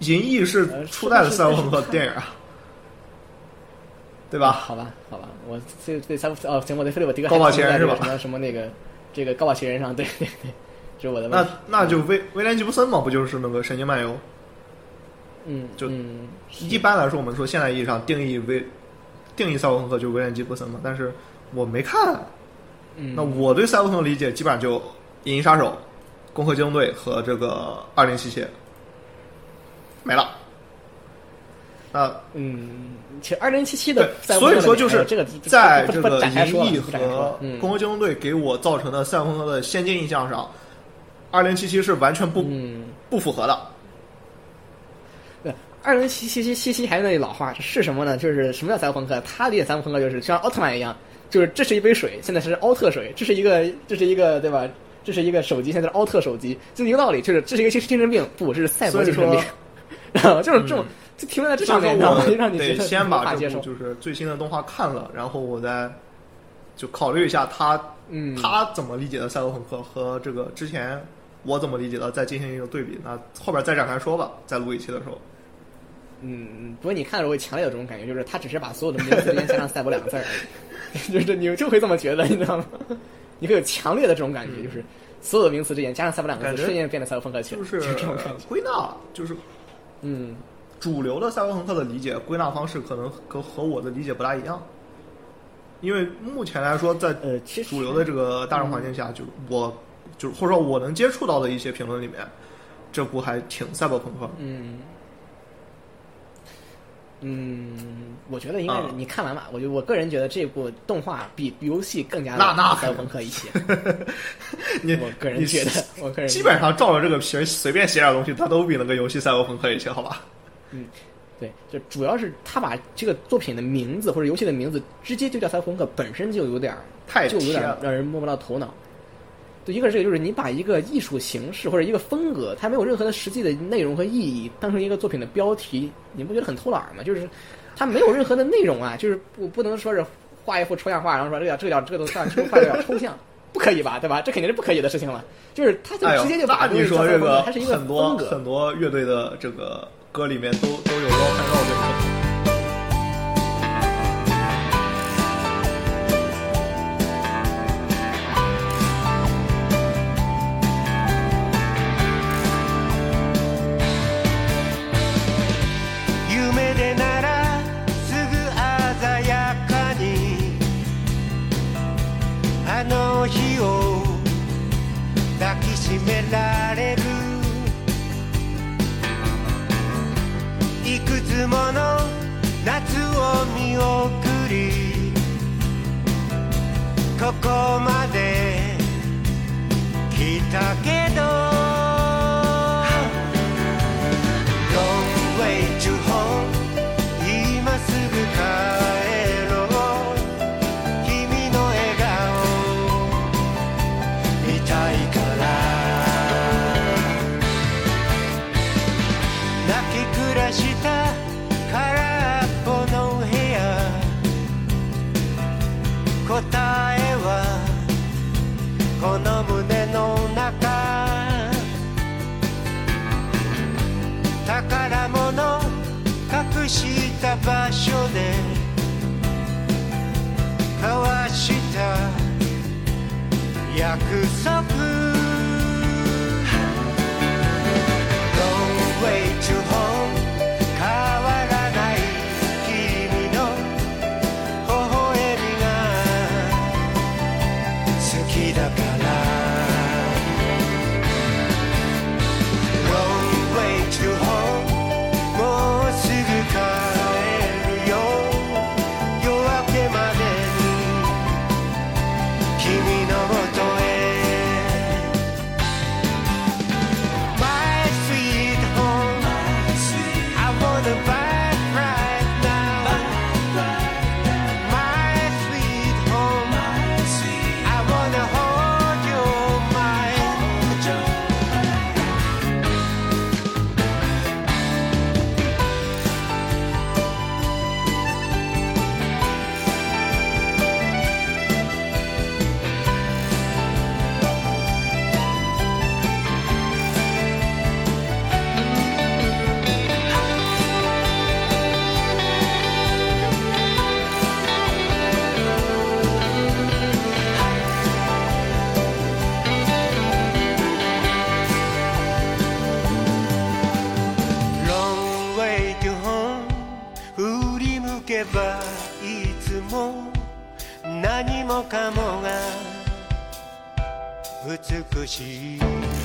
银翼是
呃
初代的
是
赛博朋克
是
电影啊，对吧？
好吧，好吧，我对对赛博哦，行，我对菲利普迪克
高保奇人
还
是吧
停留在这个什么什么那个这个高保奇人上，对 [LAUGHS] 对对，这是我的问
那
题。
那就威威廉吉布森嘛，不就是那个《神经漫游》？
嗯，
就
嗯
一般来说，我们说现代意义上定义为定义赛博朋克就是威廉吉布森嘛，但是我没看，
嗯，
那我对赛博朋克的理解基本上就《银翼杀手》《攻壳机动队》和这个《二零七七》没了。那
嗯，其实二零七七
对
的，赛博
所
朋
以
克
说
的
就
美
是
这个
在
这
这
不
个
展开
《
说
银翼》
了不展开说
和
了
《
嗯
攻壳机动队》给我造成的赛博朋克的先进印象上，《二零七七》是完全不
嗯。
不符合的。
对，二零七七七七七还是那句老话，是什么呢？就是什么叫赛博朋克？他理解赛博朋克就是像奥特曼一样，就是这是一杯水，现在是奥特水，这是一个这是一个对吧？这是一个手机，现在是奥特手机，就一个道理，就是这是一个精精神病，不，这是赛博
所以
精神
说
病，然后就是这种，就停留在这
所
上
以说
面，然后
我
就 [LAUGHS] 让你觉
得
得
先
无
把
法
这
接
部
受。
就是最新的动画看了，然后我再就考虑一下他
嗯，
他怎么理解的赛博朋克和这个之前我怎么理解的，再进行一个对比。那后边再展开说吧，再录一期的时候。
嗯，不过你看的时候会强烈有这种感觉，就是他只是把所有的名字之间加上“赛博”两个字儿而已，就是你就会这么觉得，你知道吗？你会有强烈的这种感觉，就是所有的名词之间加上“赛博”两个
感
字，
觉
瞬间变得赛博朋克起来，
就
就是这种感觉。
归纳，就是
嗯，
主流的赛博朋克的理解归纳方式，可能和和我的理解不大一样。因为目前来说，在
呃，其实
主流的这个大众环境下，就是我就是或者说我能接触到的一些评论里面，这部还挺赛博朋克的。
嗯嗯，我觉得应该是
啊
你看完吧。我就我个人觉得这部动画比游戏更加
那那
赛博朋克一
[LAUGHS]
些。
你
我个人
你
觉得， [LAUGHS] 我个人
基
觉得
本上照着这个皮儿随便写点东西，它都比那个游戏赛博朋克一些，好吧？
对，就主要是他把这个作品的名字或者游戏的名字直接就叫赛博朋克，本身就有点儿
太
就有
贴
点
了。
让人摸不到头脑。对，一个是这个，就是你把一个艺术形式或者一个风格，它没有任何的实际的内容和意义，当成一个作品的标题，你不觉得很偷懒儿吗？就是它没有任何的内容啊，就是不不能说是画一幅抽象画，然后说这个叫这个叫这个东西，这个画叫抽象，不可以吧？对吧？这肯定是不可以的事情了。就是他就
哎呦，
直接就把
那
东西
你说
叫做
这
风格
个
它是一个
很多
风格，
很多乐队的这个歌里面都都有 rock and roll 这个梗。
夢でならすぐ鮮やかにあの日を抱きしめられるいくつもの夏を見送りここまで来たけどどうした場所で交わした約束 Long way to home 変わらない君の微笑みが好きだから「Long way to home」「もうすぐ帰るよ」「夜明けまでに君のもとへ」「My sweet home」「I wanna back right now」「My sweet home」「I wanna hold your mind」Long way to home 振り向けばいつも何もかもが美しい